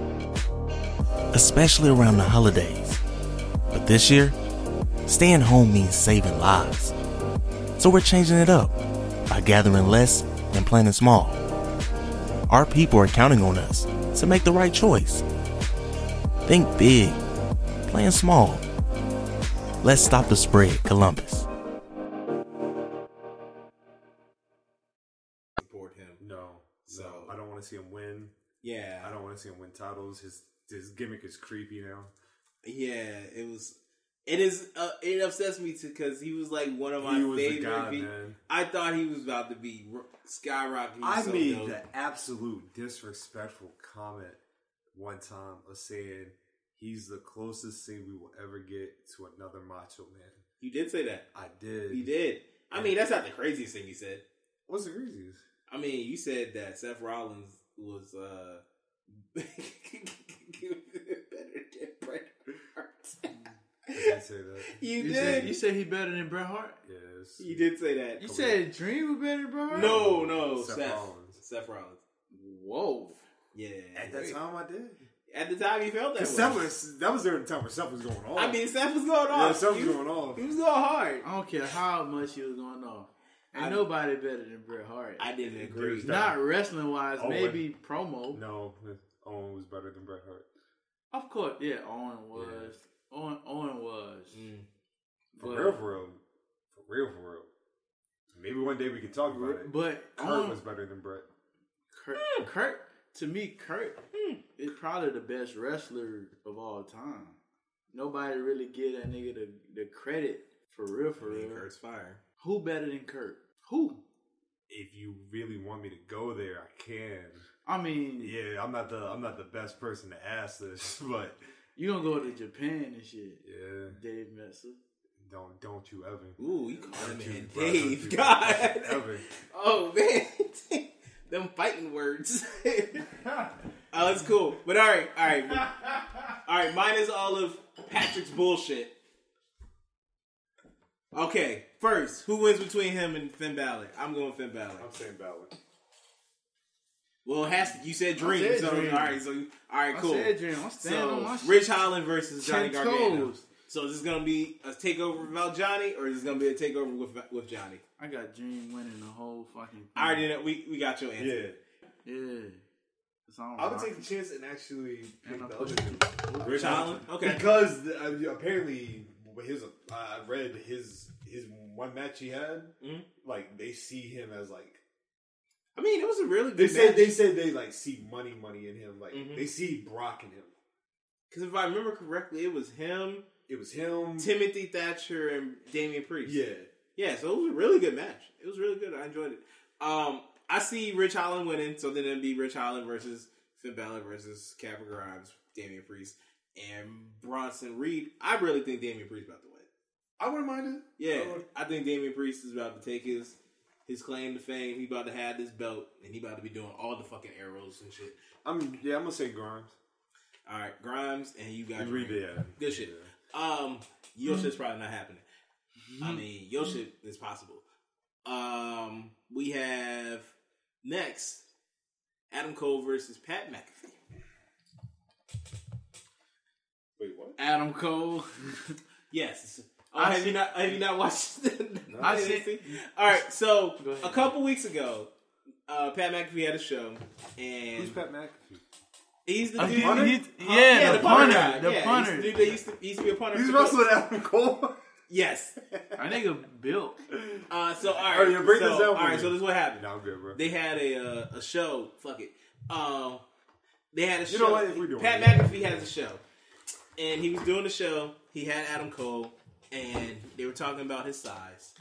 Especially around the holidays. But this year, staying home means saving lives. So we're changing it up by gathering less and planning small. Our people are counting on us to make the right choice. Think big, plan small. Let's stop the spread, Columbus.
Support him.
no?
So-
So I don't want to see him win.
Yeah.
I don't want to see him win titles. His his gimmick is creepy now.
Yeah, it was. It is. Uh, it upsets me too because he was like one of my
He was the
favorite.
guy,
pe-
man.
I thought he was about to be ro- skyrocketing.
I
so
made
dope.
the absolute disrespectful comment one time of saying he's the closest thing we will ever get to another Macho Man.
You did say that.
I did.
You did. I mean, that's not the craziest thing you said.
What's the craziest?
I mean, you said that Seth Rollins was uh better than Bret Hart.
I did say that.
you,
You
did.
said you said he better than Bret Hart.
Yes.
you did say that.
You said Dream was better than Bret Hart.
no, no, Seth.
Seth
Seth Rollins.
Rollins.
Whoa.
Yeah.
At that time, I did.
At the time, you felt that.
Because
way.
that was that was during the time where stuff was going on.
I mean, Seth was going
yeah,
off.
stuff was
He-
going on.
He was going hard.
I don't care how much he was going off. Ain't
I-
nobody better than Bret Hart.
I didn't agree.
Not wrestling wise,
Owen.
maybe promo.
No, Owen was better than Bret Hart.
Of course, yeah, Owen was. Owen, Owen was.
Mm.
For
But-
real, for real, for real, for real. Maybe one day we can talk about it.
But
Kurt
Owen,
was better than Bret.
Kurt, Kurt, to me, Kurt is probably the best wrestler of all time. Nobody really give that nigga the, the credit for real, for
I mean,
real.
Kurt's fire.
Who better than Kurt? Who?
If you really want me to go there, I can.
I mean,
Yeah, I'm not the I'm not the best person to ask this, but
you gonna go to Japan and shit.
yeah,
Dave Messer.
don't don't you ever.
Ooh, you called
Don't you,
him man
bro, don't
Dave.
you
God.
Ever.
Oh man. them fighting words. oh, it's cool. But all right, all right, all right. Mine is all of Patrick's bullshit. Okay, first, who wins between him and Finn Balor? I'm going Finn Balor. I'm saying Balor. Well, it has to, you said Dream.
said
so
Dream.
all right, so all right,
I
cool.
said Dream. I'm standing
so
on my
Rich Holland versus Johnny
Ten
Gargano.
toes.
So is this gonna be a takeover without Johnny, or is this gonna be a takeover with with Johnny?
I got Dream winning the whole fucking. Thing.
I already know we we got your answer.
Yeah.
I would take a chance and actually pick the other dude.
Rich Holland? Okay.
Because the, uh, apparently, his uh, I read his his one match he had.
Mm-hmm.
Like they see him as like.
I mean, it was a really
They
good
said
match. Mm-hmm.
they said they like see money money in him. Like they see Brock in him.
Because if I remember correctly, it was him.
It was him.
Timothy Thatcher and Damian Priest.
Yeah.
Yeah, so it was a really good match. It was really good. I enjoyed it. Um, I see Rich Holland winning, so then it'd be Rich Holland versus Finn Balor versus Captain Grimes, Damian Priest, and Bronson Reed. I really think Damian Priest about to win.
I wouldn't mind it.
Yeah,
I would-
I think Damian Priest is about to take his his claim to fame. He about to have this belt, and he about to be doing all the fucking arrows and shit.
I'm yeah. I'm gonna say Grimes.
All right, Grimes, and you got
Reed,
Graham.
yeah.
Good shit. Um, your shit's probably not happening. I mean, your shit is possible. Um, we have next Adam Cole versus Pat McAfee.
Wait, what?
Adam Cole.
Yes. Oh,
I
have
see-
you not? Have you not watched? No.
I see-
All right. So
Go ahead.
a couple weeks ago, uh, Pat McAfee had a show, and
Who's Pat McAfee?
he's the
Uh,
dude.
he- he-
Huh?
yeah, the punter,
guy.
the
yeah,
punter.
He's the dude that used to, he used to be a punter.
He's
for the-
wrestling Adam Cole.
Yes.
Our nigga built.
Uh, so all right,
All right, yeah, break
so,
this down for
all right,
me.
so this is what happened.
no, I'm good, bro.
They had a uh, a show. Fuck it. Um, they had a show.
You know what, if we doing
Pat
it.
McAfee has a show, and he was doing the show. He had Adam Cole, and they were talking about his size.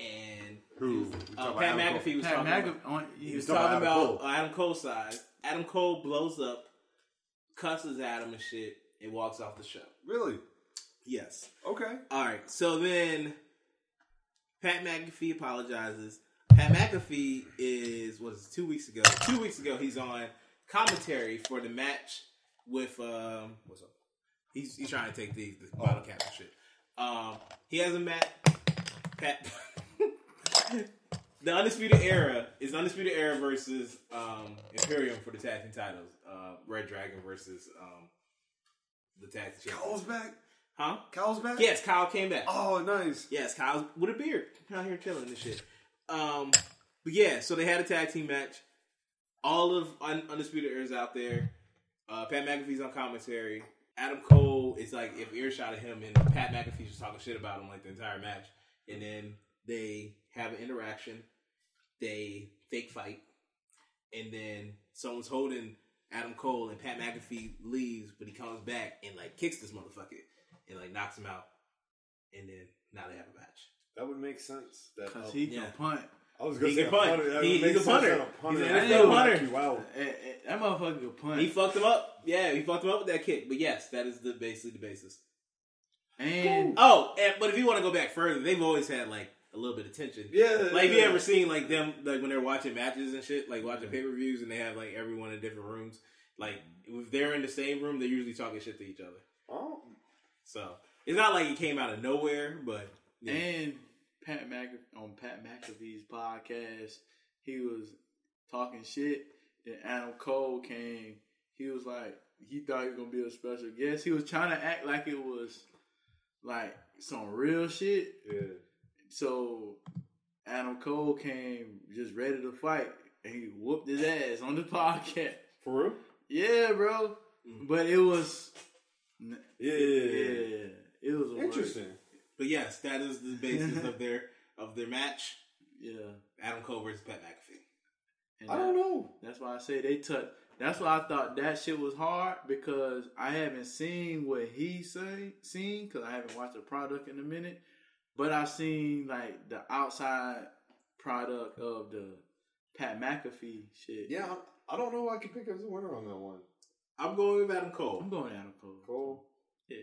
And
Who?
uh, Pat McAfee was
Pat
talking.
Mag-
about,
on,
he was
oh, talking
talking
about Adam
about
Cole.
Adam Cole's size. Adam Cole blows up, cusses at him and shit, and walks off the show.
Really?
Yes.
Okay.
All right. So then, Pat McAfee apologizes. Pat McAfee is was two weeks ago. Two weeks ago, he's on commentary for the match with um. What's up? He's he's trying to take the, the bottle cap and shit. Um, he has a match. Pat. the Undisputed Era is Undisputed Era versus um, Imperium for the tag team titles. Uh, Red Dragon versus um, the tag team
Kyle's
champions.
back.
Huh?
Kyle's back.
Yes, Kyle came back.
Oh, nice.
Yes, Kyle's with a beard out here killing this shit. Um, but yeah, so they had a tag team match. All of Un- Undisputed Era's out there. Uh, Pat McAfee's on commentary. Adam Cole is like if earshot of him, and Pat McAfee's just talking shit about him like the entire match. And then they have an interaction. They fake fight, and then someone's holding Adam Cole, and Pat McAfee leaves, but he comes back and like kicks this motherfucker and like knocks him out. And then now they have a match.
That would make sense. That
Cause he can
Yeah.
punt.
I was
He can punt.
That
He-
would make
he's a
sense
punter.
that
He's an
I
NFL
didn't
punter.
knock you out.
Eh, eh, that motherfucker can punt.
Oh. He fucked him up. Yeah, he fucked him up with that kick. But yes, that is the basically the basis.
and
Oh, and, but if you want to go back further, they've always had like a little bit of tension.
Yeah,
like if you
yeah.
ever seen like them like when they're watching matches and shit, like watching pay per views, and they have like everyone in different rooms. Like if they're in the same room, they're usually talking shit to each other.
Oh,
So it's not like it came out of nowhere, but yeah.
and Pat Mc on Pat McAfee's podcast, he was talking shit. Then Adam Cole came. He was like, he thought he was gonna be a special guest. He was trying to act like it was like some real shit.
yeah.
So Adam Cole came just ready to fight, and he whooped his ass on the podcast.
For real? Mm-hmm.
Yeah, bro. But it was
Yeah.
yeah, it was a work.
Interesting.
but yes, that is the basis of their of their match.
Yeah,
Adam Cole versus Pat McAfee.
and
I don't
that-
know.
That's why I say they touch. That's why I thought that shit was hard because I haven't seen what he say, seen because I haven't watched the product in a minute. But I've seen like the outside product of the Pat McAfee shit.
Yeah, I- I don't know. Who I could pick as a winner on that one.
I'm going with Adam
I'm
Cole.
going Adam Cole.
Cole.
Yeah, E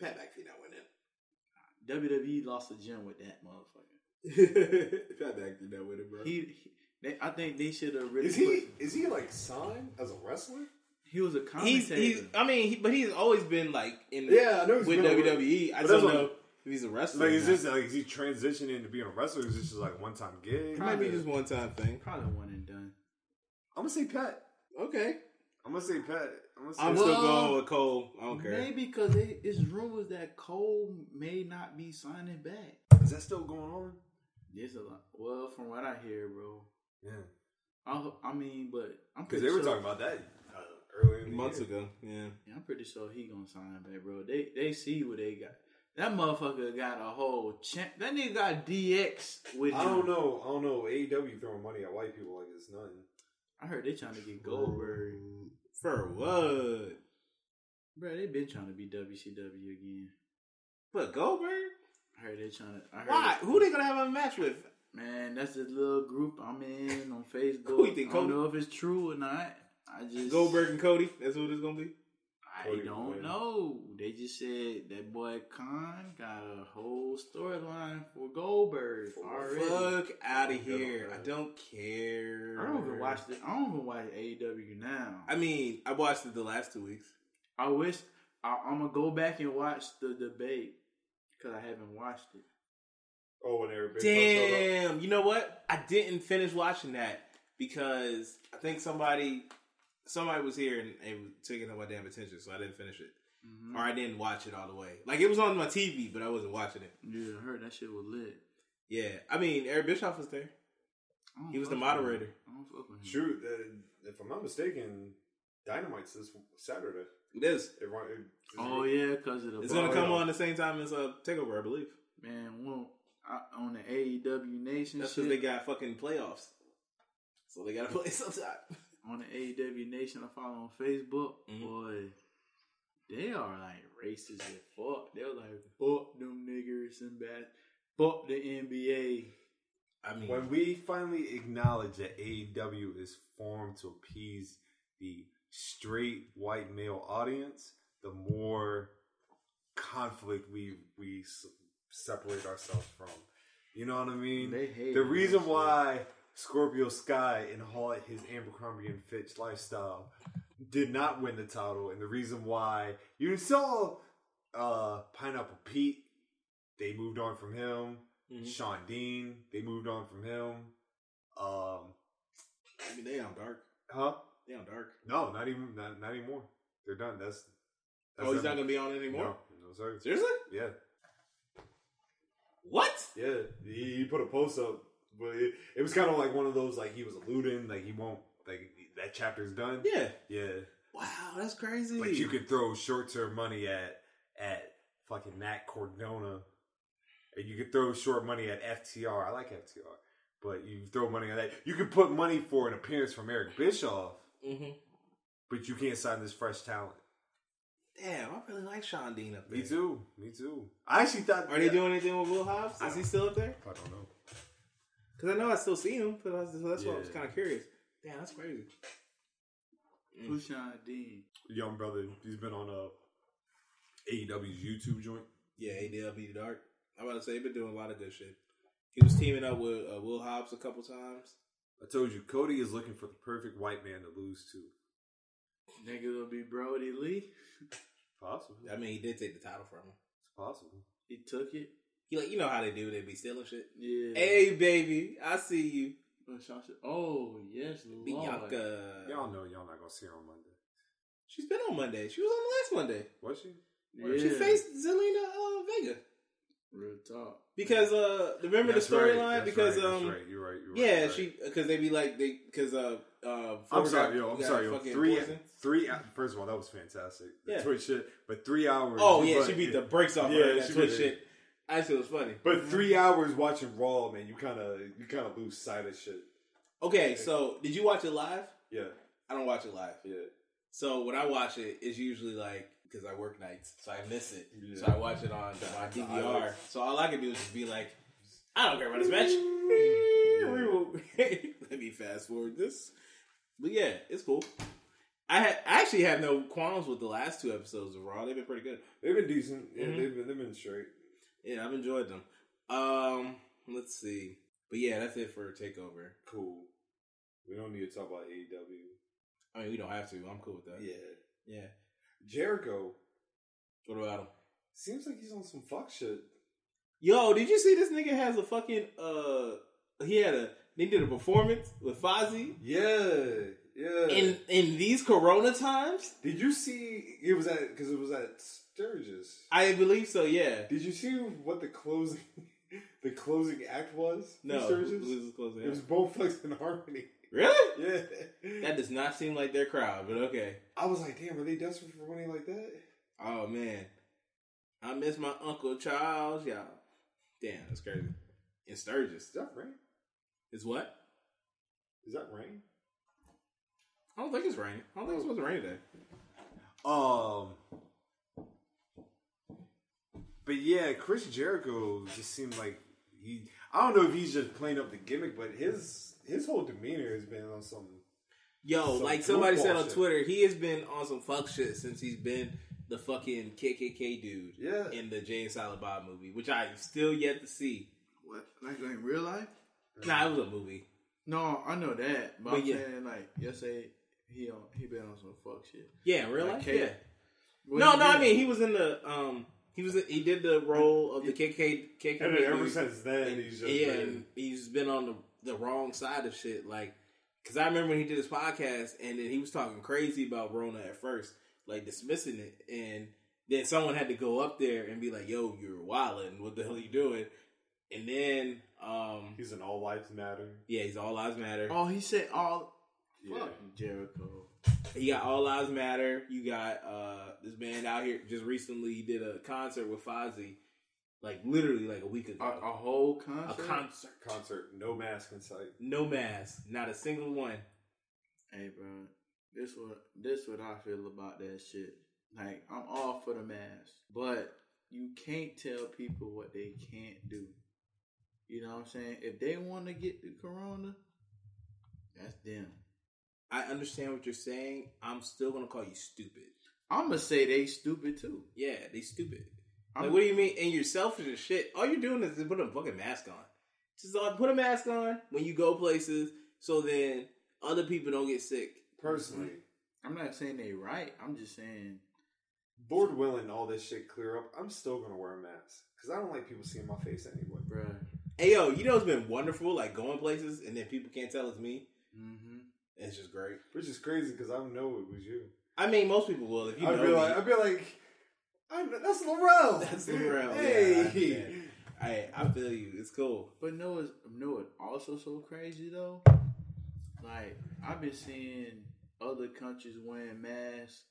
Pat McAfee not winning.
WWE lost a gem with that motherfucker.
Pat McAfee not winning, bro.
He, he They, I think they should have really.
Is he
put-
is he like signed as a wrestler?
He was a
He's,
commentator.
he's I mean, he, but he's always been like in
Yeah, I know he's
with
been a-
WWE. I
but
don't
that's
know
what-
if he's a wrestler.
Like
or
is
not.
this like is he transitioning to being a wrestler? Or is this just like one time gig?
It might be just one time thing.
Probably one and done.
I'm gonna say Pat.
Okay,
I'm gonna say Pat. I'm gonna say
I'm
Well,
still
Oh,
going with Cole. I don't care.
Maybe because it, it's rumors that Cole may not be signing back.
is that still going on?
There's a lot. Well, from what I hear, bro.
Yeah,
I, I mean, but I'm
because
pretty
they were
sure,
talking about that uh, earlier in the
Months
year.
ago, yeah.
Yeah, I'm pretty sure he gonna sign back, bro. They they see what they got. That motherfucker got a whole champ. That nigga got DX with.
I
him.
don't know. I don't know. AEW throwing money at white people like it's nothing.
I heard they trying to get Goldberg.
For what?
Bro, they been trying to be WCW again.
But Goldberg?
I heard they trying to. I heard
Why? Who they gonna have a match with?
Man, that's this little group I'm in on Facebook.
Who you think,
I don't
Cody?
know if it's true or not. I just
Goldberg and Cody. That's who it's gonna be.
I
Cody
don't
Rhodes.
know. They just said that boy Khan got a whole storyline for Goldberg already.
Fuck out of here!
God.
I don't care.
I don't even watch the. I don't even watch AEW now.
I mean, I watched it the last two weeks.
I wish I, I'm gonna go back and watch the debate because I haven't watched it.
Oh, when everybody
Damn! You know what? I didn't finish watching that because I think somebody somebody was here and they was taking up my damn attention, so I didn't finish it,
Mm-hmm.
or I didn't watch it all the way. Like it was on my TV, but I wasn't watching it.
Yeah, I heard that shit was lit.
Yeah, I mean, Eric Bischoff was there.
I don't
He was the
fuck with him.
moderator.
I don't fuck with him.
True. Uh, if I'm not mistaken, Dynamite's this Saturday.
It is.
It, run- it-
Oh yeah, because of the.
It's gonna
Oh,
come
yeah.
on the same time as uh, Takeover, I believe.
Man, won't I, on the AEW Nation
That's
shit.
because they got fucking playoffs, so they gotta play sometime.
on the AEW Nation I follow on Facebook,
Mm-hmm.
boy, they are like racist as fuck. They were like, fuck them niggers and bad, fuck the NBA.
I mean,
When we finally acknowledge that AEW is formed to appease the straight white male audience, the more conflict we we s- separate ourselves from. You know what I mean?
They hate
the
it,
reason
honestly.
why Scorpio Sky and Hall his Abercrombie and Fitch lifestyle did not win the title, and the reason why you saw uh, Pineapple Pete, they moved on from him.
Mm-hmm.
Sean Dean, they moved on from him. Um,
I mean, they on dark.
huh?
They on dark.
No, not even not, not anymore. They're done. That's, that's
oh, he's
them.
not gonna be on anymore.
No, no sir.
Seriously?
Yeah,
What?
yeah. He, he put a post up, but it, it was kind of like one of those like he was alluding like he won't like that chapter's done.
Yeah.
yeah.
Wow, that's crazy.
Like you could throw short term money at at fucking Nat Cordona. And you could throw short money at FTR. I like FTR. But you throw money at that. You could put money for an appearance from Eric Bischoff, Mm-hmm.
Mhm.
but you can't sign this fresh talent.
Damn, I really like Sean Dean up there.
Me too. Me too. I actually thought
Are they doing anything with Will Hobbs? Is he still up there?
I don't know.
Because I know I still see him, but I was, so that's why I was
Yeah.
kind of curious. Damn, that's crazy.
Who's Sean Dean?
Young brother, he's been on uh, a AEW's YouTube joint.
Yeah, ADLB Dark. I'm about to say, they've been doing a lot of good shit. He was teaming up with uh, Will Hobbs a couple times.
I told you, Cody is looking for the perfect white man to lose to.
Nigga will be Brody Lee.
Possible.
I mean, he did take the title from him.
It's possible.
He took it.
He like, you know how they do, they be stealing shit.
Yeah.
Hey, baby, I see you.
Oh, Sean said- Oh yes, Lord.
Bianca.
Y'all know y'all not gonna see her on Monday.
She's been on Monday. She was on last Monday.
Was she?
Yeah.
She faced Zelina uh, Vega.
real talk.
Because uh, remember
That's
the
right,
storyline?
that's
because
right, that's
um,
right, you're right. You're right,
yeah,
you're right.
she because they be like they because uh uh.
I'm
Forbes
sorry,
got-
yo. I'm
got
sorry, yo.
fucking
Three,
poisoned.
three. uh, First of all, that was fantastic. The
Yeah.
Twitch shit, but three hours.
Oh
you
yeah,
fuck-
she beat the brakes off
Yeah,
her. That
she
Twitch
did.
shit. I thought it was funny.
But three hours watching Raw, man, you kind of you kind of lose sight of shit.
Okay, so did you watch it live?
Yeah,
I don't watch it live.
yeah.
So when I watch it, it's usually like because I work nights, so I miss it.
Yeah.
So I watch it on my DVR. So all I can do is just be like, I don't care about this match. Let me fast forward this. But yeah, it's cool. I, ha- I actually have no qualms with the last two episodes of Raw. They've been pretty good.
They've been decent. Yeah,
Mm-hmm.
they've been they've been straight.
Yeah, I've enjoyed them. Um, let's see. But yeah, that's it for Takeover.
Cool. We don't need to talk about AEW.
I mean, we don't have to. I'm cool with that.
Yeah.
Yeah.
Jericho
What about him?
seems like he's on some fuck shit.
Yo, did you see this nigga has a fucking uh he had a they did a performance with Fozzy
Yeah. Yeah.
in in these corona times?
Did you see it was at because it was at Sturgis?
I believe so, yeah.
Did you see what the closing the closing act was? for
No,
Sturgis?
who- who's closing
it was
act?
Bowflex and Harmony.
Really?
Yeah,
That does not seem like their crowd, but okay.
I was like, damn, are they desperate for money like that?
Oh man. I miss my Uncle Charles, y'all. Damn, that's crazy. In Sturgis.
Is that rain?
Is what?
Is that rain?
I don't think it's raining. I don't think it's supposed to rain today.
Um, but yeah, Chris Jericho just seemed like he. I don't know if he's just playing up the gimmick, but his his whole demeanor has been on some.
Yo,
Some
like somebody said
goofball
on
shit.
Twitter, he has been on some fuck shit since he's been the fucking KKK dude
Yeah.
in the Jay and Silent Bob movie, which I still yet to see.
What? Like in real life?
Nah, it was a movie.
No, I know that, but,
But
I'm
yeah.
saying like yesterday he on he been on some fuck shit.
Yeah, in real
Like
life.
K-
Yeah.
What
no,
he
no, I
did-
mean he was in the um he was he did the role of the KK KKK.
And then ever
movie.
since then,
And-
he's just
yeah,
been-
and he's been on the the wrong side of shit. Like, because I remember when he did his podcast, and then he was talking crazy about Rona at first, like dismissing it, and then someone had to go up there and be like, "Yo, you're wilding. What the hell are you doing?" And then, um,
He's an all lives matter.
yeah, he's all lives matter.
Oh, he said all.
Yeah.
Fuck Jericho.
You got All Lives Matter. You got uh this band out here just recently he did a concert with Fozzy, like literally like a week
A,
ago.
a whole
a
concert.
concert.
Concert, no mask in sight.
No mask. Not a single one.
Hey, bro, this what this what I feel about that shit. Like I'm all for the mask, but you can't tell people what they can't do. You know what I'm saying? If they want to get the corona, that's them.
I understand what you're saying. I'm still gonna call you stupid.
I'm gonna say they stupid too.
Yeah, they stupid.
I'm-
like what do you mean? And you're selfish as shit. All you're doing is just put a fucking mask on. Just like put a mask on when you go places so then other people don't get sick.
Personally,
I'm not saying they right. I'm just saying
bored
Mm-hmm.
willing all this shit clear up, I'm still gonna wear a mask because I don't like people seeing my face anyway.
Bruh.
Hey yo, you know it's been wonderful, like going places and then people can't tell it's me.
Mm-hmm.
It's just great.
Which is crazy because I don't know it was you.
I mean, most people will. If you
I'd
know
be
me,
like, I'd be like, I know, that's Laurel.
that's the real. Yeah, I,
Hey,
understand. I, I feel you. It's cool.
But no, it's no, it's also so crazy though. Like I've been seeing other countries wearing masks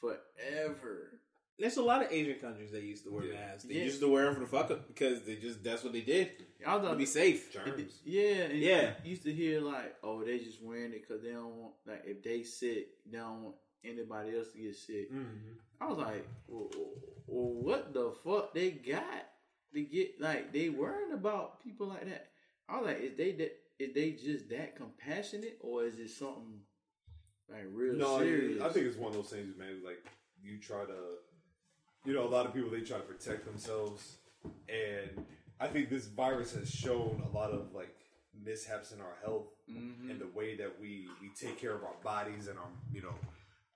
forever.
There's a lot of Asian countries that used to wear
Yeah.
masks. They
Yeah.
used to wear them for the fuck up because they just that's what they did
Y'all
to
thought
be safe.
germs.
Yeah, and
Yeah.
You used to hear like, oh, they just wearing it because they don't want like if they sick, they don't want anybody else to get sick.
Mm-hmm.
I was like, well, well, what the fuck they got to get like they worried about people like that? I was like, is they that is they just that compassionate or is it something like real
No,
serious?
I think it's one of those things, man. Like you try to, you know, a lot of people they try to protect themselves, and I think this virus has shown a lot of like mishaps in our health
Mm-hmm.
and the way that we we take care of our bodies and our, you know,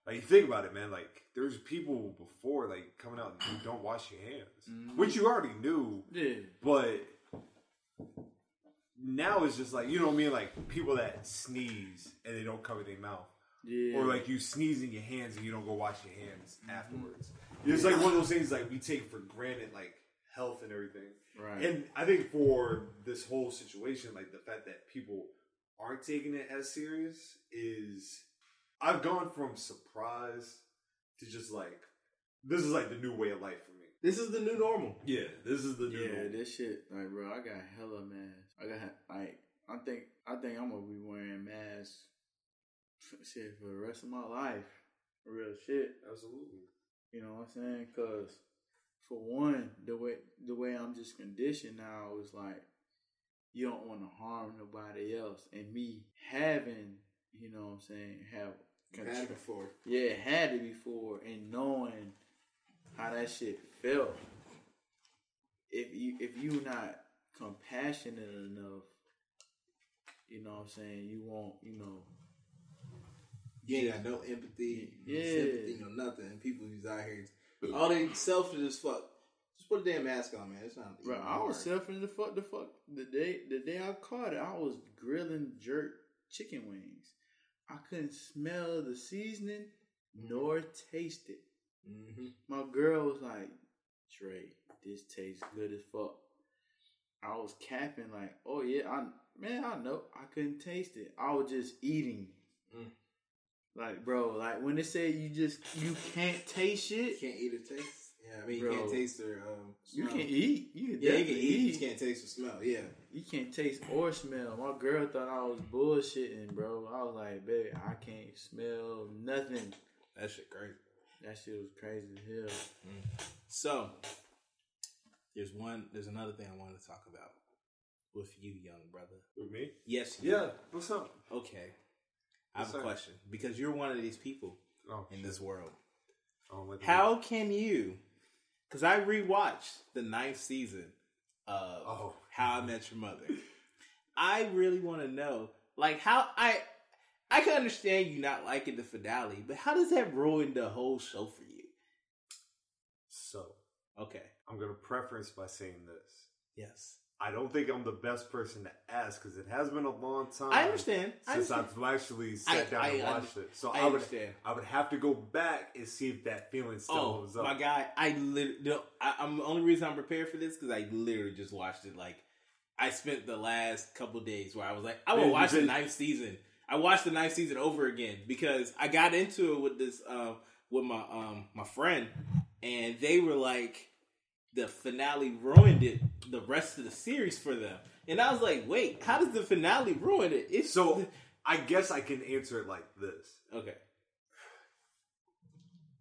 like you think about it, man. Like there's people before like coming out, you don't wash your hands,
Mm-hmm.
which you already knew,
yeah.
but. Now it's just like you know what I mean, like people that sneeze and they don't cover their mouth.
Yeah.
Or like you sneeze in your hands and you don't go wash your hands afterwards. It's like one of those things like we take for granted like health and everything.
Right.
And I think for this whole situation, like the fact that people aren't taking it as serious is I've gone from surprised to just like this is like the new way of life for me.
This is the new normal.
Yeah, this is the new
Yeah,
normal.
this shit, like, bro, I got hella masks. I got like, I think, I think I'm gonna be wearing masks, shit, for the rest of my life. Real shit.
Absolutely.
You know what I'm saying? Cause for one, the way the way I'm just conditioned now is like, you don't want to harm nobody else, and me having, you know what I'm saying, have
Had it before.
yeah, had it before and knowing how that shit felt. If you if you not compassionate enough, You know what I'm saying? You want, you know.
You ain't got no empathy, no
Yeah.
sympathy, no nothing. And people who's out here, all they selfish as fuck. Just put a damn mask on, man. It's not.
Bro,
even
I was
hard.
selfish the fuck the fuck the day the day I caught it, I was grilling jerk chicken wings. I couldn't smell the seasoning nor taste it.
Mm-hmm.
My girl was like, Dre, this tastes good as fuck. I was capping like, oh yeah, I man, I know I couldn't taste it. I was just eating.
Mm.
Like bro, like when they say you just you can't taste shit,
can't eat or taste. Yeah, I mean
Bro.
you can't taste their. Um,
You
smell.
can eat. You can
yeah, you can
definitely
eat. You
eat.
just can't taste or smell. Yeah,
You can't taste or smell. My girl thought I was bullshitting, bro. I was like, baby, I can't smell nothing.
that shit crazy.
That shit was crazy as hell.
So there's one. There's another thing I wanted to talk about with you, young brother.
With me?
Yes. you.
Yeah. What's up?
Okay. I
Yes,
have
sir.
a question because you're one of these people
Oh,
in this world.
Oh, what the-
How can you? Because I rewatched the ninth season of
Oh.
How I Met Your Mother. I really want to know, like, how I I can understand you not liking the finale, but how does that ruin the whole show for you?
So
Okay.
I'm gonna preference by saying this.
Yes.
I don't think I'm the best person to ask because it has been a long time.
I understand. I
Um, Since
understand.
I've actually
I-
sat down
I
and
under-
watched it, so
I
I, would
understand.
I would have to go back and see if that feeling still
Oh
holds up.
my god! I literally. No, I, I'm the only reason I'm prepared for this because I literally just watched it. Like, I spent the last couple days where I was like, I
Yeah,
will
you
watch the
did.
ninth season. I watched the ninth season over again because I got into it with this um, with my um my friend, and they were like, the finale ruined it. The rest of the series for them, and I was like, wait, how does the finale ruin it? It's
So I guess I can answer it like this:
okay.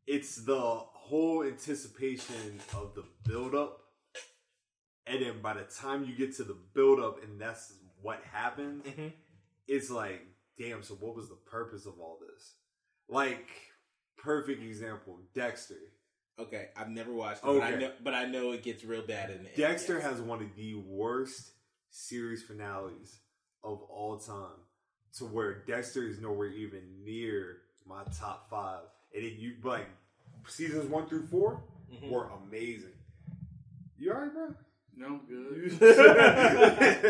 it's the whole anticipation of the buildup, and then by the time you get to the buildup, and that's what happens,
Mm-hmm.
it's like, damn. So what was the purpose of all this? Like, perfect example, Dexter.
Okay, I've never watched it, but, I
Okay.
know, but I know it gets real bad in the end.
Dexter
yes.
has one of the worst series finales of all time, to where Dexter is nowhere even near my top five. And then you like seasons one through 4 were amazing. You alright, bro?
No, I'm good.
You-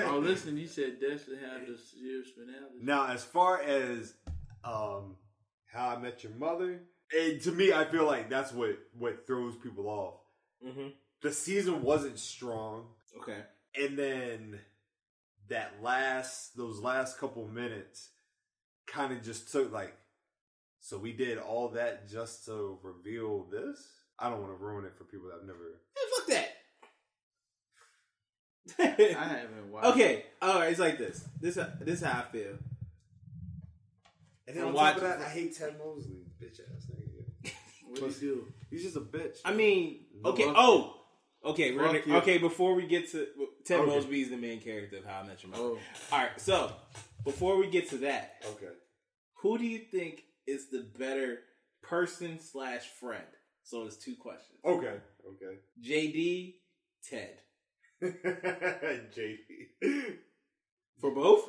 oh, listen, you said Dexter had the serious finale.
Now, as far as um, how I met your mother, and to me, I feel like that's what what throws people off.
Mhm.
The season wasn't strong.
Okay.
and then that last those last couple minutes kind of just took like so we did all that just to reveal this i don't want to ruin it for people that have never
Yeah, fuck
I
that.
haven't watched.
okay, all right. It's like this. This uh, this how I feel.
and then
I'm
on top of
watching.
that i hate ted mosley bitch ass nigga
What do you
he's just a bitch
I mean, okay.
Fuck
Oh, okay. We're gonna,
Fuck you.
okay. Before we get to Ted
Okay.
Mosby is the main character of How I Met Your
do?
Mother.
Oh,
All right. So before we get to that,
okay
who do you think is the better person slash friend? So it's two questions.
Oh.
okay okay
JD, Ted.
jd
For both?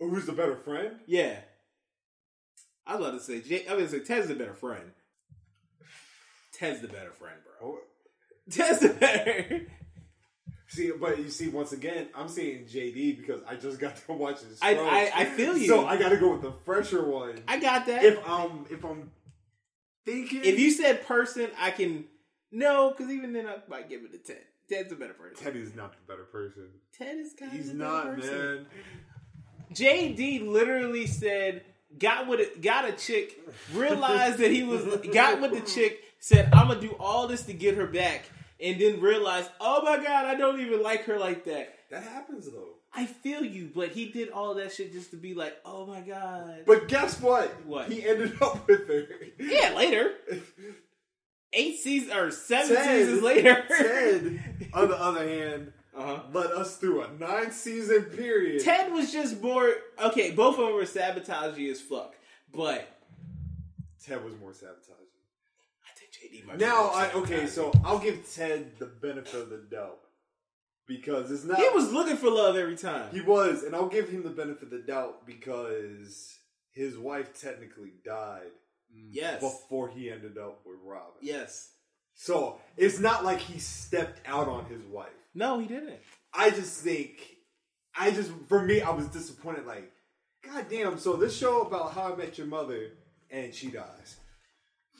who's the Oh, better friend
Yeah. I was about to say J- I was gonna say Ted's the better friend. Ted's the better friend, bro.
oh,
Ted's the better.
see but you see once again i'm saying jd because i just got to watch this
I- I- I feel you.
so i gotta go with the fresher one
I got that.
if I'm if I'm thinking
If you said person, I can no, because even then I might give it to Ted. Ted's a better person. Ted,
Teddy is not the better person.
is kind of
He's
the
not,
better
man.
person. JD literally said, got with a, got a chick, realized that he was got with the chick, said, I'm gonna do all this to get her back, and then realized, oh my god, I don't even like her like that.
That happens though.
I feel you, but he did all that shit just to be like, oh my god.
But guess what?
What?
He ended up with her.
yeah, later. Eight seasons or seven
Ted-
seasons later.
Ted, on the other hand,
Uh-huh.
led us through a nine season period.
Ted was just more okay, both of them were sabotagey as fuck. But
Ted was more sabotaging.
I think JD might be
Now
more
I okay,
sabotagey.
so I'll give Ted the benefit of the doubt. because it's not.
He was looking for love every time.
He was, and I'll give him the benefit of the doubt because his wife technically died.
Yes.
Before he ended up with Robin.
Yes.
So it's not like he stepped out on his wife.
No, he didn't.
I just think, I just for me, I was disappointed. Like, God damn! So this show about how I met your mother, and she dies.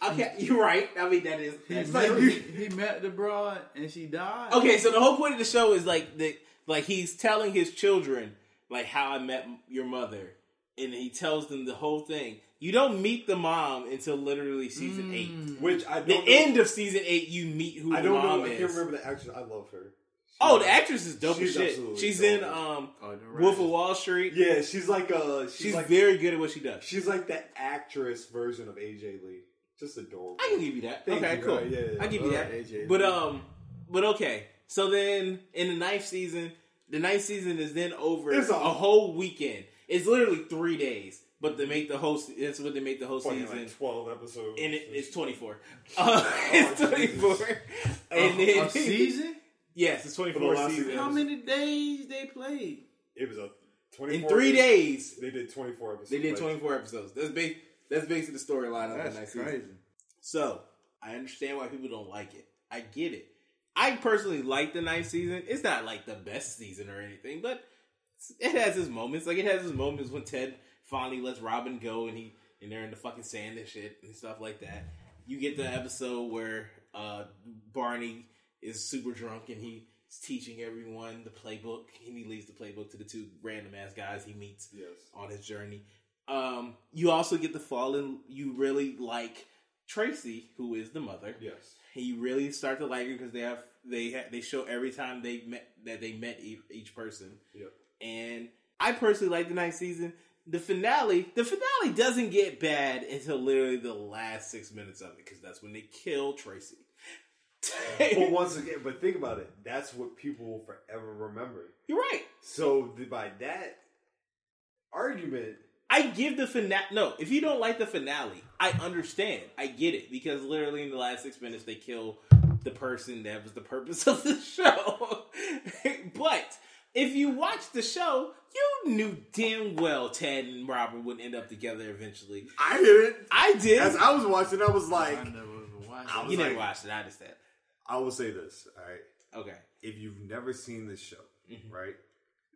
Okay, you're right. I mean, that is.
He,
that's
met,
like-
he met the broad and she died.
Okay, so the whole point of the show is like that, like he's telling his children like how I met your mother, and he tells them the whole thing. You don't meet the mom until literally season eight,
which I don't
the
know-
end of season eight you meet who
I don't
the mom
know. I
is.
can't remember the actress. I love her.
Oh, the actress is dope
She's
as shit.
absolutely
She's
dope.
in um
right.
Wolf of Wall Street.
Yeah, she's like a. She's,
she's
like
very good at what she does.
She's like the actress version of AJ Lee. Just adorable.
I can give you that.
Thank
okay,
you,
cool.
bro. Yeah, yeah,
I give
all
you
right,
that.
AJ.
But um, but okay. So then in the ninth season, the ninth season is then over
It's
a,
a-
whole weekend. It's literally three days, but they make the whole. se- That's what they make the whole
Fucking,
season.
like twelve episodes.
and it, it's twenty four. it's twenty four,
Oh,
and
a,
then
a season?
yes, it's twenty
the
four
last
season.
season.
How many days they played?
It was a twenty.
In three days,
they did twenty four episodes.
they did
Like,
twenty four episodes. That's big. That's basically the storyline of the ninth season. So I understand why people don't like it. I get it. I personally like the ninth season. It's not like the best season or anything, but it has its moments. Like it has its moments when Ted finally lets Robin go and he and they're in the fucking sand and shit and stuff like that. You get the episode where uh, Barney is super drunk and he's teaching everyone the playbook and he leaves the playbook to the two random ass guys he meets
Yes.
on his journey. Um, you also get the fall in you really like Tracy, who is the mother.
Yes.
And you really start to like her because they have they ha- they show every time they met that they met each, each person.
Yep.
And I personally like the ninth season. The finale, the finale doesn't get bad until literally the last six minutes of it because that's when they kill Tracy.
But once again, but think about it. That's what people will forever remember.
You're right.
So th- by that argument,
I give the finale. No, if you don't like the finale, I understand. I get it because literally in the last six minutes they kill the person that was the purpose of the show. but if you watch the show, you knew damn well Ted and Robert would end up together eventually.
I didn't.
I did.
As I was watching, I was like,
I never even watched
I was
you never
like-
watched it. I understand.
I will say this. All right.
Okay.
if you've never seen this show, right?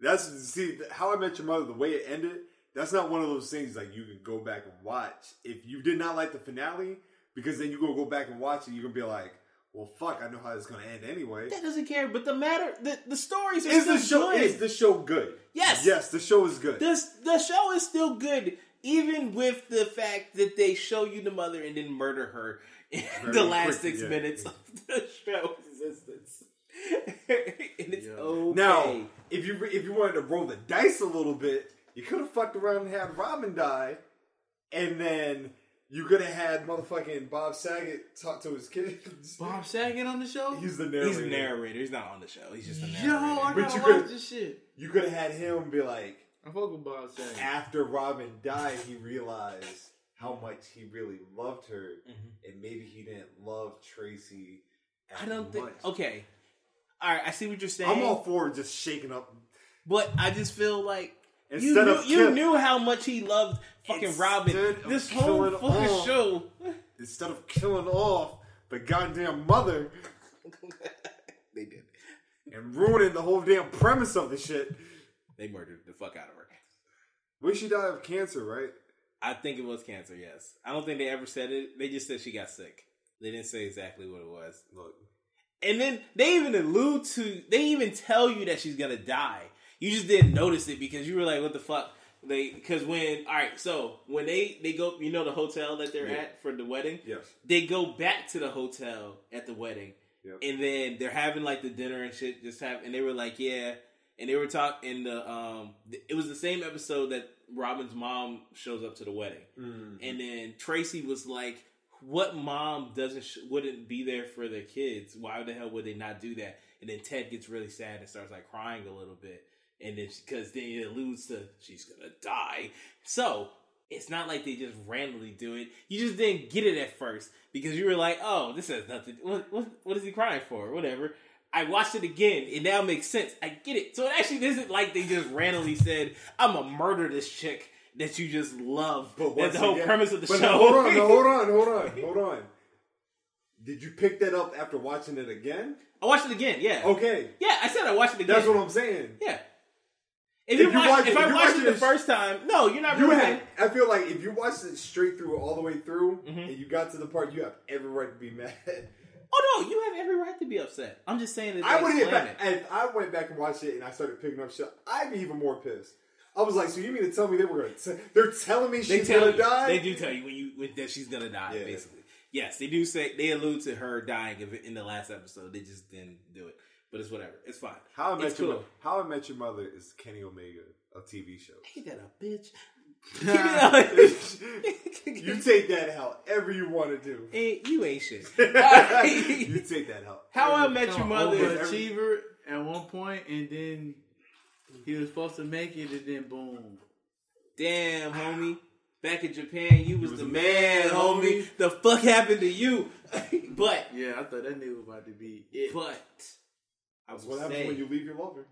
That's see how I met your mother. The way it ended, that's not one of those things like you can go back and watch. If you did not like the finale, because then you're gonna go back and watch it, you're gonna be like, "Well, fuck, I know how it's gonna end anyway."
That doesn't care. But the matter, the, the stories are
Is
still
the show
good.
is the show good?
Yes.
yes, the show is good.
This the show is still good, even with the fact that they show you the mother and then murder her in
Very
the last
quick,
six
yeah.
minutes of the show's existence. and it's okay.
now, if you if you wanted to roll the dice a little bit, you could have fucked around and had Robin die, and then you could have had motherfucking Bob Saget talk to his kids.
Bob Saget on the show?
He's the narrator.
he's a narrator. He's not on the show. He's just a
Yo,
narrator.
I
But
gotta
you
watch
could-
this shit.
You could have had him be like,
I fuck with Bob Saget.
after Robin died, he realized how much he really loved her, and maybe he didn't love Tracy.
Mm-hmm. I
as
don't think.
much.
Okay. All right. I see what you're saying.
I'm all for just shaking up.
But I just feel like you
Instead
knew,
of
you
kill-
knew how much he loved fucking Robin.
Instead of
This whole
killing
fucking
all-
show.
Instead of killing off the goddamn mother
they did.
and ruining the whole damn premise of the shit.
They murdered the fuck out of her.
When she died of cancer, right?
I think it was cancer. Yes, I don't think they ever said it. They just said she got sick. They didn't say exactly what it was.
Look,
And then they even allude to. They even tell you that she's gonna die. You just didn't notice it because you were like, "What the fuck?" They because when all right, so when they they go, you know, the hotel that they're
Yeah.
at for the wedding.
Yes.
They go back to the hotel at the wedding,
Yep.
and then they're having like the dinner and shit. Just have and they were like, "Yeah." And they were talking in the um, th- it was the same episode that Robin's mom shows up to the wedding
Mm-hmm.
and then Tracy was like, "What mom doesn't sh- wouldn't be there for their kids? Why the hell would they not do that?" And then Ted gets really sad and starts like crying a little bit, and then because then it alludes to she's gonna die. So it's not like they just randomly do it. You just didn't get it at first because you were like, "Oh, this has nothing. What what, what is he crying for? Whatever." I watched it again. It now makes sense. I get it. So it actually isn't like they just randomly said, "I'm gonna murder this chick that you just love." That's
once
the whole
again-
premise of the
but
show.
now, hold on, now, hold on, hold on, hold on. Did you pick that up after watching it again?
I watched it again. Yeah.
Okay.
Yeah, I said I watched it again.
That's what I'm saying.
Yeah. If,
If
you
you
watch,
watch it-
if
if
I
you
watched
watch
it
it
the
as-
first time, no, you're not
You
really.
have, I feel like if you watched it straight through all the way through
Mm-hmm.
and you got to the part, you have every right to be mad.
Oh no, you have every right to be upset. I'm just saying that.
I would
get
get back. If I went back and watched it and I started picking up shit, I'd be even more pissed. I was like, so you mean to tell me they were going to? They're telling me
They
she's
tell
going
you,
to die?
They do tell you when you when, that she's gonna die. Basically, yes, they do say they allude to her dying of it in the last episode. They just didn't do it, but it's whatever. It's fine.
How I
It's
Met Your
cool.
Mother. How I Met Your Mother is Kenny Omega of TV shows.
Ain't that a bitch?
you take that however you want to do.
Ain't- Eh, you ain't shit.
you take that however.
How I Met Your Mother.
Overachiever at one point, and then he was supposed to make it, and then boom.
Damn, homie. Back in Japan, you was,
was
the
a
man,
man,
homie.
homie.
The fuck happened to you? but
Yeah, I thought that nigga was about to be it.
but I
That's
was
what happens
saying,
when you leave your lover.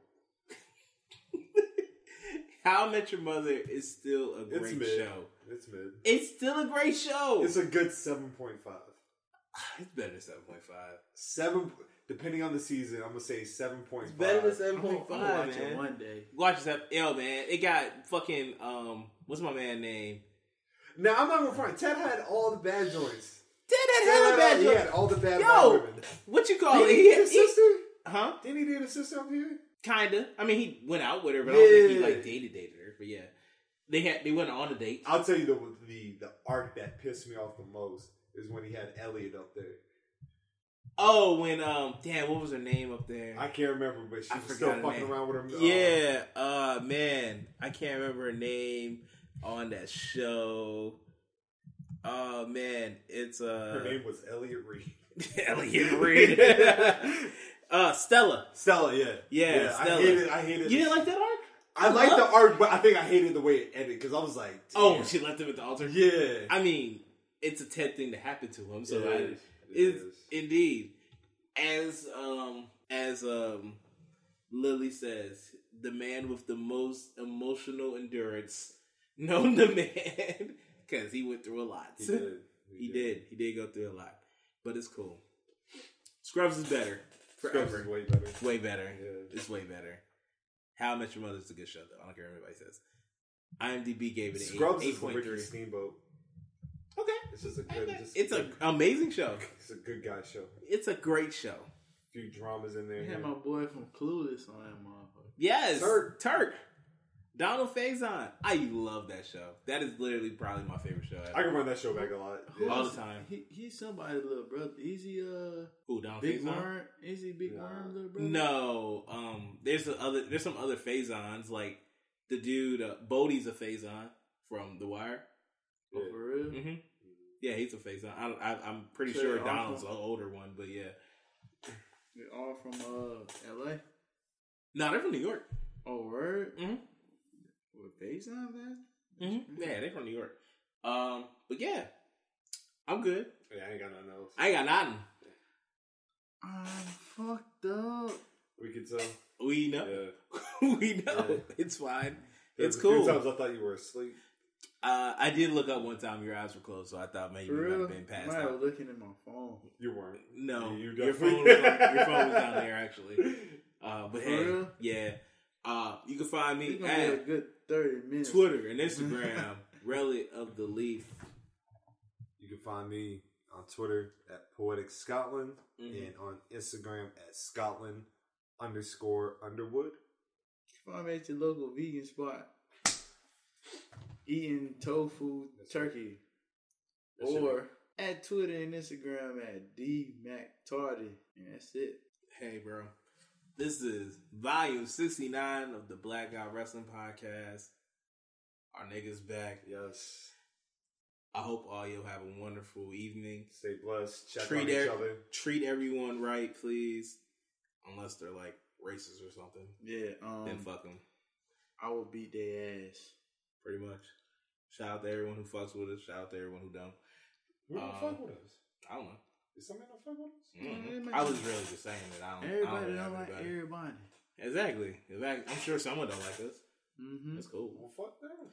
How I Met Your Mother is still a
It's
great
mid.
show.
It's mid.
It's still a great show.
It's a good seven point five.
It's better than seven point five.
Seven, depending on the season, I'm gonna say seven point five.
Better than seven
I'm gonna- I'm
point
gonna
five,
watch it
man.
one day.
Watch this up, yo, man. It got fucking um, what's my man name?
Now I'm not gonna front. Ted had all the bad joints.
Did that hella
Ted
bad
had- He had
joke.
all the bad
Yo,
black women.
What you call
Didn't
it?
he
He,
date a
he,
sister?
huh?
Didn't he date a sister up here?
Kinda. I mean, he went out with her, but I don't think he
Yeah.
like dated dated her. But yeah, they had they went on a date.
I'll tell you the the the arc that pissed me off the most is when he had Elliot up there.
Oh, when um, damn, what was her name up there?
I can't remember, but she
I
was still
her
fucking
name.
around with uh, him.
Yeah, uh, man, I can't remember her name on that show. Oh man, it's
Uh,
uh,
her name was Elliot Reed.
Elliot Reed. uh, Stella.
Stella, yeah,
Yeah, Stella.
I hated. I hated.
You didn't like that arc?
I liked
love-
the art, but I think I hated the way it ended because I was like,
Oh,
damn.
she left him at the altar.
yeah.
I mean, it's a Ted thing to happen to him. So
It
I,
is. It
it's
is.
indeed as um as um Lily says, the man with the most emotional endurance known to man because he went through a lot.
He did.
He did. He did go through a lot, but it's cool. Scrubs is better forever.
Scrubs is way better.
way better.
Yeah.
It's way better. How I Met Your Mother is a good show, though. I don't care what anybody says. IMDb gave it
Scrubs
Scrubs
is from
8.3.
Ricky Steamboat.
Okay.
It's just a good. Just
It's
a
an
good,
amazing show.
It's a good guy show. A
It's a great show.
few dramas in there.
They had my boy from Clueless on that motherfucker.
Yes. Turk.
Turk.
Donald Faison. I love that show. That is literally probably my favorite show
I
ever.
can run that show back a lot.
Who
All
Yeah.
else-
the time.
He, he's somebody's little brother. Is he uh
Who, Donald
Big
Faison?
Worm? Is he Big
Nah.
Worm little brother?
No. Um, there's the other there's some other Faisons, like the dude uh, Bodie's a Faison from The Wire.
Oh, for real.
hmm Yeah, he's a Faison. I, don't- I, I'm pretty
So
sure
they're all
Donald's an
from-
older one, but yeah.
They're all from uh L.A.
No, they're from New York.
Oh, word.
Mm-hmm.
With FaceTime, man.
Mm-hmm. Yeah, they're from New York. Um, but yeah, I'm good.
Yeah, I ain't got nothing else.
I ain't got nothing.
I'm fucked up.
we could tell.
We know.
Yeah.
we know.
Yeah.
It's fine.
There's
It's
a
cool.
Few times I thought you were asleep.
Uh, I did look up one time. Your eyes were closed, so I thought maybe
For
you might
real.
have been
I
passed
might
out.
have looking at my phone.
You weren't.
No,
You
your
definitely-
phone was on, your phone was down there actually. Uh, but
For
hey,
real?
yeah. Uh, you can find
It's
me
gonna be a
at
good thirty minutes.
Twitter and Instagram, Relic of the Leaf.
You can find me on Twitter at Poetic Scotland
Mhm.
and on Instagram at Scotland underscore Underwood.
Find me at your local vegan spot. Eating tofu turkey.
That's
or
right.
at Twitter and Instagram at dmactardy. And that's it.
Hey, bro. This is volume 69 of the Blackout Wrestling Podcast. Our niggas back.
Yes.
I hope all y'all have a wonderful evening.
Stay blessed. Check
treat
on each
ev-
other.
treat everyone right, please. Unless they're like racist or something,
Yeah, um,
then fuck them.
I will beat their ass.
Pretty much. Shout out to everyone who fucks with us. Shout out to everyone who don't.
Who the
Um,
fuck with us?
I don't know.
Is somebody not fuck with us?
Mm. I was really just saying that I don't. I
Everybody
don't,
don't,
know
like
everybody.
everybody.
Exactly. Exactly. I'm sure someone don't like us.
Mm-hmm.
That's cool.
Well, fuck them.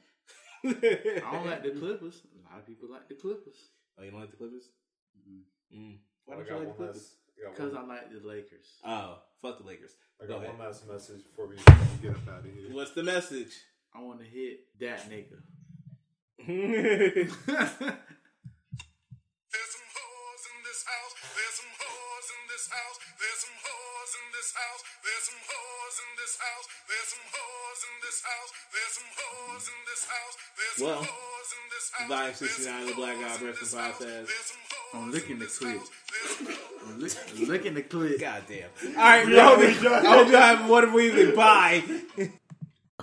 I don't like the Clippers. A lot of people like the Clippers
Oh, you don't like the Clippers?
Mm-hmm.
Mm. Why
Well, I got
don't you like the
one
Clippers?
last. I got
because
one-
I like the Lakers.
Oh, fuck the Lakers.
I
Go
got
ahead.
one last message before we get up out of here.
What's the message?
I want to hit that nigga.
There's some whores in this house. There's some whores in this house. There's some whores in this house. There's some whores in this house. There's some whores in this house. There's some whores in this house. There's some
Well,
whores in this house.
Volume
There's
69
some
of the Black Guy
whores in
Breakfast
this house.
Podcast.
There's some whores
I'm
in
licking the
this
clip.
house. There's some whores.
I'm lick, I'm licking the clip.
God damn. All right, y'all. be- I hope y'all have a wonderful evening. Bye.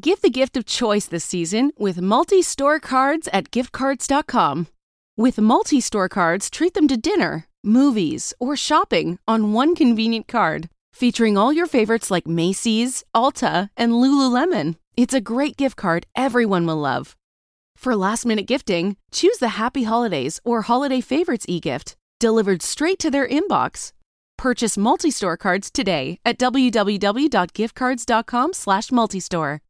Give the gift of choice this season with multi store cards at giftcards.com. With multi store cards, treat them to dinner, movies, or shopping on one convenient card, featuring all your favorites like Macy's, Ulta, and Lululemon. It's a great gift card everyone will love. For last minute gifting, choose the Happy Holidays or Holiday Favorites e gift, delivered straight to their inbox. Purchase multi-store cards today at www.giftcards.com/multistore.